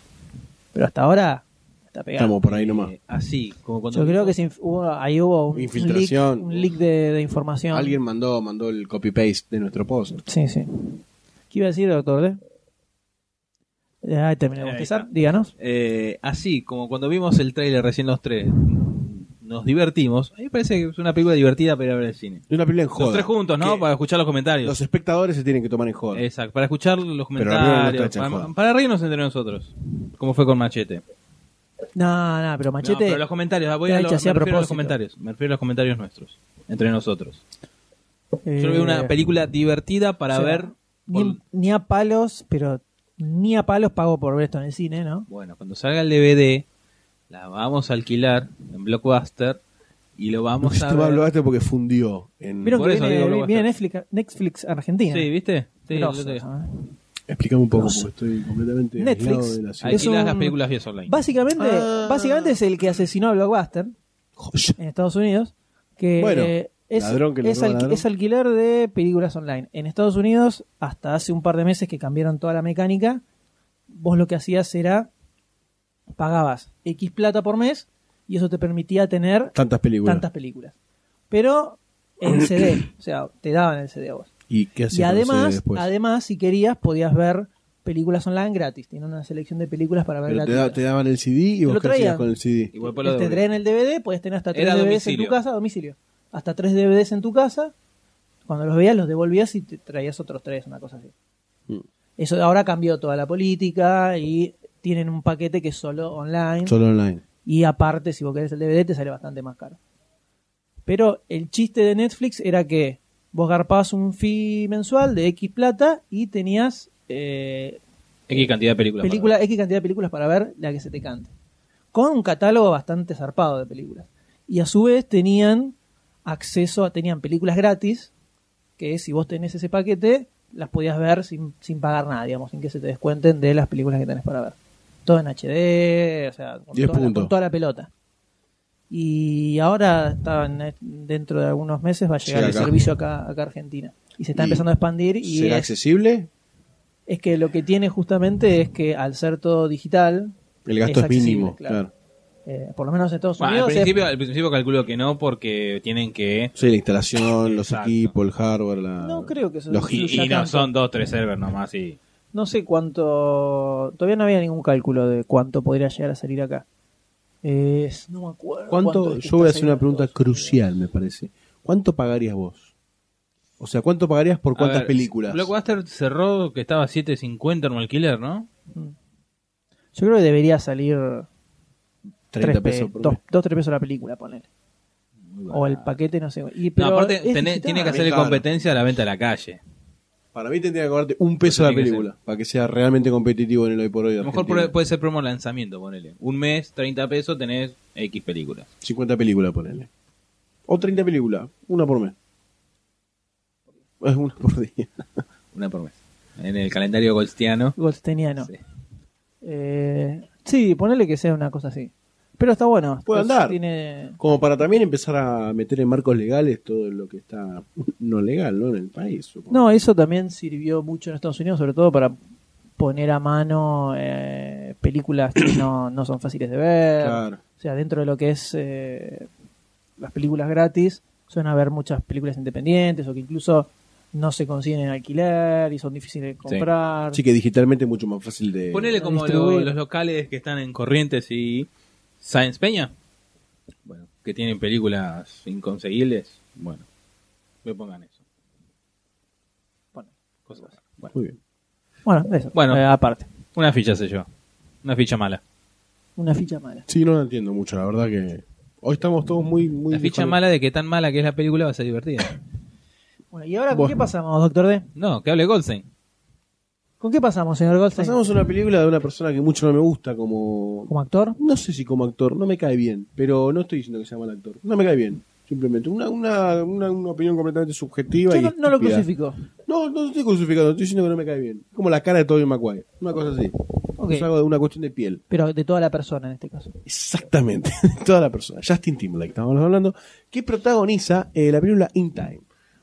Pero hasta ahora está pegado.
Estamos por ahí nomás.
Eh, así, como cuando...
Yo creo que se inf- hubo- ahí hubo un
Infiltración.
leak, un leak de, de información.
Alguien mandó mandó el copy paste de nuestro post.
Sí, sí. ¿Qué iba a decir, doctor D? Eh, Ahí terminé de
Ahí
contestar.
está.
Díganos.
Eh, así, como cuando vimos el tráiler recién los tres, nos divertimos. A mí me parece que es una película divertida para ir a ver el cine.
De una película en
Los
joda.
tres juntos, ¿no?
Que
Para escuchar los comentarios.
Los espectadores se tienen que tomar en joda.
Exacto, para escuchar los
Pero arriba no
comentarios,
está hecha
para,
joda.
para reírnos entre nosotros, como fue con Machete.
No, no, pero
No,
Machete.
pero los comentarios, ah, voy
Está
a,
hecha
los,
así
me
a
refiero a los
propósito.
comentarios, me refiero a los comentarios nuestros, entre nosotros.
eh,
Yo veo una película divertida para
o sea,
ver.
Ni,
por-
ni a palos, pero ni a palos pago por ver esto en el cine, ¿no?
Bueno, cuando salga el DVD, la vamos a alquilar en Blockbuster y lo vamos
Yo
a
te
ver.
hablo este porque fundió. En...
Vieron
Por
que
eso digo, lo voy
viene,
a
viene
hacer.
Netflix, Netflix Argentina.
Sí, ¿viste? Sí,
Grosso,
lo tengo.
¿sabes?
Explícame un poco
No sé.
porque estoy completamente
Netflix.
aislado de la ciudad.
Ahí-
Alquilás
un-
las películas vía online.
Básicamente,
Ah.
básicamente es el que asesinó a Blockbuster.
Joder.
en Estados Unidos que
Bueno,
eh, es,
ladrón que le
es,
roba ladrón.
es alquiler de películas online. En Estados Unidos, hasta hace un par de meses que cambiaron toda la mecánica, vos lo que hacías era pagabas X plata por mes y eso te permitía tener
Tantas películas.
tantas películas. Pero en CD, o sea, te daban el CD a vos.
¿Y qué hacía
y además,
después?
además, si querías, podías ver películas online gratis. Tienen una selección de películas para ver
Pero te,
gratis.
da- te daban el CD y vos
lo
qué hacías
traían.
con el CD.
Igual por lo
te
de-
traen el DVD, puedes tener hasta tres
Era
DVDs en
domicilio.
tu casa, a domicilio. Hasta tres DVDs en tu casa. Cuando los veías, los devolvías y te traías otros tres, una cosa así.
Mm.
Eso ahora cambió toda la política y tienen un paquete que es solo online.
Solo online.
Y aparte, si vos querés el DVD, te sale bastante más caro. Pero el chiste de Netflix era que vos garpabas un fee mensual de X plata y tenías eh,
X cantidad de películas. para
película, X cantidad de películas para ver la que se te cante. Con un catálogo bastante zarpado de películas. Y a su vez tenían acceso a, tenían películas gratis, que si vos tenés ese paquete, las podías ver sin, sin pagar nada, digamos, sin que se te descuenten de las películas que tenés para ver. Todo en HD, o sea, con,
Diez
toda la,
puntos.
con toda la pelota. Y ahora está en- e, dentro de algunos meses va a llegar
Llega
el
acá.
servicio acá, acá a Argentina. Y se está
Y-
empezando a expandir y
¿Será
es-
accesible?
es que lo que tiene justamente es que al ser todo digital,
El gasto
Es
es, mínimo,
accesible,
claro.
claro. eh, por lo menos en Estados
Bueno, al,
Unidos, es-
principio, al principio calculo que no, porque tienen que.
Sí, la instalación, los
Exacto.
equipos, el hardware, la...
No creo que eso
los
Sí,
Y,
hits.
ya
y no
tanto.
son dos, tres servers nomás. Y,
no sé cuánto, todavía no había ningún cálculo de cuánto podría llegar a salir acá. Eh, es- no me acuerdo.
¿Cuánto,
es que
yo voy a
está
hacer una
saliendo
pregunta
todo.
crucial, me parece. ¿Cuánto pagarías vos? O sea, ¿cuánto pagarías por cuántas
A ver,
películas?
Blockbuster cerró que estaba 7.50 en un alquiler, ¿no?
Yo creo que debería salir
30
tres pe-
pesos por
dos,
mes.
dos, tres pesos la película, ponele. O el paquete, no sé. Y, pero
no, aparte
es
tenés-
digital.
tiene que hacerle
Claro.
competencia a la venta a la calle.
Para mí tendría que cobrarte un peso la
tiene que
película, para que sea realmente competitivo en el hoy por hoy. de
A lo mejor
Argentina.
puede, puede ser promo lanzamiento, ponele. Un mes, 30 pesos, tenés X películas.
50 películas, ponele. O 30 películas, una por mes. Es una por día.
Una por mes. En el calendario golstiano.
Goldsteiniano.
Sí.
Eh, sí, ponele que sea una cosa así. Pero está bueno.
Puede
Pues
andar.
Tiene...
Como para también empezar a meter en marcos legales todo lo que está no legal, ¿no? En el país. supongo.
No, eso también sirvió mucho en Estados Unidos, sobre todo para poner a mano eh, películas que no, no son fáciles de ver.
Claro.
O sea, dentro de lo que es eh, las películas gratis, suelen haber muchas películas independientes o que incluso no se consiguen en alquiler y son difíciles de comprar.
Así que digitalmente es mucho más fácil de...
Eh, Ponele como lo-
distribuir.
los locales que están en Corrientes y Science Peña. Bueno, que tienen películas inconseguibles. Bueno, me pongan eso. Bueno, cosas. Bueno,
Muy bien.
Bueno, eso.
Bueno.
eh, aparte.
una ficha se yo. Una ficha mala.
Una ficha mala.
Sí, no lo entiendo mucho, la verdad que... Hoy estamos todos muy... muy
La ficha
desconect-
mala de que tan mala que es la película va a ser divertida.
Bueno, ¿y ahora con
Bueno.
qué pasamos, doctor D?
No, que hable Goldstein.
¿Con qué pasamos, señor Goldstein?
Pasamos a una película de una persona que mucho no me gusta como...
como actor.
No sé si como actor, no me cae bien, pero no estoy diciendo que sea mal actor. No me cae bien, simplemente. Una, una, una, una opinión completamente subjetiva
Yo
y
no, no lo
estúpida.
crucifico.
No, no estoy crucificando, estoy diciendo que no me cae bien. Como la cara de Tobey Maguire, una cosa así.
Ok.
Es algo de una cuestión de piel.
Pero de toda la persona en este caso.
Exactamente, toda la persona. Justin Timberlake, estábamos hablando, que protagoniza eh, la película In Time,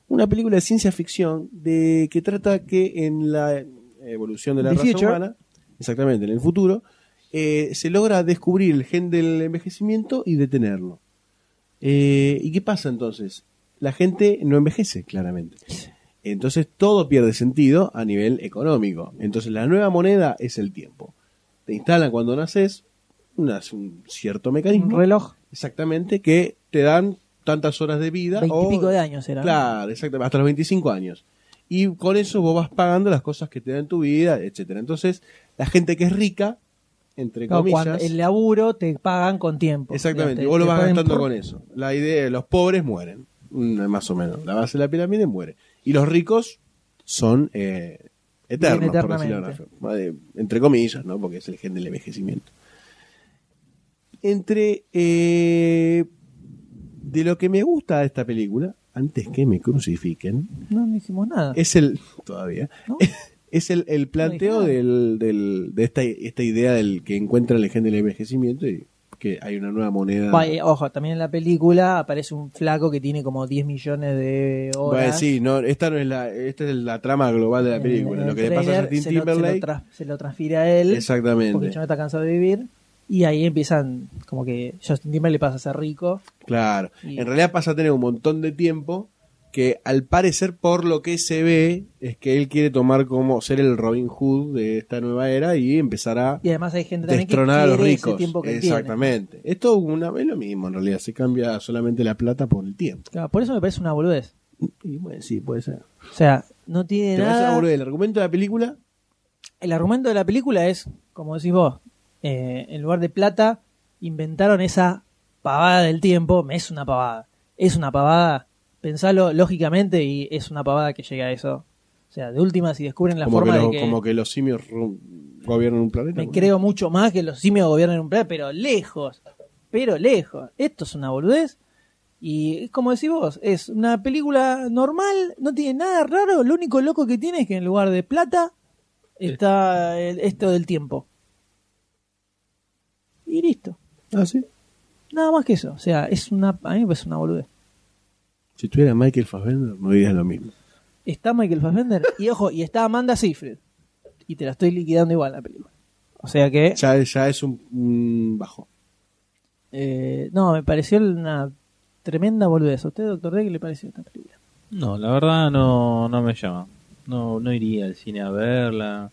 una película de ciencia ficción de que trata que en la evolución de la
The
raza
future.
humana, exactamente, en el futuro, eh, se logra descubrir el gen del envejecimiento y detenerlo. Eh, ¿Y qué pasa entonces? La gente no envejece, claramente. Entonces todo pierde sentido a nivel económico. Entonces la nueva moneda es el tiempo. Te instalan cuando naces una- un cierto
Un
mecanismo.
reloj,
Exactamente, que te dan tantas horas de vida. o-
veintipico de años era.
Oh, Claro, exactamente, hasta los 25 años. Y con eso vos vas pagando las cosas que te dan en tu vida, etcétera. Entonces, la gente que es rica, entre
Claro,
comillas.
cuando el laburo te pagan con tiempo.
Exactamente,
Te-
vos lo
te
vas
ponen
gastando
por-
con eso. La idea, los pobres mueren, mm, más o menos. La base de la pirámide muere. Y los ricos son eh, eternos,
Viven
por decirlo de
eternamente.
una forma, de- entre comillas, ¿no? Porque es el gen del envejecimiento. Entre eh, de lo que me gusta de esta película, antes que me crucifiquen,
No, no dijimos nada.
es el todavía
¿No?
es el, el
No
planteo
dije
del, del- de esta, esta idea del que encuentra el gen del envejecimiento y que hay una nueva moneda.
Va, eh, Ojo, también en la película aparece un flaco que tiene como 10 millones de horas.
Bueno, Pues sí, no, esta no es la, esta es la trama global de la
En-
película.
en
Lo
el
que le pasa a
tráiler
Justin
se lo-
Timberlake.
Se lo, tra- se lo transfiere a él. Porque
exactamente.
ya no está cansado de vivir. Y ahí empiezan, como que Justin Timberlake pasa a ser rico.
Claro.
Y-
En realidad pasa a tener un montón de tiempo que al parecer por lo que se ve es que él quiere tomar como ser el Robin Hood de esta nueva era y empezar a
Y además hay gente también que
destronar a los
quiere ese
ricos.
tiempo que él tiene.
Exactamente. Esto una, es lo mismo en realidad, se cambia solamente la plata por el tiempo.
Claro, por eso me parece una boludez.
Y bueno, sí, puede ser.
O sea, no tiene
Te parece una
nada.
boludez. El argumento de la película,
el argumento de la película es, como decís vos, eh, en lugar de plata, inventaron esa pavada del tiempo. Es una pavada. Es una pavada. Pensalo lógicamente y es una pavada que llega a eso. O sea, de última, si descubren la
como,
forma
que los,
de que,
como que los simios ru- gobiernan un planeta.
me
bueno.
creo mucho más que los simios gobiernan un planeta, pero lejos. Pero lejos. Esto es una boludez. Y es como decís vos, es una película normal, no tiene nada raro. Lo único loco que tiene es que en lugar de plata está el- esto del tiempo. Y listo.
Ah, sí.
Nada más que eso. O sea, es una, a mí me parece una boludez.
Si tuviera Michael Fassbender, no dirías lo mismo.
Está Michael Fassbender y ojo, y está Amanda Seyfried. Y te la estoy liquidando igual la película. O sea que...
Ya, ya es un, un bajo.
Eh, no, me pareció una tremenda boludez. ¿A usted, doctor D, qué le pareció esta película?
No, la verdad no, no me llama. No, no iría al cine a verla.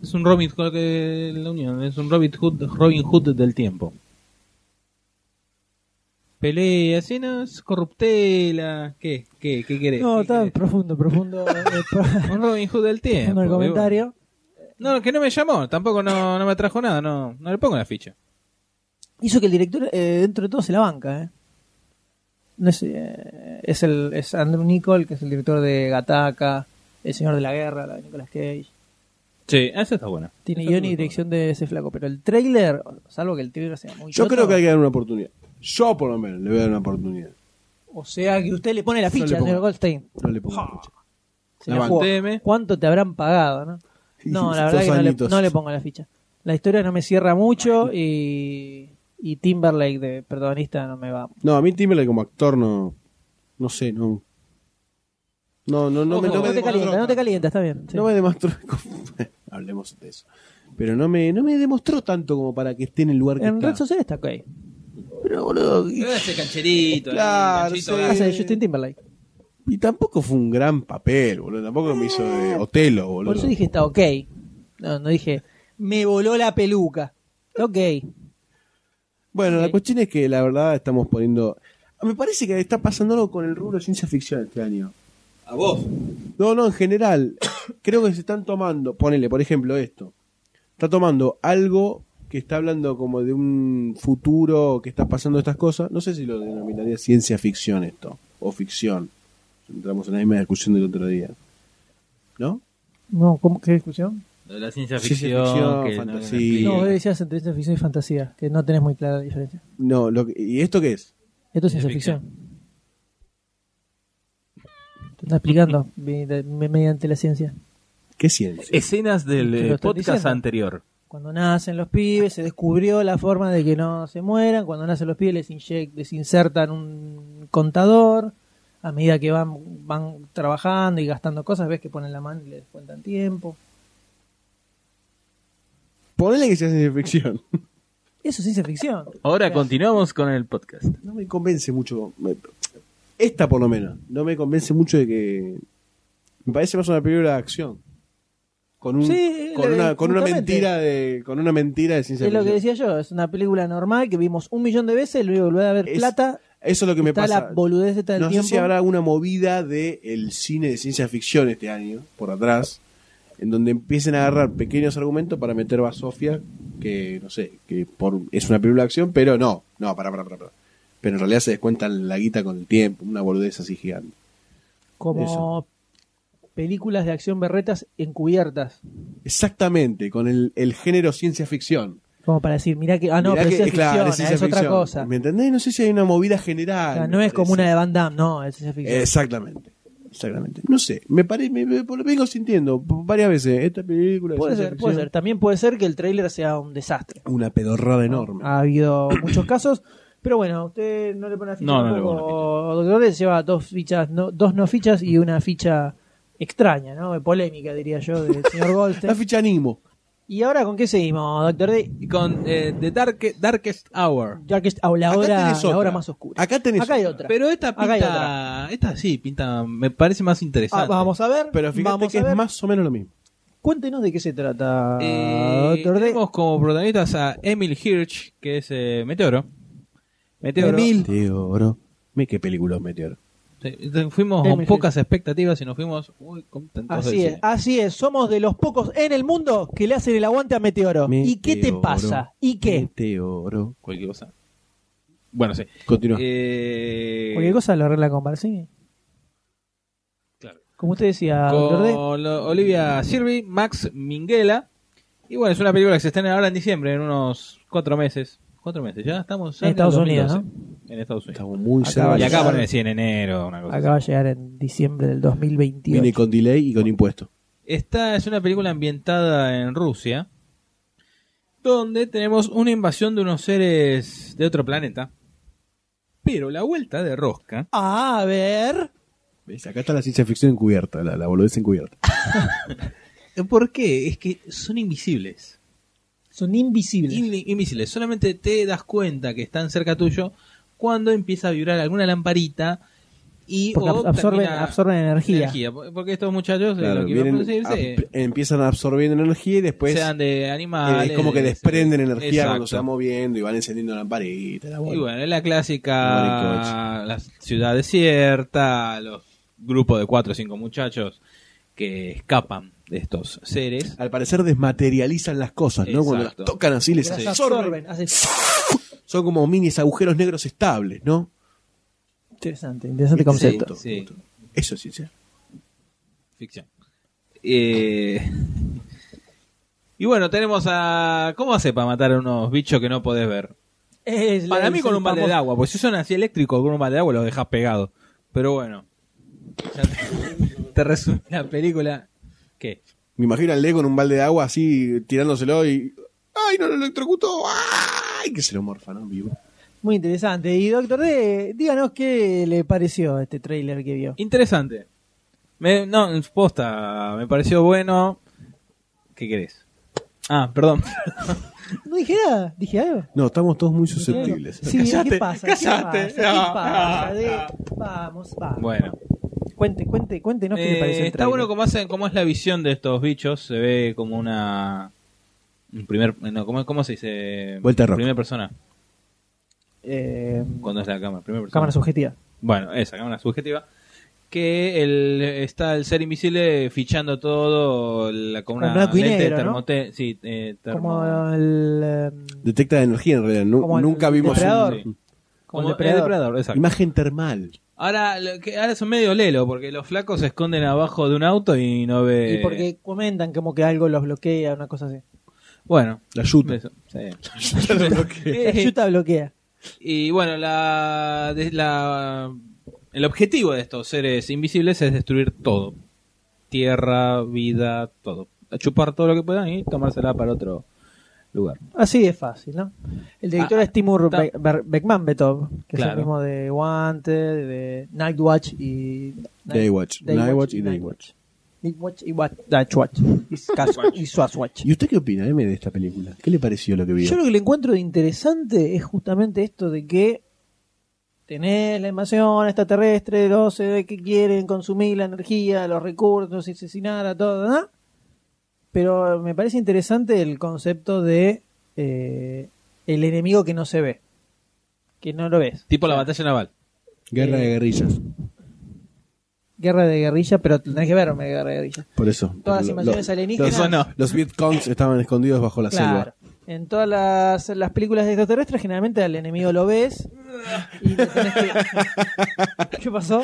Es un Robin Hood que la unión, es un Robin Hood, Robin Hood del tiempo. peleas, y no, es corruptela. ¿Qué? ¿Qué? ¿Qué querés?
No,
¿Qué
está
querés?
profundo, profundo. eh,
pues,
pro-
Un Robin Hood del tiempo.
profundo el
vivo.
comentario.
No, que no me llamó, tampoco no, no me atrajo nada, no, no le pongo la ficha.
Hizo que el director, eh, dentro de todo, se la banca, ¿eh? No es, eh, es, el, es Andrew Nichol, que es el director de Gataca, El Señor de la Guerra, la de Nicolas Cage.
Sí, esa está buena.
Tiene
Esa
guión
está
y
muy
dirección de ese flaco. Pero el trailer, salvo que el trailer sea muy
Yo
choto,
creo que hay que dar una oportunidad. Yo, por lo menos, le voy a dar una oportunidad.
O sea, que usted le pone la
Yo le
ficha,
pongo.
señor Goldstein.
No le pongo la ficha.
Se
La
la jugó.
Deme.
¿Cuánto te habrán pagado, no? No, la verdad
Dos
que no le,
añitos.
no le pongo la ficha. La historia no me cierra mucho y, y Timberlake de protagonista no me va.
No, a mí Timberlake como actor no. No sé, no. No, no, no, me,
No,
no, me
te
demostró-
calienta, no te calienta, está bien. sí.
no me demostró. Hablemos de eso. Pero no me, no me demostró tanto como para que esté en el lugar que
en
está. Eh,
red social está ok.
Pero, boludo,
buena.
y,
Ese cancherito, ahí,
Claro,
canchito,
sí.
ah,
Hace de Justin Timberlake.
y tampoco fue un gran papel, boludo. Tampoco me hizo de Otelo,
Eh.
boludo.
Por eso dije está ok. No, no dije me voló la peluca. Está ok.
Bueno, la cuestión es que la verdad estamos poniendo. Me parece que está pasando algo con el rubro de ciencia ficción este año.
A vos.
No, no, en general. creo que se están tomando. Ponele, por ejemplo, esto. Está tomando algo que está hablando como de un futuro que está pasando estas cosas. No sé si lo denominaría ciencia ficción esto. O ficción. Entramos en la misma discusión del otro día. ¿No?
No, ¿cómo, ¿Qué discusión?
Lo de la ciencia
Ciencia
ficción,
ficción,
que no-
fantasía.
No,
no,
vos
es-
decías entre ciencia ficción y fantasía, que no tenés muy clara la diferencia.
No, lo que- ¿y esto qué es?
Esto es
Ciencia
ciencia ficción. Te está explicando mi- de- me- mediante la ciencia.
¿Qué ciencia?
Escenas del
Te lo
eh,
estoy
podcast
diciendo.
anterior.
Cuando nacen los pibes, se descubrió la forma de que no se mueran. Cuando nacen los pibes, les, inyec- les insertan un contador. A medida que van, van trabajando y gastando cosas, ves que ponen la mano y les cuentan tiempo.
Ponele que sea ciencia ficción.
Eso es ciencia ficción.
Oh,
Ahora continuamos con el podcast.
no me convence mucho. me- Esta, por lo menos, no me convence mucho de que. Me parece más una película de acción. Con, un,
Sí,
con,
eh,
una, con una
justamente.
mentira de con una mentira de ciencia
Es lo que
ficción.
decía yo. Es una película normal que vimos un millón de veces. Luego volver a ver
Es-
plata.
Eso es lo que me
está
pasa.
la boludez esta del
no
tiempo.
sé si habrá alguna movida del el cine de ciencia ficción este año, por atrás, en donde empiecen a agarrar pequeños argumentos para meter a Sofía, que no sé, que por, es una película de acción, pero no, no, para, para, para, Pero en realidad se descuentan la guita con el tiempo, una boludez así gigante.
como
Eso.
películas de acción berretas encubiertas.
Exactamente, con el, el género ciencia ficción.
Como para decir, mirá que. Ah, no,
Mirá
pero
que-
esa es
claro,
ficción,
es ciencia
es otra
ficción.
cosa.
¿Me entendés? No sé si hay una movida
O
general.
sea,
me
no es
parece.
como una de Van Damme, no, es ciencia ficción.
Exactamente. Exactamente. No sé, me parece, me, me- lo vengo sintiendo varias veces esta película. de
puede
ciencia
ser, puede
ficción.
ser. También puede ser que el tráiler sea un desastre.
Una pedorrada enorme.
Ha habido muchos casos. Pero bueno, usted no le pone la ficha.
No, no le
tampoco.
pongo
Doctor Who lleva dos fichas, no, dos no fichas y una ficha extraña, ¿no? Polémica, diría yo, del señor
La
Goldstein.
ficha animo.
¿Y ahora con qué seguimos, Doctor D?
Y con eh, The Darke- Darkest Hour.
Darkest, o la
Acá
hora,
tenés
la
otra.
hora más oscura.
Acá tenés
Acá hay
otra.
otra.
Pero esta
Acá hay
pinta, esta sí, pinta, me parece más interesante.
Ah, vamos a ver.
Pero fíjate
vamos
que
a
es
ver.
más o menos lo mismo.
Cuéntenos de qué se trata,
Eh,
Doctor D.
tenemos como protagonistas a Emil Hirsch, que es eh, Meteoro. Meteoro.
Emil.
Meteoro. Me qué película Meteoro.
Sí, Fuimos
Emil
con pocas expectativas y nos fuimos muy contentos. del
Así es,
cine.
así es. Somos de los pocos en el mundo que le hacen el aguante a Meteoro. ¿Y qué te
Meteoro.
pasa? ¿Y qué?
Meteoro.
Cualquier cosa. Bueno, sí.
Continúa.
Eh,
Cualquier cosa lo arregla con Barcini.
Claro.
Como usted decía, Doctor D.
con lo- Olivia Sirvi, Max Minghella. Y bueno, es una película que se estrena ahora en diciembre, en unos cuatro meses. Cuatro meses, ya estamos cerca
En Estados
del
Unidos,
2012. En Estados Unidos.
Estamos muy
Acá
cerca.
Y
vale.
acá ponen sí, en enero, una cosa.
Acaba de llegar en diciembre del
Viene
2028.
con delay y con impuesto.
Esta es una película ambientada en Rusia, donde tenemos una invasión de unos seres de otro planeta. Pero la vuelta de rosca
A ver.
¿Ves? Acá está la ciencia ficción encubierta, la, la boludez encubierta.
Ah, ¿Por qué? Es que son invisibles.
Son invisibles.
In- invisibles. Solamente te das cuenta que están cerca tuyo cuando empieza a vibrar alguna lamparita y
Porque
o
ab- absorben,
termina
absorben oh, energía.
Porque estos muchachos eh,
Claro,
lo que
vienen
van a producir se-
a- empiezan a absorber energía y después
sean de animales.
eh, es como que desprenden energía cuando
Exacto.
se va moviendo y van encendiendo lamparita. La bola.
Y bueno, es la
Maricocha.
clásica, la ciudad desierta, los grupos de cuatro o cinco muchachos que escapan de estos seres.
Al parecer desmaterializan las cosas, ¿no? Cuando las
Exacto.
tocan así les
Las absorben.
absorben.
Hace-
Son como minis agujeros negros estables, ¿no? Este
Interesante, interesante
Sí,
concepto.
Justo,
Sí,
justo. Eso sí, sí.
ficción. Eh, y bueno, tenemos a... ¿Cómo hace para matar a unos bichos que no podés ver?
Es la-
Para mí
es
con
el
un balde de
famoso-
agua, porque si son así eléctricos con un balde de agua los dejas pegados. Pero bueno, ya te, te resume la película. ¿Qué?
Me imagino al Lego en un balde de agua así tirándoselo y. ¡Ay, no lo electrocutó! ¡Ay! Que se lo morfa, ¿no? Vivo.
Muy interesante. Y doctor D, díganos qué le pareció este trailer que vio.
Interesante. Me, no, posta, me pareció bueno. ¿Qué querés? Ah, perdón.
No dije nada, dije algo.
No, estamos todos muy susceptibles.
Sí, ¿qué pasa? ¿Qué
callate.
pasa?
Ah,
¿Qué pasa?
ah,
De-
ah.
Vamos, vamos.
bueno,
Cuente, cuente, cuéntenos qué le
Eh,
pareció el
está
trailer.
bueno cómo, hacen, cómo es la visión de estos bichos. Se ve como una. Un primer. No, ¿cómo, cómo se dice?
Vuelta de roca.
Primera persona.
Eh,
Cuando es la cámara? Primera persona.
cámara subjetiva.
Bueno, esa cámara subjetiva. Que el, está el ser invisible fichando todo la, con
Con
una
blanco y
lente
negro,
de
¿no?
termote- Sí, eh, termo-
Como el. eh,
Detecta de energía en realidad. Nu-
Como el
nunca vimos
depredador.
un-
Como el
como el
depredador.
depredador, exacto.
imagen termal.
Ahora, lo que, ahora son medio lelo, porque los flacos se esconden abajo de un auto y no ve.
Y porque comentan como que algo los bloquea, una cosa así.
Bueno,
La yuta.
eso,
Eh,
sí. Eh,
La yuta bloquea.
Y bueno, la, de- la- el objetivo de estos seres invisibles es destruir todo: tierra, vida, todo. Chupar todo lo que puedan y tomársela para otro lugar.
Así es fácil, ¿no? El director
Ah,
es Timur
está-
Be- Ber- Beckman Betov, que es el
Claro.
mismo de Wanted, de Night Watch y.
Daywatch. Nightwatch y Daywatch.
Nightwatch y Watch. Watch. Y Swatch. Y Swatch.
¿Y usted qué opina, M, de esta película? ¿Qué le pareció lo que vio?
Yo lo que le encuentro de interesante es justamente esto de que tenés la invasión extraterrestre, los eh, que quieren consumir la energía, los recursos, asesinar a todo, ¿no? Pero me parece interesante el concepto de eh, el enemigo que no se ve, que no lo ves.
Tipo la batalla naval.
Guerra de guerrillas.
Guerra de guerrilla, pero tenés que verme guerra de guerrilla.
Por eso.
Todas las
Lo-
invasiones
lo-
alienígenas.
Eso no.
Los Vietcongs estaban escondidos bajo la
Claro.
selva.
En todas las, las películas de extraterrestres, generalmente al enemigo lo ves y le tenés que- ¿Qué pasó?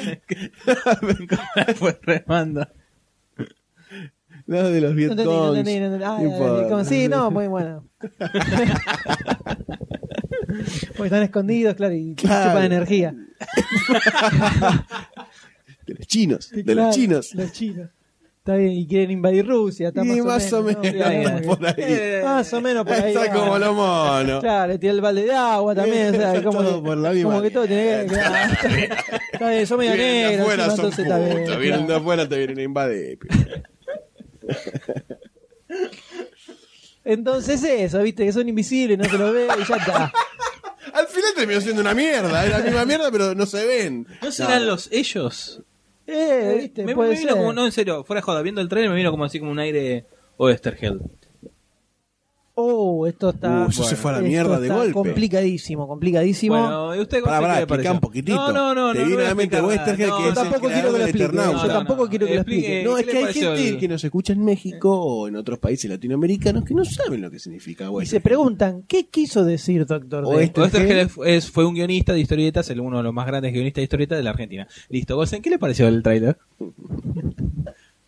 Fue remando.
Nada de los
No entendí, no entendí, no entendí. Ah,
No importa.
como- sí, no, muy bueno. Porque están escondidos, claro, y
Claro.
chupan energía.
De los chinos. De
Claro,
los chinos.
Los chinos. Está bien, y quieren invadir Rusia, está
Y
más, o menos. ¿no? Claro, Eh,
por ahí.
Más o menos por ahí.
Está
va.
como lo mono.
Claro, le tiré el balde de agua también, o sea,
Está
como,
todo
que,
por la misma
como que todo tiene que claro. Está bien, yo medio
Vienen de
negro,
afuera
encima,
son
entonces está bien,
putos. Vienen de
claro.
afuera, te vienen a invadir.
Entonces eso, viste, que son invisibles, no se lo ve y ya está.
Al final terminó siendo una mierda. Es la misma mierda, pero no se ven.
¿No serán los ellos?
Eh, viste,
me,
puede
me vino
ser.
como, no, en serio, fuera de joda, viendo el trailer me vino como así como un aire Oesterheld.
Oh, esto está.
Uh, eso se fue a la
esto
mierda de
está
golpe.
Complicadísimo, complicadísimo.
Bueno, ¿y usted,
Para,
usted
para,
qué le pareció?
explica un poquitito.
No, no, no.
Te
no, no
viene
voy
a la mente
explicar nada.
Westergeld, que
No,
es
Yo tampoco quiero que lo explique. Yo
el creador del Eternauta.
no,
No,
tampoco
no.
quiero que lo
Explique-
explique.
No,
¿Qué
es
le
que hay
pareció
gente
el-
que nos escucha en México o en otros países latinoamericanos que no saben lo que significa
Y se
Westergeld.
preguntan, ¿qué quiso decir Doctor D?
Oeste.
Oesterheld es- es- fue un guionista de historietas, el uno de los más grandes guionistas de historietas de la Argentina. Listo, Golsen, ¿qué le pareció el tráiler?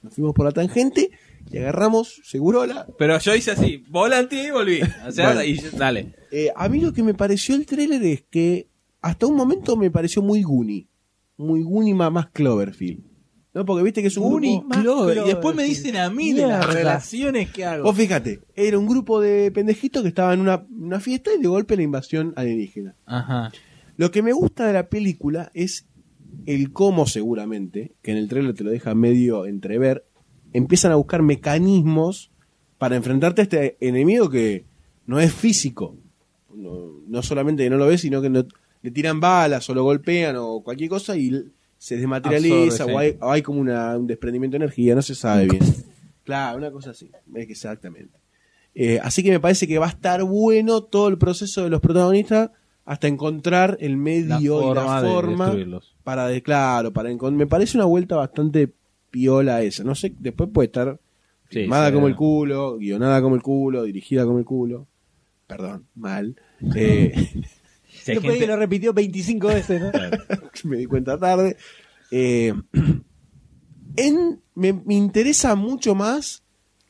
Nos fuimos por la tangente y agarramos Segurola.
Pero yo hice así, volanteé y volví. O sea,
Bueno.
y yo- dale.
Eh, a mí lo que me pareció el tráiler es que hasta un momento me pareció muy Goonie. Muy Goonie ma- más Cloverfield. ¿No? Porque viste que es un
Uni,
grupo-
Clover. Y después
Clover,
me
sí.
dicen a mí de las
Mierda.
relaciones que hago.
Vos fíjate, era un grupo de pendejitos que estaban en una, una fiesta y de golpe la invasión alienígena.
Ajá.
Lo que me gusta de la película es el cómo seguramente, que en el trailer te lo deja medio entrever, empiezan a buscar mecanismos para enfrentarte a este enemigo que no es físico. No, no solamente que no lo ves, sino que no- le tiran balas o lo golpean o cualquier cosa y l- se desmaterializa
Absorbe,
o
sí.
hay, o hay como una- un desprendimiento de energía, no se sabe bien. Claro, una cosa así, es que exactamente. Eh, así que me parece que va a estar bueno todo el proceso de los protagonistas hasta encontrar el medio
La forma
y la
de
forma
destruirlos.
para de claro, para encon- me parece una vuelta bastante piola esa. No sé, después puede estar
Sí,
filmada
sí,
como
era.
el culo, guionada como el culo, dirigida como el culo. Perdón, mal. Eh,
Si hay
Después
gente-
que lo repitió 25 veces, ¿no?
me di cuenta tarde. Eh, en- me, me interesa mucho más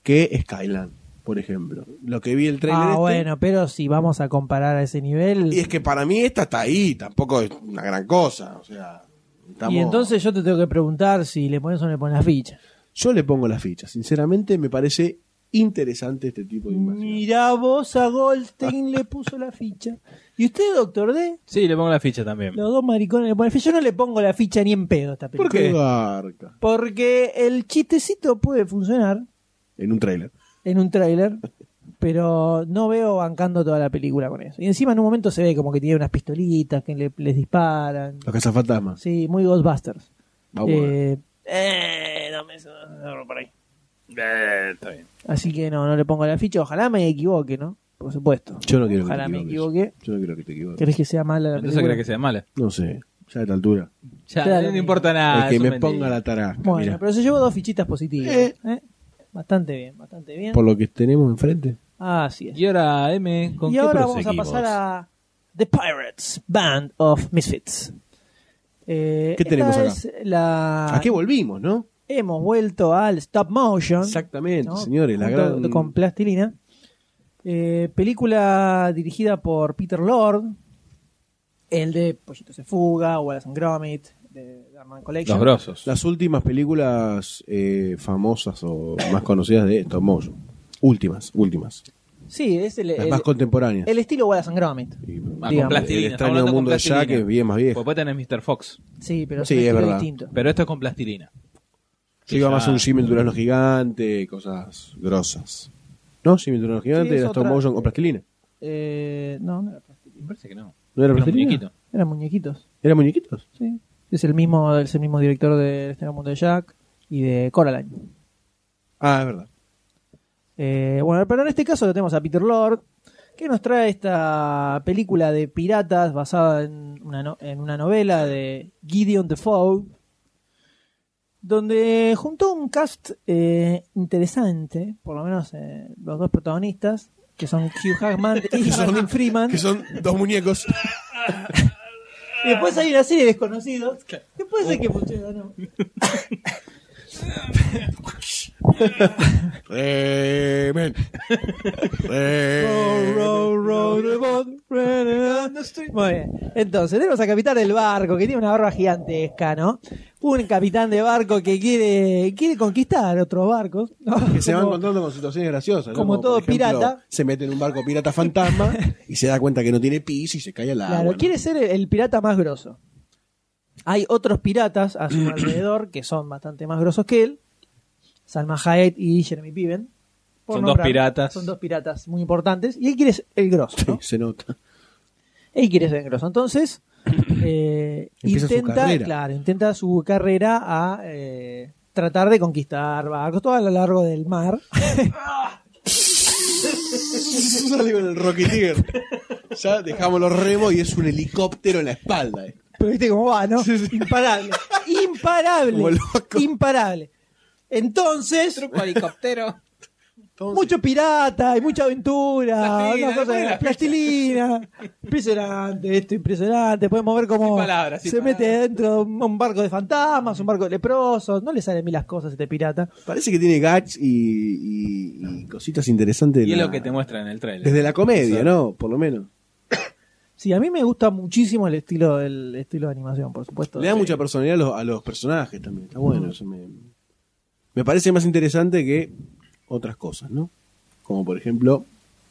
que Skyland, por ejemplo. Lo que vi el trailer.
ah,
este.
bueno, pero si vamos a comparar a ese nivel.
Y es que para mí esta está ahí, tampoco es una gran cosa. O sea, estamos-
Y entonces yo te tengo que preguntar si le pones o no le pones la ficha.
Yo le pongo la ficha. Sinceramente, me parece interesante este tipo de invasión.
Mirá vos, a Goldstein le puso la ficha. ¿Y usted, doctor D?
Sí, le pongo la ficha también.
Los dos maricones le ponen ficha. Yo no le pongo la ficha ni en pedo a esta película.
¿Por qué? Garca.
Porque el chistecito puede funcionar
En un trailer.
en un tráiler, pero no veo bancando toda la película con eso. Y encima en un momento se ve como que tiene unas pistolitas que le- les disparan.
Los cazafantasmas.
Sí, muy Ghostbusters.
Vamos a ver.
Eh, eh, no me no, por ahí.
Eh,
Así que no, no le pongo la ficha. Ojalá me equivoque, ¿no? Por supuesto.
Yo no quiero
Ojalá
que te
me
equivoques.
equivoque.
Yo no quiero que te equivoques.
¿Querés que sea mala la
Entonces
película?
crees que sea mala.
No sé, ya a esta altura.
Ya,
Claro.
no importa
Ah,
nada.
el que
eso
me
es mentira.
ponga la tarasca.
Bueno,
mirá.
pero se llevó dos fichitas positivas.
Eh.
¿eh? Bastante bien, bastante bien.
por lo que tenemos enfrente.
Ah, así es.
Y ahora, M, ¿con
Y
qué
ahora vamos a
proseguimos?
pasar a The Pirates, Band of Misfits. Eh,
¿Qué tenemos
esta
acá?
es la...
¿A qué volvimos, no?
Hemos vuelto al stop motion.
Exactamente,
¿no?
señores. La
Junto
gran...
Con plastilina. Eh, película dirigida por Peter Lord, el de Pollito se fuga, Wallace and Gromit, de Darman Collection.
Los grosos.
Las últimas películas eh, famosas o más conocidas de Stop Motion. Últimas, últimas.
Sí, es el,
Las
el-
más contemporáneas.
el estilo Wallace and Gromit.
Y-
Ah,
digamos,
con plastilina.
el
estamos
extraño
hablando con
mundo de Jack
plastilina.
es bien más viejo.
Porque vos tenés Mr. Fox,
Sí, pero
Sí,
un
es
estilo
verdad.
distinto.
pero esto es con plastilina.
Yo iba
ya-
más a un Jimmy el Durazno Gigante, cosas grosas. ¿No? Jimmy el Durazno Gigante
Sí, es
era Stop
otra-
Motion con plastilina.
Eh, no, no era plastilina.
Me parece que no.
¿No era
Era un
plastilina?
muñequito.
Eran muñequitos,
¿Era muñequitos?
sí. Es el mismo, es el mismo director de El extraño mundo de Jack y de Coraline.
Ah, es verdad.
Eh, bueno, pero en este caso lo tenemos a Peter Lord, que nos trae esta película de piratas basada en una, no- en una novela de Gideon Defoe, donde juntó un cast eh, interesante, por lo menos eh, los dos protagonistas, que son Hugh Jackman y Martin Freeman.
Que son dos muñecos.
Y después hay una serie de desconocidos. que puede ser que funcione, ¿no?
Remen.
Muy bien. Entonces, tenemos a capitán del barco, que tiene una barba gigantesca, ¿no? Un capitán de barco que quiere, quiere conquistar otros barcos. ¿no?
que se van
Como-
encontrando con situaciones graciosas. ¿no?
como todo
por ejemplo,
pirata.
Se mete en un barco pirata fantasma y se da cuenta que no tiene piso y se cae al agua.
Claro,
¿no?
quiere ser el, el pirata más grosso. Hay otros piratas a su alrededor que son bastante más grosos que él. Salma Hayek y Jeremy Piven. por
Son dos piratas.
Son dos piratas muy importantes. Y él quiere ser el grosso,
Sí,
¿no?
se nota.
Él quiere ser grosso. Entonces, eh,
Empieza su
intenta,
carrera.
claro, intenta su carrera a eh, tratar de conquistar barcos todo a lo largo del mar.
Sale con el Rocky Tiger. Ya dejamos los remos y es un helicóptero en la espalda. eh.
Pero viste cómo va, ¿no? Imparable.
Como
Imparable.
loco.
Imparable. Entonces. Mucho pirata y mucha aventura.
Plastilina,
una cosa
después de la
plastilina. Impresionante, esto impresionante. Podemos ver cómo
Sin palabras, sin
se mete dentro de un un barco de fantasmas, un barco de leprosos. No le salen mil las cosas a este pirata.
Parece que tiene gags y, y- y cositas interesantes. de
Y es
la-
lo que te muestra en el trailer.
Desde la comedia, ¿no? Por lo menos.
Sí, a mí me gusta muchísimo el estilo, el estilo de animación, por supuesto.
Le da
Sí.
mucha personalidad a los, a los personajes también. Está bueno. eso me, me parece más interesante que otras cosas, ¿no? Como por ejemplo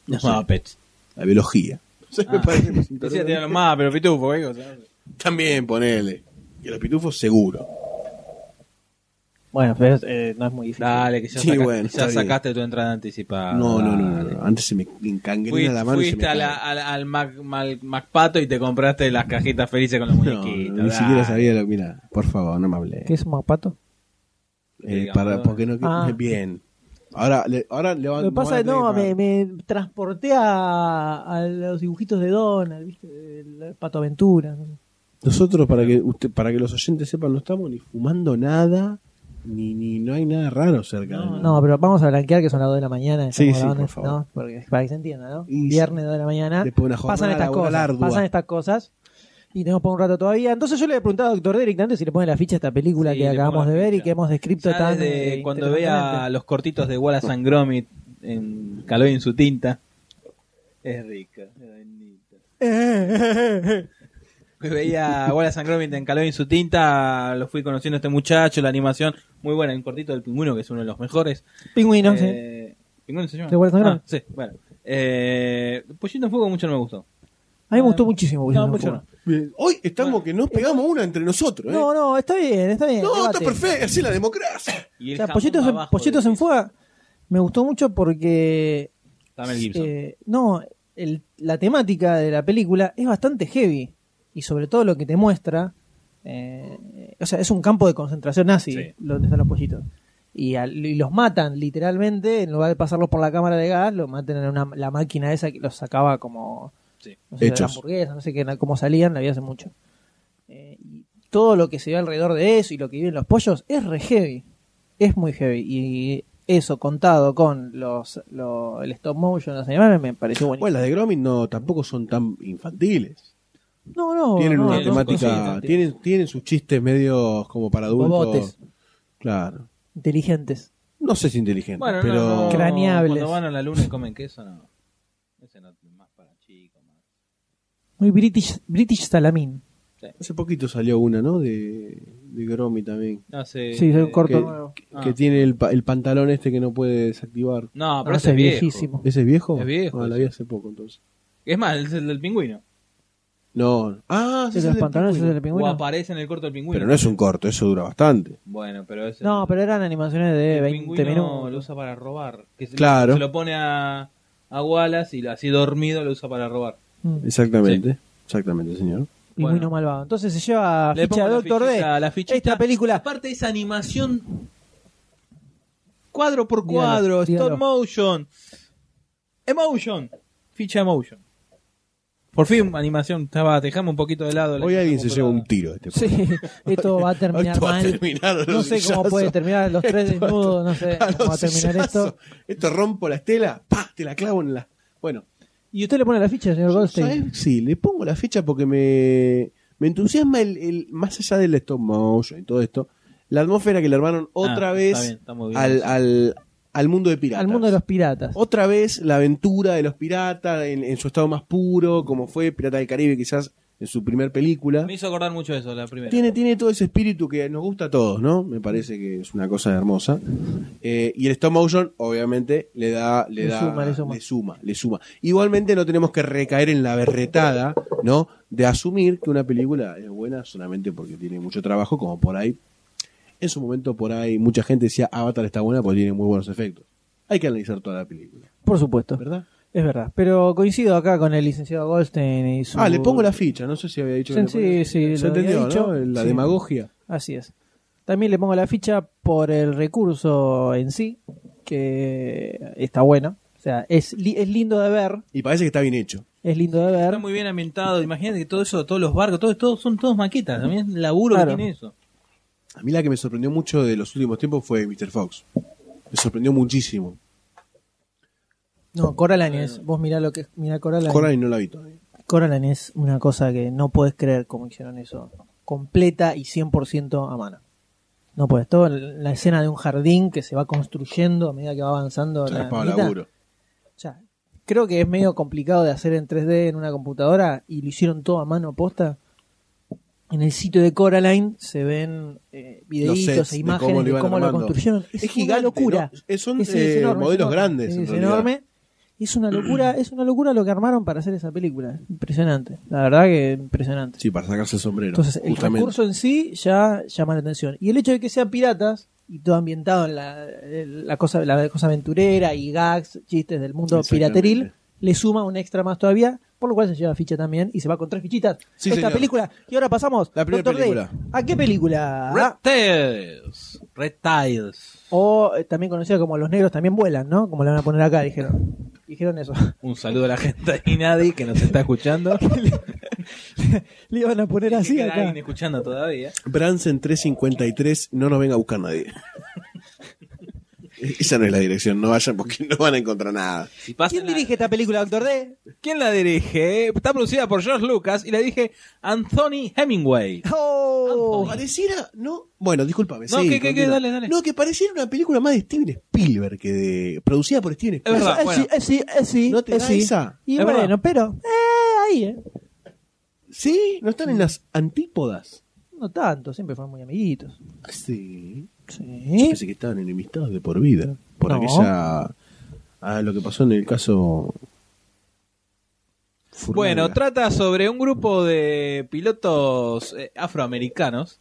Los Muppets.
la biología. Eso me
Ah.
parece más
Decía que
interesante.
tenía los Muppets, pero pitufo, ¿eh? O sea,
También ponele. Y a los pitufos seguro.
Bueno, pero eh, no es muy difícil.
Dale, que ya,
Sí,
sacaste,
bueno,
ya
está bien.
sacaste tu entrada
Ah,
anticipada.
No, no, no,
Dale.
no. Antes se me encangrena
Fuiste,
la mano y se
fuiste
me
a la-
cae.
al, al Mac, mal- Macpato y te compraste las cajitas felices con los
No,
muñequitos.
ni siquiera
dale.
sabía lo mira, por favor, no me hablé.
¿Qué es un mapato?
Eh,
Digamos,
para,
¿no?
porque no
Ah.
bien. Ahora le, ahora le va-
Lo que
no
pasa
van a
es
tener
no,
que
me,
pagar.
me transporté a, a los dibujitos de Donald, ¿viste? El Pato Aventura. no sé.
Nosotros para que usted, para que los oyentes sepan, no estamos ni fumando nada, ni ni no hay nada raro cerca. de
No,
nosotros.
pero vamos a blanquear que son las 2 de la mañana. estamos
Sí, sí,
grabando,
por favor.
¿no? Porque, para que se entienda, ¿no?
Y sí.
Viernes 2 de la mañana.
Después de una jornada
pasan estas
laboral
cosas.
ardua.
Pasan estas cosas. Y tenemos por un rato todavía. Entonces yo le he preguntado a Doctor Derek antes si le pone la ficha a esta película
Sí,
que
le
acabamos
pongo
de
la
ver y
ficha.
que hemos descrito
Ya
tan.
desde
eh,
cuando vea
interesantemente.
los cortitos de Wallace and Gromit en Caloy en su tinta. Es rica, es bonita. Pues veía a Wallace and Gromit en Caloy en su tinta, lo fui conociendo a este muchacho, la animación muy buena, un cortito del pingüino que es uno de los mejores.
Pingüinos, sí.
Eh, ¿Pingüino se llama?
¿De Wallace and Gromit?
Ah, sí, bueno. Eh, Pollito en Fuego mucho no me gustó.
A mí me gustó muchísimo. Wilson
No,
Ford.
mucho no.
Bien. Hoy estamos que nos pegamos una entre nosotros, ¿eh?
No, no, está bien, está bien.
No, está
debate.
perfecto, así es la democracia.
Y
O
el
sea,
jamón
Pollitos, en,
abajo
Pollitos
del
en
piso.
Fuga me gustó mucho porque.
Está Mel Gibson.
eh, no, el- la temática de la película es bastante heavy. Y sobre todo lo que te muestra. eh, o sea, es un campo de concentración nazi
Sí.
donde están los pollitos. Y, al- y los matan, literalmente. En lugar de pasarlos por la cámara de gas, los matan en una- la máquina esa que los sacaba como.
Sí.
No sé,
Hechos.
de hamburguesas, no sé qué, cómo salían, la vi hace mucho. Eh, y todo lo que se ve alrededor de eso y lo que viven los pollos es re heavy. Es muy heavy. Y eso contado con los, lo- el stop motion, los animales, me pareció buenísimo.
Bueno, las de Gromit no tampoco son tan infantiles.
no, no,
tienen
no,
una
no,
temática,
cosas
tienen tienen sus chistes medios como para adultos.
Bobotes.
Claro.
inteligentes.
No sé si inteligentes,
Bueno, no,
pero
no, no,
Craneables.
Cuando van a la luna y comen queso, no. Ese no, más para chicos. Más.
Muy British, British Salamin.
hace poquito salió una, ¿no? De de Gromit también.
No sé.
Sí, es un
eh,
corto
que-
nuevo.
Ah.
Que tiene el, pa- el pantalón este que no puede desactivar.
No, pero
No,
ese
ese
es viejo.
viejísimo.
¿Ese es viejo?
Es viejo,
Ah, la
sí.
vi hace poco entonces.
Es más, es el del pingüino.
No. Ah, ese
¿Es
es
los
del
pantalones ese
pingüino.
es el
O
pingüino?
aparece en el corto del pingüino.
Pero no es un corto, eso dura bastante.
Bueno, pero es. el-
No, pero eran animaciones de
el
20
pingüino
minutos.
lo usa para robar. Que se-
Claro.
Se lo pone a, a Wallace y así dormido lo usa para robar.
Mm,
Exactamente. Exactamente, señor.
Pingüino
Bueno.
malvado. Entonces se lleva ficha de
pongo la
Doctor D.
fichita- la fichita.
Esta película
Aparte de esa animación cuadro por
Dígalo,
cuadro,
dígalo.
stop motion, emotion, ficha emotion. Por fin animación, estaba dejamos un poquito de lado. la
Hoy alguien se
computadora.
lleva un tiro. Este
Sí, esto va a terminar
Esto va a
mal.
terminar a los
no sé cómo
sillazos.
puede terminar los tres desnudos, no sé
A los
cómo va a terminar
sillazos.
esto.
Esto rompo la estela, pa, te la clavo en la. Bueno,
Y usted le pone la ficha, señor Goldstein.
¿sabes? Sí, le pongo la fecha porque me, me entusiasma el, el- más allá del stop motion y todo esto, la atmósfera que le armaron otra
Ah, está
vez
bien, está muy bien
al,
eso.
al, al mundo de piratas.
Al mundo de los piratas.
Otra vez la aventura de los piratas en, en su estado más puro, como fue Pirata del Caribe quizás en su primer película.
Me hizo acordar mucho eso la primera.
Tiene, tiene todo ese espíritu que nos gusta a todos, ¿no? Me parece que es una cosa hermosa. Eh, y el stop motion, obviamente, le da, le,
Le
da,
suma, le suma.
le suma, le suma. Igualmente no tenemos que recaer en la berretada, ¿no? De asumir que una película es buena solamente porque tiene mucho trabajo, como por ahí. En su momento, por ahí, mucha gente decía Avatar está buena porque tiene muy buenos efectos. Hay que analizar toda la película,
Por supuesto,
¿verdad?
es verdad. Pero coincido acá con el licenciado Goldstein y su...
Ah, le pongo la ficha, no sé si había dicho que
Sí,
le ponía-
sí, sí,
se
lo
entendió,
había dicho.
¿no? La
Sí.
demagogia.
Así es. También le pongo la ficha por el recurso en sí, que está bueno. O sea, es, li- es lindo de ver,
Y parece que está bien hecho.
es lindo de ver.
Está muy bien ambientado, imagínate que todo eso, todos los barcos, todos, todos son todos maquetas, también el laburo
Claro.
que tiene eso.
A mí la que me sorprendió mucho de los últimos tiempos fue Mr. Fox. Me sorprendió muchísimo.
No, Coraline es, vos mirá lo que es, mirá Coraline.
Coraline no la vi todavía.
Coraline es una cosa que no puedes creer cómo hicieron eso. Completa y 100% a mano. No puedes. Todo el- la escena de un jardín que se va construyendo a medida que va avanzando. la
Zarpado
mitad.
laburo.
O sea, creo que es medio complicado de hacer en 3D en una computadora y lo hicieron todo a mano posta. En el sitio de Coraline se ven eh,
sets
videitos
de
e
cómo
imágenes
lo
de
iban
cómo lo
armando.
construyeron.
Es
Es,
gigante,
una locura.
¿no? Es- son, eh, modelos grandes, en
Es
realidad.
enorme. Es una locura, es una locura lo que armaron para hacer esa película. Impresionante. La verdad que impresionante.
Sí, para sacarse el sombrero.
Entonces, el
justamente.
recurso en sí ya llama la atención. Y el hecho de que sean piratas y todo ambientado en la, en la cosa la cosa aventurera y gags, chistes del mundo
Exactamente.
pirateril, le suma un extra más todavía, por lo cual se lleva ficha también y se va con tres fichitas.
Sí,
Esta
señor.
película. Y ahora pasamos,
La primera
Dr. Day,
película.
¿a qué película?
Red Tails. Red Tails.
O eh, también conocida como Los Negros también vuelan, ¿no? Como la van a poner acá, dijeron. Dijeron eso.
Un saludo a la gente de Inadi que nos está escuchando.
Le iban a poner
Que
así
queda
acá.
alguien escuchando todavía.
Branson 353, no nos venga a buscar nadie. Esa no es la dirección, no vayan porque no van a encontrar nada.
Si pasan
¿Quién
la-
dirige esta película, Doctor D?
¿Quién la dirige? Está producida por George Lucas y la dirige Anthony Hemingway.
¡Oh!
Pareciera, no. Bueno, discúlpame.
No,
sí,
que- que- que-
continúa.
dale, dale.
No, que pareciera una película más de Steven Spielberg que de. producida por Steven
Es
Spielberg.
verdad,
Eh,
bueno.
sí, eh, sí, eh, sí,
¿No te
eh,
da
sí.
esa?
Y
Es
bueno,
verdad.
pero eh, ahí, eh.
Sí, no están en las antípodas.
No tanto, siempre fueron muy amiguitos.
Sí.
Sí.
Pensé que estaban enemistados de por vida. Por
No.
aquella. Ah, lo que pasó en el caso.
Bueno,
Furnaga.
trata sobre un grupo de pilotos eh, afroamericanos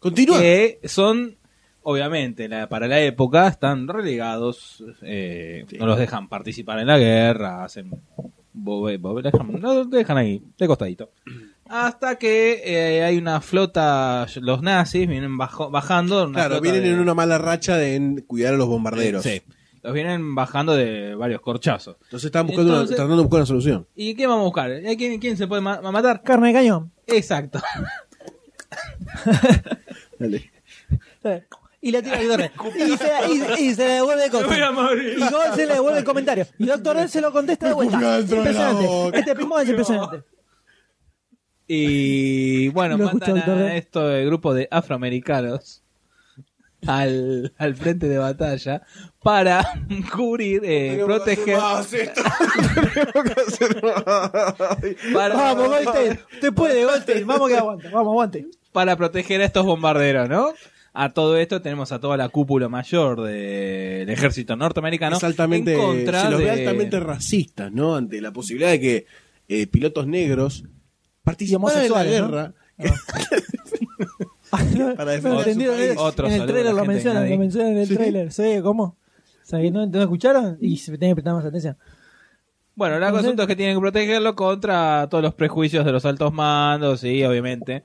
Continúa.
que son, obviamente, la- para la época están relegados, eh,
Sí.
no los dejan participar en la guerra, hacen bobe- bobelejam- no los dejan ahí, de costadito. Hasta que eh, hay una flota, los nazis vienen bajo- bajando. una
Claro,
flota
vienen
de-
en una mala racha de en cuidar a los bombarderos.
Sí, los vienen bajando de varios corchazos.
Entonces estaban buscando una-
Entonces-
tratando de buscar una solución.
¿Y qué vamos a buscar? ¿Eh? ¿Quién, quién se puede ma- matar?
Carne de cañón.
Exacto.
Dale.
Y la tira al Doctor D. Y se, y- y se le devuelve el costo.
morir.
Y Gold se le devuelve el comentario. Y Doctor D se lo contesta de
escupió
vuelta.
dentro de la
Impresionante.
boca.
Este primo es impresionante.
Y bueno,
Lo escucho,
mandan
doctor
a
D.
esto de grupo de afroamericanos al, al frente de batalla para cubrir, eh, proteger. para,
Vamos, Goldstein. Usted puede, Goldstein. Vamos que aguante. Vamos, aguante.
para proteger a estos bombarderos, ¿no? A todo esto tenemos a toda la cúpula mayor del ejército norteamericano.
Es altamente,
en contra
se los ve
de-
altamente racistas, ¿no? Ante la posibilidad de que eh, pilotos negros participaran en la
homosexuales, ¿no?
guerra.
Ah, no,
Para defender
no
su
entendieron.
país.
En el-
Otro
en el
saludo a
trailer
la
lo
gente de
mencionan,
Nadie.
lo mencionan en el
Sí.
trailer. Sí, ¿cómo? O sea, que no, no escucharon y se tienen que prestar más atención.
Bueno, el asunto es que tienen que protegerlo contra todos los prejuicios de los altos mandos y, obviamente,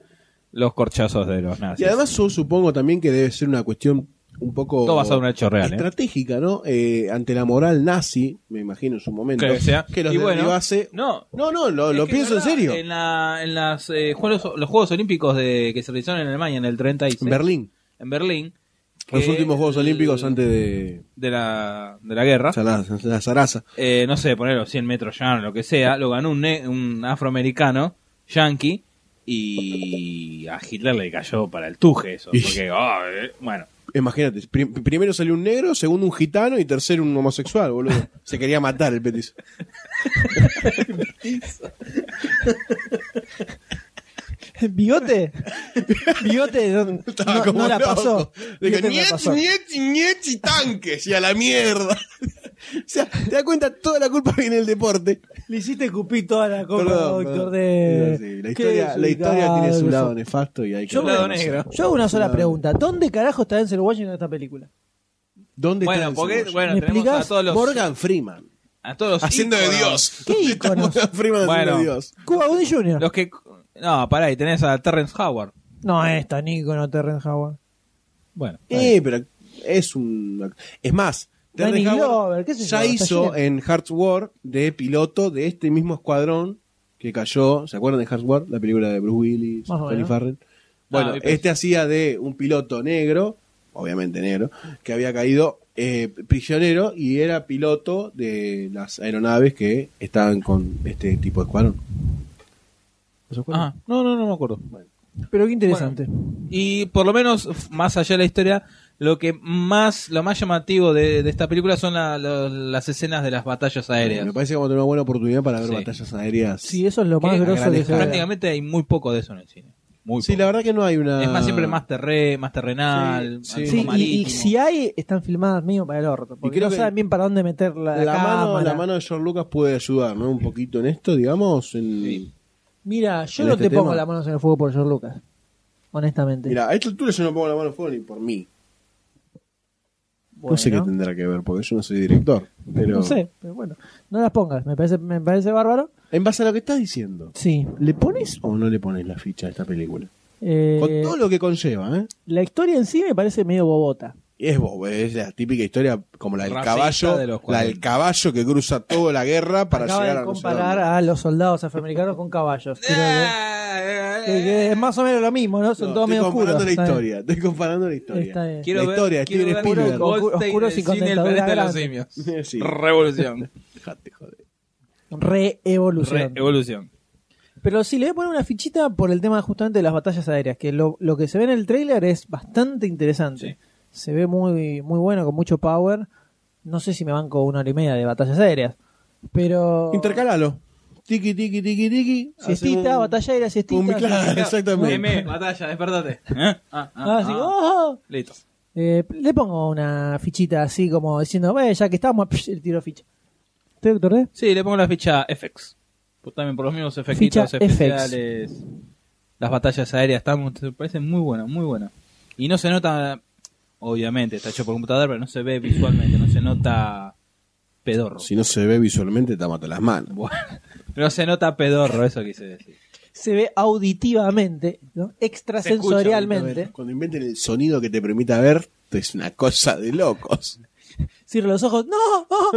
los corchazos de los
Y
nazis.
además yo supongo también que debe ser una cuestión un poco
Todo basado en un hecho real, ¿eh?
estratégica, ¿no? Eh, ante la moral nazi, me imagino en su momento,
Que sea.
los
Y bueno,
derribase-
no.
no, no, lo,
Es
lo
que
pienso en
verdad,
serio.
En, la- en las, eh, juegos, los Juegos Olímpicos de, que se realizaron en Alemania en el 36,
En Berlín,
en Berlín,
los
que
últimos Juegos
el- ¿Ah?
Olímpicos antes de
de la, de la guerra,
la, la zaraza.
eh, no sé, poner los 100 metros llanos, lo que sea, lo ganó un, ne- un afroamericano, yankee, y a Hitler le cayó para el tuje eso.
Y-
Porque, ah, eh, bueno.
Imagínate, prim- primero salió un negro, segundo un gitano y tercero un homosexual, boludo. Se quería matar el petiso.
¿Bigote? Bigote no, no- no la pasó.
Dijo,
Bigote no la pasó.
y tanques y a la mierda. o sea, te das cuenta, toda la culpa viene del deporte.
Le hiciste escupir toda la copa,
Perdón,
doctor
perdón.
D.
Pero sí, la,
Qué
historia, la historia tiene su
desubicado
lado
que
nefasto y hay que...
Yo me- Lado
reconocerlo.
negro.
Yo hago una sola
Claro.
pregunta. ¿Dónde carajo está Denzel Washington en esta película?
¿Dónde está
Bueno,
el
porque,
cebolla?
bueno,
¿Me
tenemos
explicás?
a todos los...
Morgan Freeman.
a todos los
Haciendo de
íconos.
Dios.
¿Qué
¿Dónde está
íconos?
Morgan Freeman haciendo de
Bueno.
Dios.
Cuba Gooding Jr.
Los que... No, pará, ahí tenés a Terrence Howard.
No es tan ícono Terrence Howard.
Bueno.
Eh, pero es un. Es más,
Danny
Terrence Howard
Glover, qué sé yo,
ya
está
hizo
lleno.
en Hearts War de piloto de este mismo escuadrón que cayó. ¿Se acuerdan de Hearts War? La película de Bruce Willis,
Más o
Tony
menos.
Farrell. Bueno,
Ah, vi, pues.
este hacía de un piloto negro, obviamente negro, que había caído eh, prisionero y era piloto de las aeronaves que estaban con este tipo de escuadrón. ¿No se acuerdan?
Ah, no, no, no me acuerdo.
Pero qué interesante.
Y por lo menos, f- más allá de la historia, lo que más, lo más llamativo de, de esta película son la- lo- las escenas de las batallas aéreas.
Me parece que vamos a tener una buena oportunidad para ver
Sí.
batallas aéreas.
Sí, eso es lo más
Que
grosso que se ve.
prácticamente hay muy poco de eso en el cine. Muy
Sí,
poco.
la verdad que no hay una.
Es más siempre más terre, más terrenal,
Sí, sí.
algo
Sí, y- y,
marítimo.
si hay, están filmadas medio para el orto. Porque
creo
no
que
saben bien para dónde meter la,
la,
la
mano,
cámara.
la mano de George Lucas puede ayudar, ¿no? Un poquito en esto, digamos. En...
Sí.
Mira, yo
en
no
este
te pongo
tema.
las manos en el fuego por George Lucas. honestamente.
Mira, a esta altura yo no pongo la mano al fuego ni por mí.
Bueno,
No sé qué tendrá que ver, porque yo no soy director. Pero...
no sé, pero bueno, no las pongas, me parece, me parece bárbaro.
En base a lo que estás diciendo,
Sí.
¿le pones o no le pones la ficha a esta película?
eh,
Con todo lo que conlleva, ¿eh?
La historia en sí me parece medio bobota.
Y es bo- es la típica historia como la del
Racista
caballo,
de los
la
40.
del caballo que cruza toda la guerra para
Acaba
llegar
de
a no sé
comparar
dónde.
a los soldados afroamericanos con caballos.
Eh,
Eh. Quiero ver. Que- que es más o menos lo mismo, ¿no? Son
No,
todos
estoy
medio oscuros.
comparando la
está bien.
historia, estoy comparando la
Está
historia.
bien.
eh, Quiero
La
ver,
historia de
quiero
Steven
ver
Spielberg.
Goldstein
Oscuros
del
y con
cine, el
dentadura
planeta de los
grande.
simios.
Sí.
Revolución.
Dejate, joder.
Reevolución.
Revolución.
Pero sí, le voy a poner una fichita por el tema justamente de las batallas aéreas, que lo, lo que se ve en el tráiler es bastante interesante. Se ve muy, muy bueno, con mucho power. No sé si me banco una hora y media de batallas aéreas, pero...
Intercalalo. Tiki, tiki, tiki, tiki.
Siestita,
Hacemos-
batalla aérea, siestita.
un- Ah, Claro, exactamente.
M, batalla, despertate. ¿Eh? Ah, ah,
Ah, sí,
ah.
¡oh!
Listo.
Eh, le pongo una fichita así como diciendo, "Bueno, ya que estamos, psh, el tiro ficha. ¿Usted, doctor D?
Sí, le pongo la ficha FX. Pues también por los mismos efectitos
Ficha
especiales. Las batallas aéreas están, te parecen muy buenas, muy buenas. Y no se nota, obviamente, está hecho por computadora, pero no se ve visualmente, no se nota pedorro.
Si no se ve visualmente, te mata las manos.
Bueno, no se nota pedorro, eso quise decir.
Se ve auditivamente, ¿no? extrasensorialmente.
Cuando inventen el sonido que te permita ver, es una cosa de locos.
Cierro los ojos. ¡No! ¡Oh!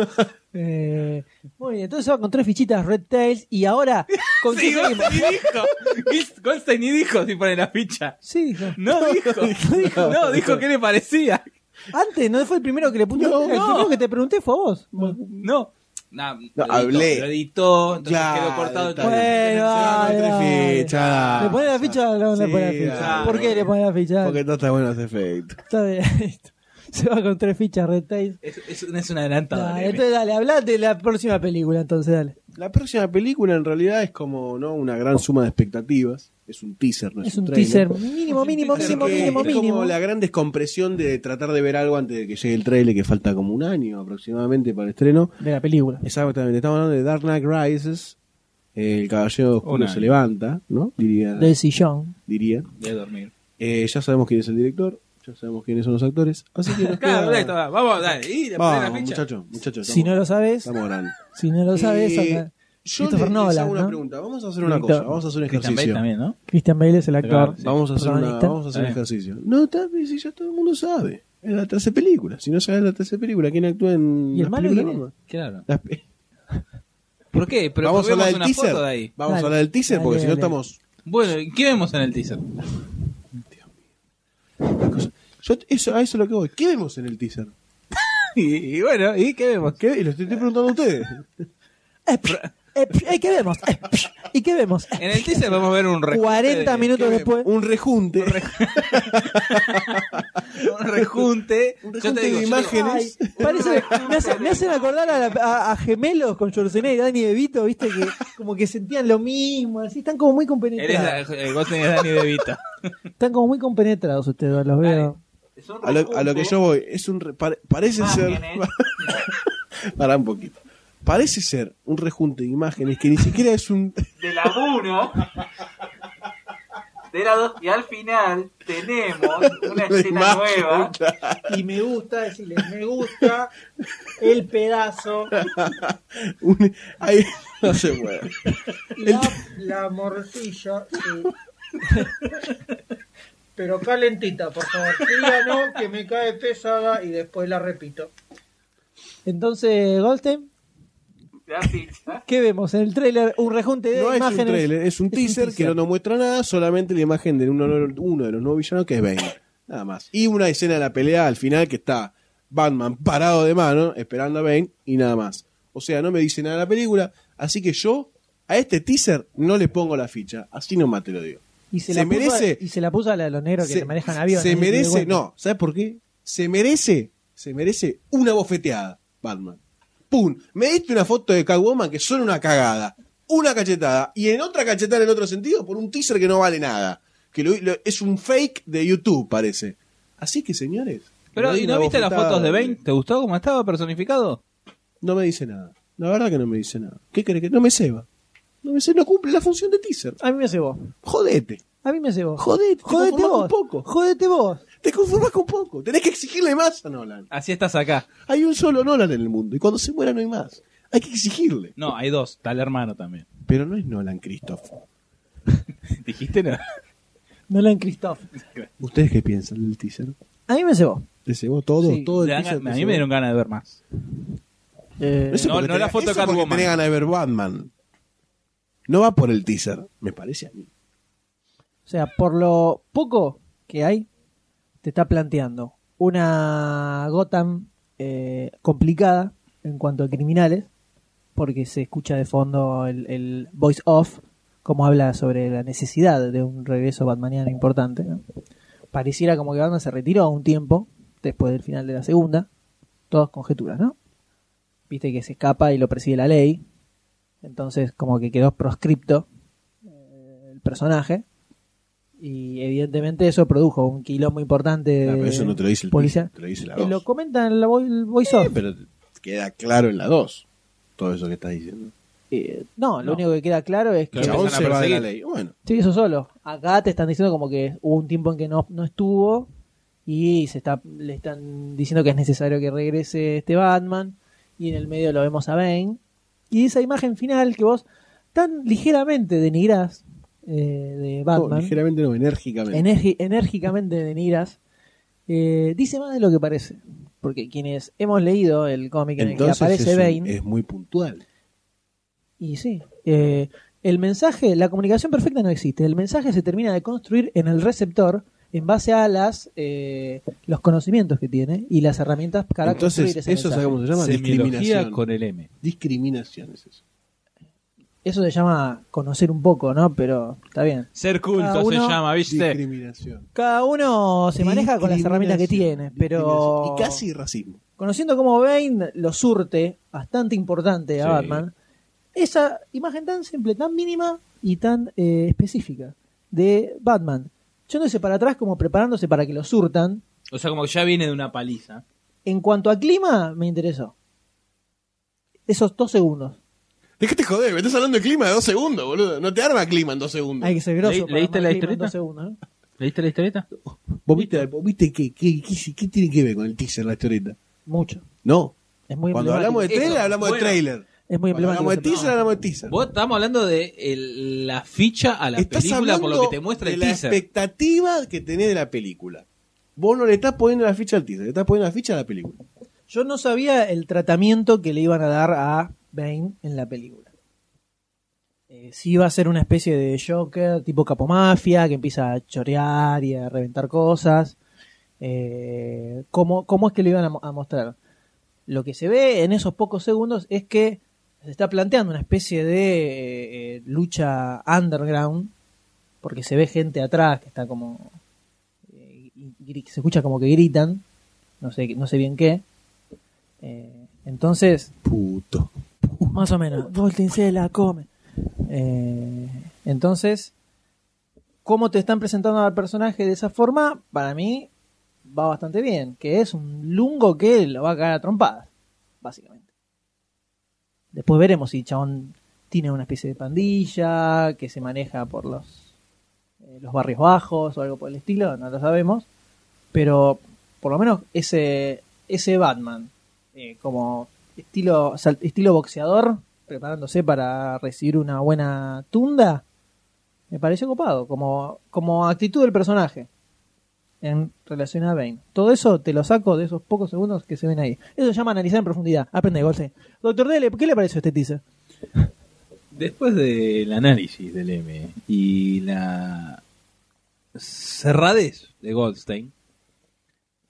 Eh, muy bien, entonces va con tres fichitas Red Tails y ahora con qué seguimos?
dijo, Goldstein ni dijo si pone la ficha.
Sí, dijo.
No dijo, no dijo qué le parecía.
Antes no fue el primero que le puse.
No, Ah,
el primero que te pregunté fue a vos.
No. Nah, lo editó,
hablé.
Lo editó, entonces
Claro,
quedó cortado.
está
entonces-
bien. Bueno, dale,
Se van con tres
dale.
fichas.
¿Le pones la ficha o no le
Sí,
pones la ficha?
dale.
¿Por qué le pones la ficha?
Porque no está bueno ese efecto.
Está bien. Se va con tres fichas Red Tails.
Es, es, un- es un adelantado.
Dale,
Leme.
entonces dale, hablá de la próxima película, entonces dale.
La próxima película en realidad es como ¿no? una gran suma de expectativas. Es un teaser, no es,
Es un teaser
trailer.
mínimo, mínimo,
Así
mínimo,
que
mínimo,
es como
mínimo.
la gran descompresión de tratar de ver algo antes de que llegue el trailer, que falta como un año aproximadamente para el estreno.
De la película.
Exactamente, estamos hablando de Dark Knight Rises. El caballero
Un
oscuro
año.
se levanta, ¿no? Diría.
Del sillón.
diría.
De dormir.
Eh, ya sabemos quién es el director, ya sabemos quiénes son los actores. Así que nos
Claro,
queda-
listo, va, vamos, dale. Y le pones la
Vamos,
ficha.
muchachos, muchachos.
Si no lo sabes,
Estamos grandes.
si no lo sabes,
Eh,
anda.
yo les,
Christopher
les
Nolan,
hago una
¿no?
pregunta. Vamos a hacer una
Director.
cosa, vamos a hacer un
Christian Bale
ejercicio.
también, ¿no?
Christian Bale es el actor.
Vamos a hacer, una,
Protagonista. Eh.
vamos a hacer un
Está bien.
ejercicio. No, está bien, si ya todo el mundo sabe. Es la tercera película. Si no sabes la tercera película, ¿quién actúa en
¿Y el
las
malo
películas
quién es?
nuevas?
Claro.
Las pe-
¿Por qué? Pero
Vamos a
vemos
hablar del
una
teaser.
foto de ahí.
Vamos
Dale.
a hablar del teaser porque
Dale,
si no
dale.
estamos.
Bueno, ¿y ¿qué vemos en el teaser?
Yo eso, a eso es lo que voy. ¿Qué vemos en el teaser?
Y, y bueno, ¿y qué vemos?
¿Qué, y lo estoy, estoy preguntando a ustedes.
Eh, psh, eh, psh, eh, ¿Qué vemos? Eh, psh, ¿Y qué vemos? Eh,
En el teaser vamos a ver un rejunte.
40
de-
minutos después.
Un rejunte.
Un rejunte.
Un
Yo
rejunte de
te digo, yo te digo,
Ay,
imágenes.
parece, me, hace- me hacen acordar a, la- a- a gemelos con Schwarzenegger y Danny DeVito, viste que como que sentían lo mismo, así están como muy
él es la,
compenetrados.
el Goldstein es Danny DeVito.
Están como muy compenetrados ustedes, dos, los veo.
A lo, a lo que yo voy, es un re- pare-
Ah,
parece ser. Pará un poquito. Parece ser un rejunte de imágenes que ni siquiera es un.
De la 1. De la 2. Y al final tenemos una
una imagen, claro.
Y me gusta decirles, me gusta el pedazo,
Un- ahí- no se puede.
la, la morcilla. Pero calentita, por favor. no, que me cae pesada y después la repito. Entonces, Goldstein, ¿qué vemos? En el trailer, un rejunte de
No es un
imágenes.
trailer, Eh, es un teaser que no nos muestra nada, solamente la imagen de uno, uno de los nuevos villanos que es Bane. Nada más. Y una escena de la pelea al final que está Batman parado de mano, esperando a Bane y nada más. O sea, no me dice nada la película, así que yo a este teaser no le pongo la ficha. Así nomás te lo digo.
Y se,
Se
la merece.
merece-
Puso, y se la puso a la de los negros que te manejan aviones.
se
¿eh? Te
merece,
digo,
no, ¿sabes por qué? Se merece, se merece una bofeteada, Batman. ¡Pum! Me diste una foto de Catwoman que son una cagada. Una cachetada. Y en otra cachetada en el otro sentido por un teaser que no vale nada. Que lo- lo- es un fake de YouTube, parece. Así que, señores.
Pero,
le doy
¿y no
una
viste las
bofetada.
fotos de Bane? ¿Te gustó cómo estaba personificado?
No me dice nada. La verdad que no me dice nada. ¿Qué crees que no me ceba? No me ceba, no cumple la función de teaser.
A mí me cebó.
Jodete.
A mí me hace vos.
Jodete, te
Jodete
conformás
vos.
con poco.
Jodete vos.
Te conformas con poco. Tenés que exigirle más a Nolan.
Así estás acá.
Hay un solo Nolan en el mundo y cuando se muera no hay más. Hay que exigirle.
No, hay dos. Tal hermano también.
Pero no es Nolan Christoph.
¿Dijiste no?
Nolan Christoph.
¿Ustedes qué piensan del teaser?
A mí me hace vos.
¿Le cebó todo?
Sí,
todo el
Le dan
teaser
gan-
te
a mí
cebó.
me dieron ganas de ver más.
Eh,
Eso
No,
porque
no
tenés-
la foto
eso porque
Catwoman.
tenés ganas de ver Batman. No va por el teaser, me parece a mí.
O sea, por lo poco que hay, te está planteando una Gotham eh, complicada en cuanto a criminales, porque se escucha de fondo el, el voice off, como habla sobre la necesidad de un regreso batmaniano importante. ¿no? Pareciera como que Batman se retiró un tiempo después del final de la segunda. Todas conjeturas, ¿no? Viste que se escapa y lo persigue la ley. Entonces, como que quedó proscripto eh, el personaje. Y evidentemente eso produjo un quilombo importante.
Ah, pero eso no te lo dice el
policial.
teaser, te lo dice la
Eh, Lo
dos.
comenta en la vo- el voice off.
Sí, pero queda claro en la 2 todo eso que estás diciendo.
Eh, no, lo
No.
único que queda claro es que
Claro. empiezan a
se va de la
perseguir.
ley. Bueno,
sí, eso solo. Acá te están diciendo como que hubo un tiempo en que no, no estuvo y se está le están diciendo que es necesario que regrese este Batman y en el medio lo vemos a Bane y esa imagen final que vos tan ligeramente denigrás eh, de
no,
Batman,
ligeramente no, enérgicamente.
energi- enérgicamente denigrás, eh, dice más de lo que parece. Porque quienes hemos leído el cómic en el que
Entonces
aparece
es, un-
Bane...
es muy puntual.
Y sí, eh, el mensaje, la comunicación perfecta no existe. El mensaje se termina de construir en el receptor en base a las eh, los conocimientos que tiene y las herramientas para
Entonces,
construir ese
eso
mensaje.
¿sabes cómo se llama?
Semiología
Discriminación.
con el M.
Discriminación es eso.
Eso se llama conocer un poco, ¿no? Pero está bien.
Ser culto
Cada uno-
se llama, ¿viste?
Discriminación.
Cada uno se maneja con las herramientas que tiene,
Discriminación,
pero
discriminación. Y casi racismo.
conociendo cómo Bane lo surte, bastante importante a
Sí.
Batman, esa imagen tan simple, tan mínima y tan eh, específica de Batman, yéndose para atrás como preparándose para que lo surtan,
O sea, como que ya viene de una paliza.
en cuanto a clima, me interesó. Esos dos segundos.
Déjate joder, me estás hablando de clima de dos segundos, boludo. No te arma clima en dos segundos.
Hay que ser grosso.
¿Leí-
para
leíste
armar clima
la
en
historieta?
dos segundos, ¿eh? ¿no?
¿Leíste la historieta?
¿Vos viste, vos viste qué, qué, qué- qué tiene que ver con el teaser la historieta?
Mucho.
No.
Es muy
Cuando
emblemático.
hablamos de trailer, hablamos
Bueno.
de trailer.
Es muy
Cuando
emblemático.
hablamos de
ese
teaser,
tema.
hablamos de teaser.
Vos estamos hablando de el- la ficha a la película por lo que te muestra
de
el
la
teaser.
expectativa que tenés de la película. Vos no le estás poniendo la ficha al teaser, le estás poniendo la ficha a la película.
Yo no sabía el tratamiento que le iban a dar a Bane en la película. Eh, si iba a ser una especie de Joker tipo capomafia que empieza a chorear y a reventar cosas. Eh, ¿cómo, cómo es que lo iban a, mo- a mostrar? Lo que se ve en esos pocos segundos es que se está planteando una especie de eh, lucha underground, porque se ve gente atrás que está como... eh, y- y- se escucha como que gritan no sé, no sé bien qué. Eh, entonces,
Puto.
más o menos, voltense la come. Eh, entonces, cómo te están presentando al personaje de esa forma, para mí va bastante bien, que es un lungo que lo va a cagar a trompadas, básicamente. Después veremos si Chabón tiene una especie de pandilla que se maneja por los, eh, los barrios bajos o algo por el estilo, no lo sabemos. Pero por lo menos ese, ese Batman, eh, como estilo, sal- estilo boxeador, preparándose para recibir una buena tunda, me pareció copado, como, como actitud del personaje en relación a Bane. Todo eso te lo saco de esos pocos segundos que se ven ahí. Eso se llama analizar en profundidad. Aprende, Golse. Doctor Dele, ¿qué le pareció este teaser?
Después del análisis del M y la cerradez de Goldstein,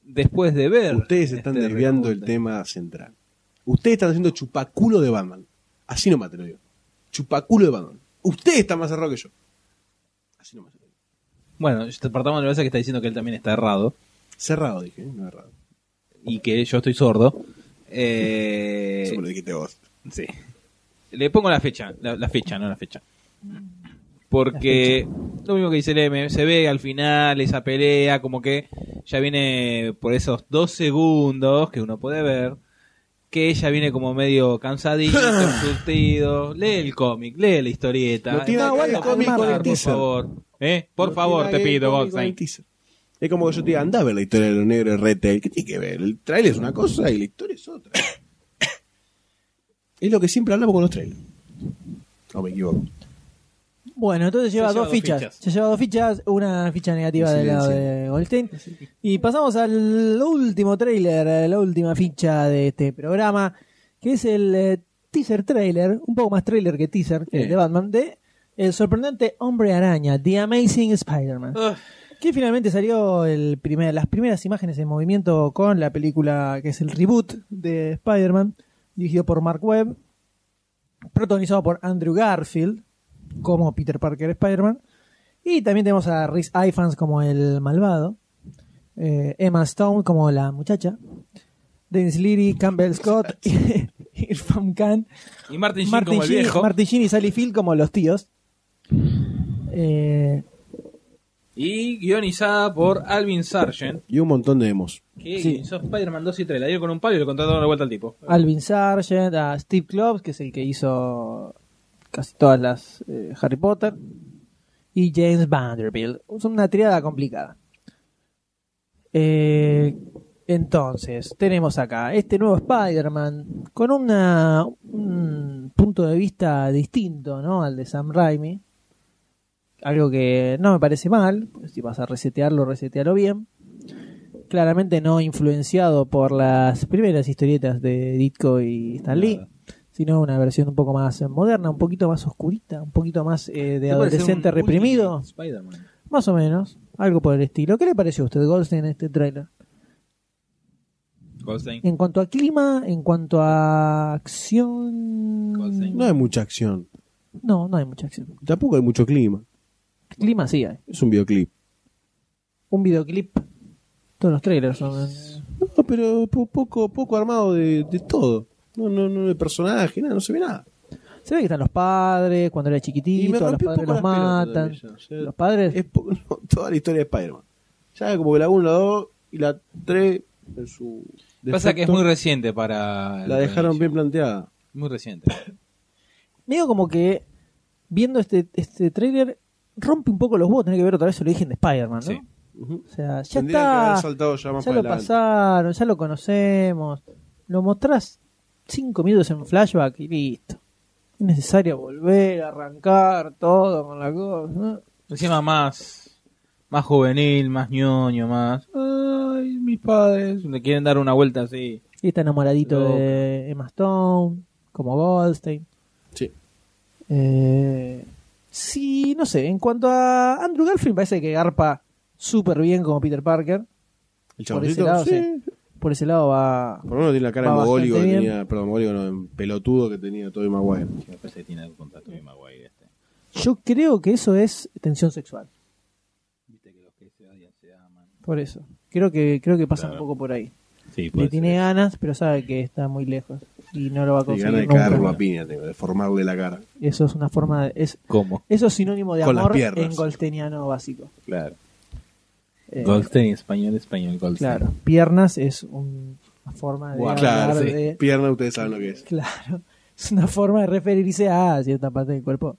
después de ver...
Ustedes están
este
desviando el
recorte-
tema central. Ustedes están haciendo chupaculo de Batman. Así nomás te lo digo. Chupaculo de Batman. Ustedes están más cerrados que yo. Así nomás. te lo digo.
Bueno, yo- partamos de la base que está diciendo que él también está errado
Cerrado, dije, ¿eh? no errado.
y que yo estoy sordo. Eh,
Eso me lo dijiste vos.
Sí. Le pongo la fecha, la, la fecha, no la fecha. Porque lo mismo que dice el M, se ve al final esa pelea, como que ya viene por esos dos segundos que uno puede ver, que ella viene como medio cansadito, surtido. Lee el cómic, lee la historieta.
No tiene nada
Está
que ver el
aguanta,
cómic con el
por
teaser.
favor. ¿Eh? Por
No
favor,
tiene
te
nada que ver
pido,
con- con el
Goldstein.
teaser. Es como que yo te diga, andá a ver la historia de los negros de Red Tail. ¿Qué tiene que ver? El trailer es una cosa y la historia es otra. es lo que siempre hablamos con los trailers. No me equivoco.
Bueno, entonces lleva
lleva
dos
dos
fichas.
fichas.
Se lleva dos fichas, una ficha negativa del lado de Goldstein. Y pasamos al último trailer, a la última ficha de este programa, que es el eh, teaser trailer, un poco más trailer que teaser, que el de Batman, de el sorprendente Hombre Araña, The Amazing
Oh,
Spider-Man. Que finalmente salió el primer, las primeras imágenes en movimiento con la película que es el reboot de Spider-Man, dirigido por Mark Webb, protagonizado por Andrew Garfield como Peter Parker Spider-Man. Y también tenemos a Rhys Ifans como el malvado, eh, Emma Stone como la muchacha, Dennis Leary, Campbell Scott, Irfan Khan,
Y Martin Sheen
Martin
como el
Sheen,
viejo.
Martin Sheen y Sally Field como los tíos. Eh,
Y guionizada por Alvin Sargent,
Y un montón de demos.
que
Sí.
guionizó Spider-Man 2 y 3. La dio con un palo y le contrataron de vuelta al tipo.
Alvin Sargent, a Steve Kloves, que es el que hizo casi todas las eh, Harry Potter, y James Vanderbilt. Es una triada complicada. Eh, entonces, tenemos acá este nuevo Spider-Man con una, un punto de vista distinto ¿no? al de Sam Raimi. Algo que no me parece mal, si vas a resetearlo, resetealo bien claramente no influenciado por las primeras historietas de Ditko y Stan Lee, sino una versión un poco más eh, moderna, un poquito más oscurita, un poquito más eh, de
¿Qué puede ser
adolescente
un
reprimido,
Ultimate Spider-Man.
más o menos, algo por el estilo. ¿Qué le pareció a usted Goldstein en este
Mm.
tráiler?
Goldstein.
En cuanto a clima, en cuanto a acción,
Goldstein.
No hay mucha acción.
no, no hay mucha acción.
Tampoco hay mucho clima.
Clima sí hay.
Es un videoclip.
Un videoclip. Todos los trailers son eh,
No, pero po- poco, poco armado de, de todo. No, no, no, de personaje, nada, no se ve nada.
se ve que están los padres cuando era chiquitito, a los
rompió un
padres
poco
los
las pelotas
matan.
de ella, o sea,
Los padres
es po- no, toda la historia de Spider-Man. Ya como que la 1, la 2 y la 3 en su.
Pasa que es
defecto,
muy reciente para. el
La dejaron
proyecto.
bien planteada.
Muy reciente.
medio como que viendo este, este trailer rompe un poco los huevos tener que ver otra vez el origen de Spider-Man, ¿no?
Sí.
Ujú.
O sea, ya
Tendrían que haber
está,
saltado ya más
ya
para
lo
adelante.
pasaron, ya lo conocemos, lo mostrás cinco minutos en flashback y listo. Es necesario volver a arrancar todo con la cosa. ¿no?
Encima más, más juvenil, más ñoño, más. Ay, mis padres le quieren dar una vuelta así.
Y está enamoradito
Loco.
de Emma Stone, como Goldstein.
Sí.
Eh, sí, no sé. En cuanto a Andrew Garfield, parece que garpa súper bien como Peter Parker.
El
Por ese
chaboncito,
lado,
sí.
sí. Por ese lado va.
Por lo menos tiene la cara
Va
de mogólico que
bastante bien.
tenía, perdón, mogólico no, en pelotudo que tenía Tobey Maguire.
Me parece que tiene algún contacto con Maguire este.
Yo creo que eso es tensión sexual.
Viste que los que se odian se aman.
Por eso. Creo que creo que pasa
Claro.
un poco por ahí.
Sí,
Le tiene ganas, pero sabe que está muy lejos y no lo va a
Tiene
conseguir
ganas de
nunca.
cagarlo a piña, tengo, de formarle la cara.
Eso es una forma de, es
¿Cómo?
eso es sinónimo de
Con las
amor
piernas.
en golteniano básico.
Claro.
Eh,
Goldstein, español, español, Goldstein.
claro. Piernas es un- una forma de
Guau.
claro,
hablar
sí.
de
Pierna, ustedes saben lo que es.
Claro, es una forma de referirse a cierta parte del cuerpo.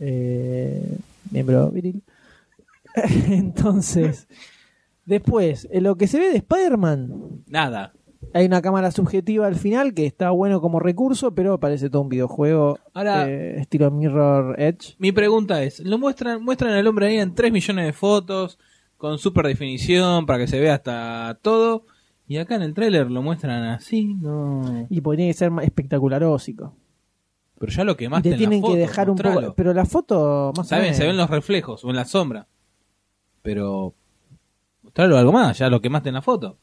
Eh, miembro viril. Entonces, después, en lo que se ve de Spider-Man,
Nada.
hay una cámara subjetiva al final que está bueno como recurso, pero parece todo un videojuego
Ahora-
eh, estilo Mirror Edge.
Mi pregunta es, lo muestran, muestran al hombre ahí en 3 millones de fotos, con super definición, para que se vea hasta todo, y acá en el tráiler lo muestran así, no...
Y podría ser más espectacularico.
Pero ya lo
Y
quemaste
te
en la
tienen
foto,
que dejar un
mostralo.
poco. Pero la foto, más o
¿Saben?
menos.
Se ven los reflejos o en la sombra. Pero. Mostrarlo algo más, ya lo quemaste en la foto.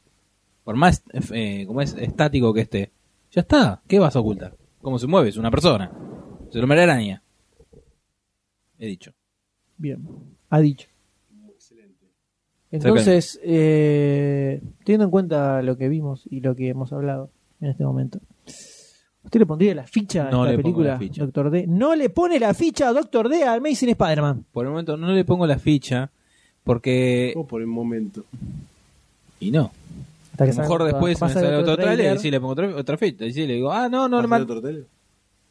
Por más eh, como es estático que esté. Ya está. ¿Qué vas a ocultar? ¿Cómo se mueve? Es una persona. Se lo merece araña. He dicho.
Bien, ha dicho. Entonces, eh, teniendo en cuenta lo que vimos y lo que hemos hablado en este momento, ¿usted le pondría la ficha
No
a
le
esta
pongo
película,
la ficha.
Doctor D? No le pone la ficha a Doctor D a Amazing Spider-Man.
Por el momento no le pongo la ficha.
Eh,
Porque.
Oh, por el momento.
Y no.
Hasta
A
que
lo mejor
salga-
después me
pasa
sale
el
otro trailer y
tráiler
sí le pongo otra, otra ficha. Y sí le digo, ah, no,
¿Va
no,
a
no,
hacer otro trailer?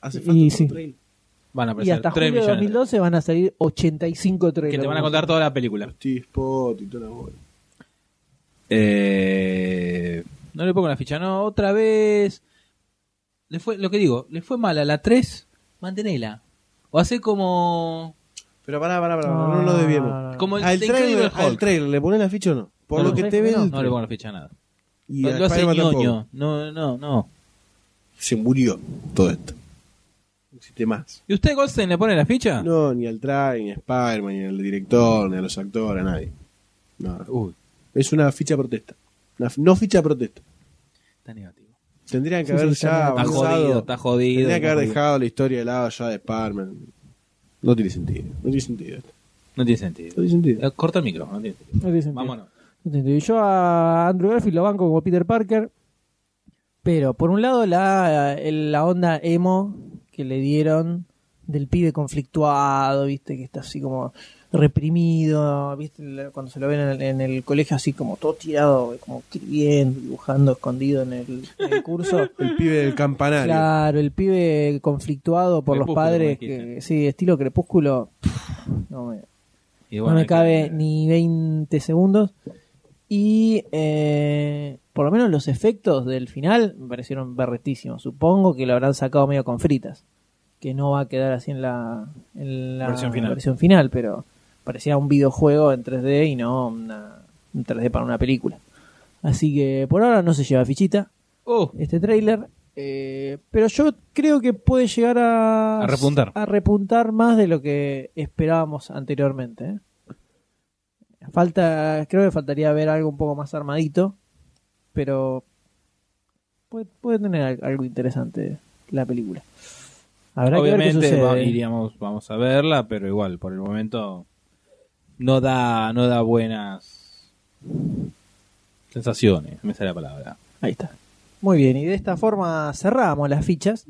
¿Hace
Y
falta
sí.
otro trailer?
Van a
Y
aparecer
hasta
3
julio de
millones.
2012 van a salir 85
que
trailers.
te van a contar toda la película.
T-Spot y toda la bola.
Eh, no le pongo la ficha, no, otra vez. Le fue, lo que digo, le fue mal a la 3, mantenela. O hace como.
Pero pará, pará, pará, pará, no lo
No, no,
debíamos.
no.
Como el
Al
The
trailer,
Incredible
al
Hulk.
trailer, ¿le pones la ficha o no? Por
No,
lo
no,
que
no,
te ve. el
No le pongo la ficha a nada.
Y a
Lo hace
Spider-Man tampoco.
ñoño. No, no, no.
Se murió todo esto. No existe más.
¿Y usted, Goldstein, le pone la ficha?
No, ni al trailer, ni a Spider-Man, ni al director, ni a los actores, a nadie. No, no.
Uy,
es una ficha protesta. Una f- no ficha protesta.
está negativo.
Tendrían que
Sí,
haber
sí,
ya
está
Está
avanzado.
jodido, está jodido.
Tendrían que
está
haber
jodido.
dejado la historia de lado ya de Spider-Man. No tiene sentido. No tiene sentido esto.
No tiene sentido.
No tiene sentido.
Eh, Corta el micrófono, no tiene sentido.
No tiene sentido.
Vámonos.
Entiendo. Y yo a Andrew Garfield lo banco como Peter Parker. Pero por un lado la, el- la onda emo que le dieron del pibe conflictuado, viste, que está así como reprimido, viste, La- cuando se lo ven en el, en el colegio así como todo tirado, como escribiendo, dibujando, escondido en el, en el curso.
El pibe del campanario.
Claro, el pibe conflictuado por los
Crepúsculo,
padres,
como dijiste.
que, sí, estilo crepúsculo, no me,
Y
no
bueno,
me
hay que-
cabe ni 20 segundos. Y eh, por lo menos los efectos del final me parecieron berretísimos. Supongo que lo habrán sacado medio con fritas. Que no va a quedar así en la, en la
Versión final.
versión final, pero parecía un videojuego en 3D y no una- un 3D para una película. Así que por ahora no se lleva fichita
Oh,
este tráiler. eh, pero yo creo que puede llegar a,
A repuntar.
a repuntar más de lo que esperábamos anteriormente. ¿eh? Falta, creo que faltaría ver algo un poco más armadito, pero puede, puede tener al- algo interesante la película. Habrá que ver qué
obviamente
sucede.
va- iríamos, vamos a verla, pero igual, por el momento no da, no da buenas sensaciones, me sale la palabra.
Ahí está. Muy bien, y de esta forma cerramos las fichas.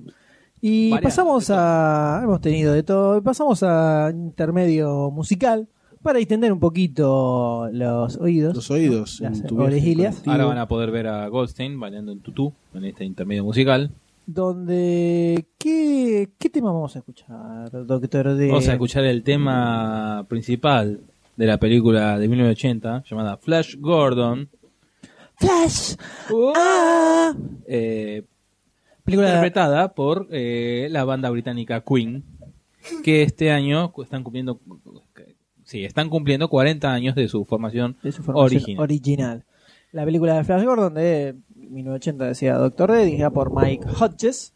Y
Variado,
pasamos
de todo.
a. Hemos tenido de todo. y Pasamos a intermedio musical para distender un poquito los oídos.
Los oídos.
Las
en tu viaje
orejillas.
colectivo.
Ahora van a poder ver a Goldstein bailando en tutú en este intermedio musical.
Donde. ¿qué, ¿Qué tema vamos a escuchar, doctor? De...
Vamos a escuchar el tema principal de la película de 1980 llamada Flash Gordon.
¡Flash!
Oh.
¡Ah!
Eh,
Película.
interpretada por eh, la banda británica Queen, que este año están cumpliendo, sí, están cumpliendo 40 años de su formación.
De su formación
Original.
original. La película de Flash Gordon de 1980 decía Doctor D, dirigida por Mike Hodges,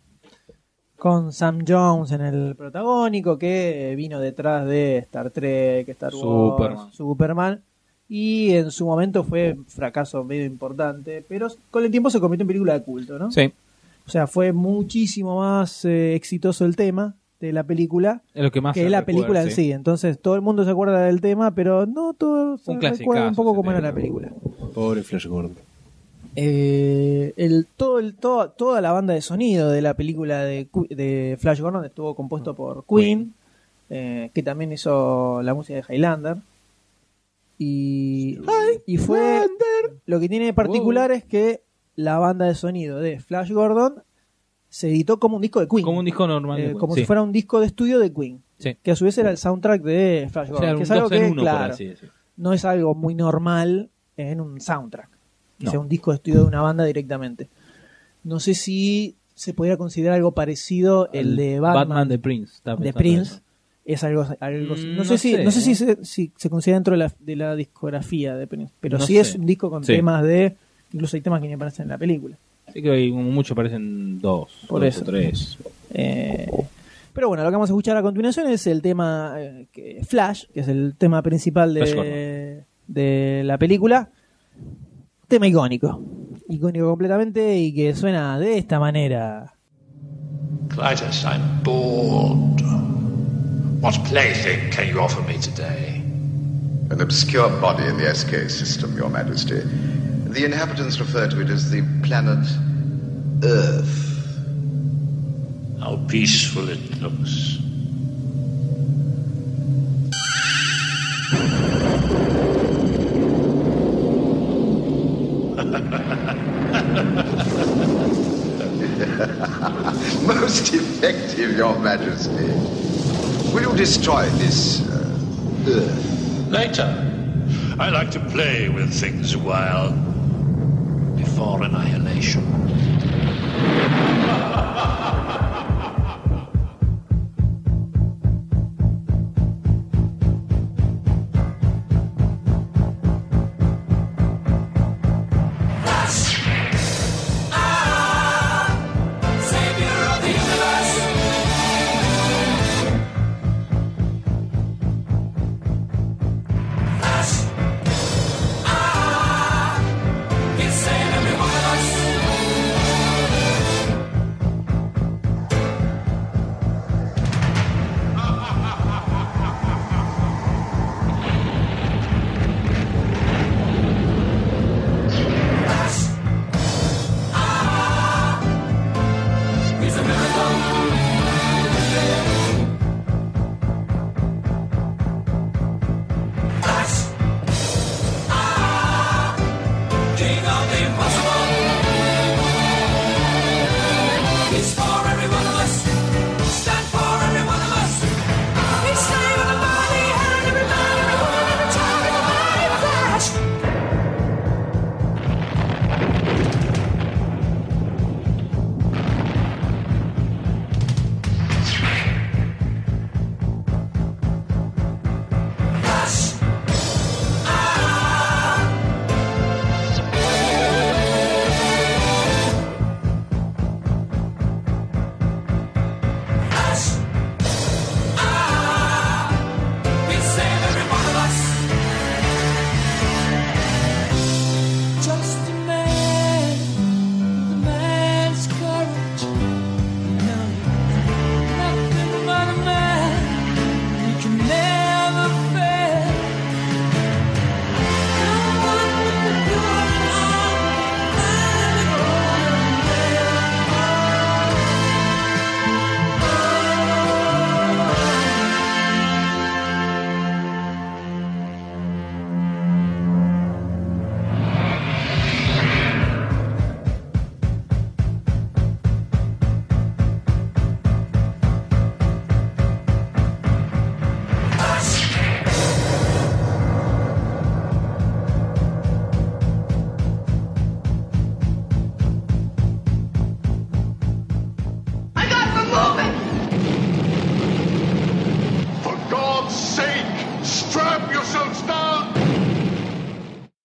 con Sam Jones en el protagónico, que eh, vino detrás de Star Trek, Star Wars,
Superman.
Superman, y en su momento fue un fracaso medio importante, pero con el tiempo se convirtió en película de culto, ¿no?
Sí,
O sea, fue muchísimo más eh, exitoso el tema de la película
es lo que más
que
Ah, se
la
recuerda,
película en sí. Entonces todo el mundo se acuerda del tema, pero no todo se
Un
recuerda un poco
clasicazo
cómo
ese
era la
tema.
película.
Pobre Flash Gordon.
Eh, el, todo, el, todo, toda la banda de sonido de la película de, Cu- de Flash Gordon estuvo compuesto
Mm.
por Queen, eh, que también hizo la música de Highlander. Y, y fue lo que tiene de particular es que la banda de sonido de Flash Gordon se editó como un disco de Queen,
Como un disco normal.
eh,
de Queen,
como
sí.
si fuera un disco de estudio de Queen,
Sí.
que a su vez era el soundtrack de Flash
O
Gordon,
sea,
que
un
es algo
dos en
que
uno, por
claro,
así decir.
no es algo muy normal en un soundtrack. Que
No.
sea un disco de estudio de una banda directamente. No sé si se podría considerar algo parecido el de Batman,
de Prince. estaba
de
pensando
Prince.
eso.
Es algo, algo-
Mm,
no, sé
no
si,
sé,
no sé
¿eh?
si se, si se considera dentro de la, de la discografía de Prince, pero
No
sí
sé.
es un disco con
Sí.
temas de. Incluso hay temas que ni aparecen en la película.
Sí que hay mucho parecen dos,
Por
dos
eso.
o tres.
Eh, pero bueno, lo que vamos a escuchar a continuación es el tema eh, que- Flash, que es el tema principal
Flash
de, de la película. Tema icónico. Icónico completamente y que suena de esta manera.
Clytus, I'm bored. What plaything can you offer me today?
An obscure body in the SK system, Your Majesty. The inhabitants refer to it as the planet Earth.
How peaceful it looks.
Most effective, Your Majesty. Will you destroy this uh, earth?
Later. I like to play with things a while before annihilation.
uh,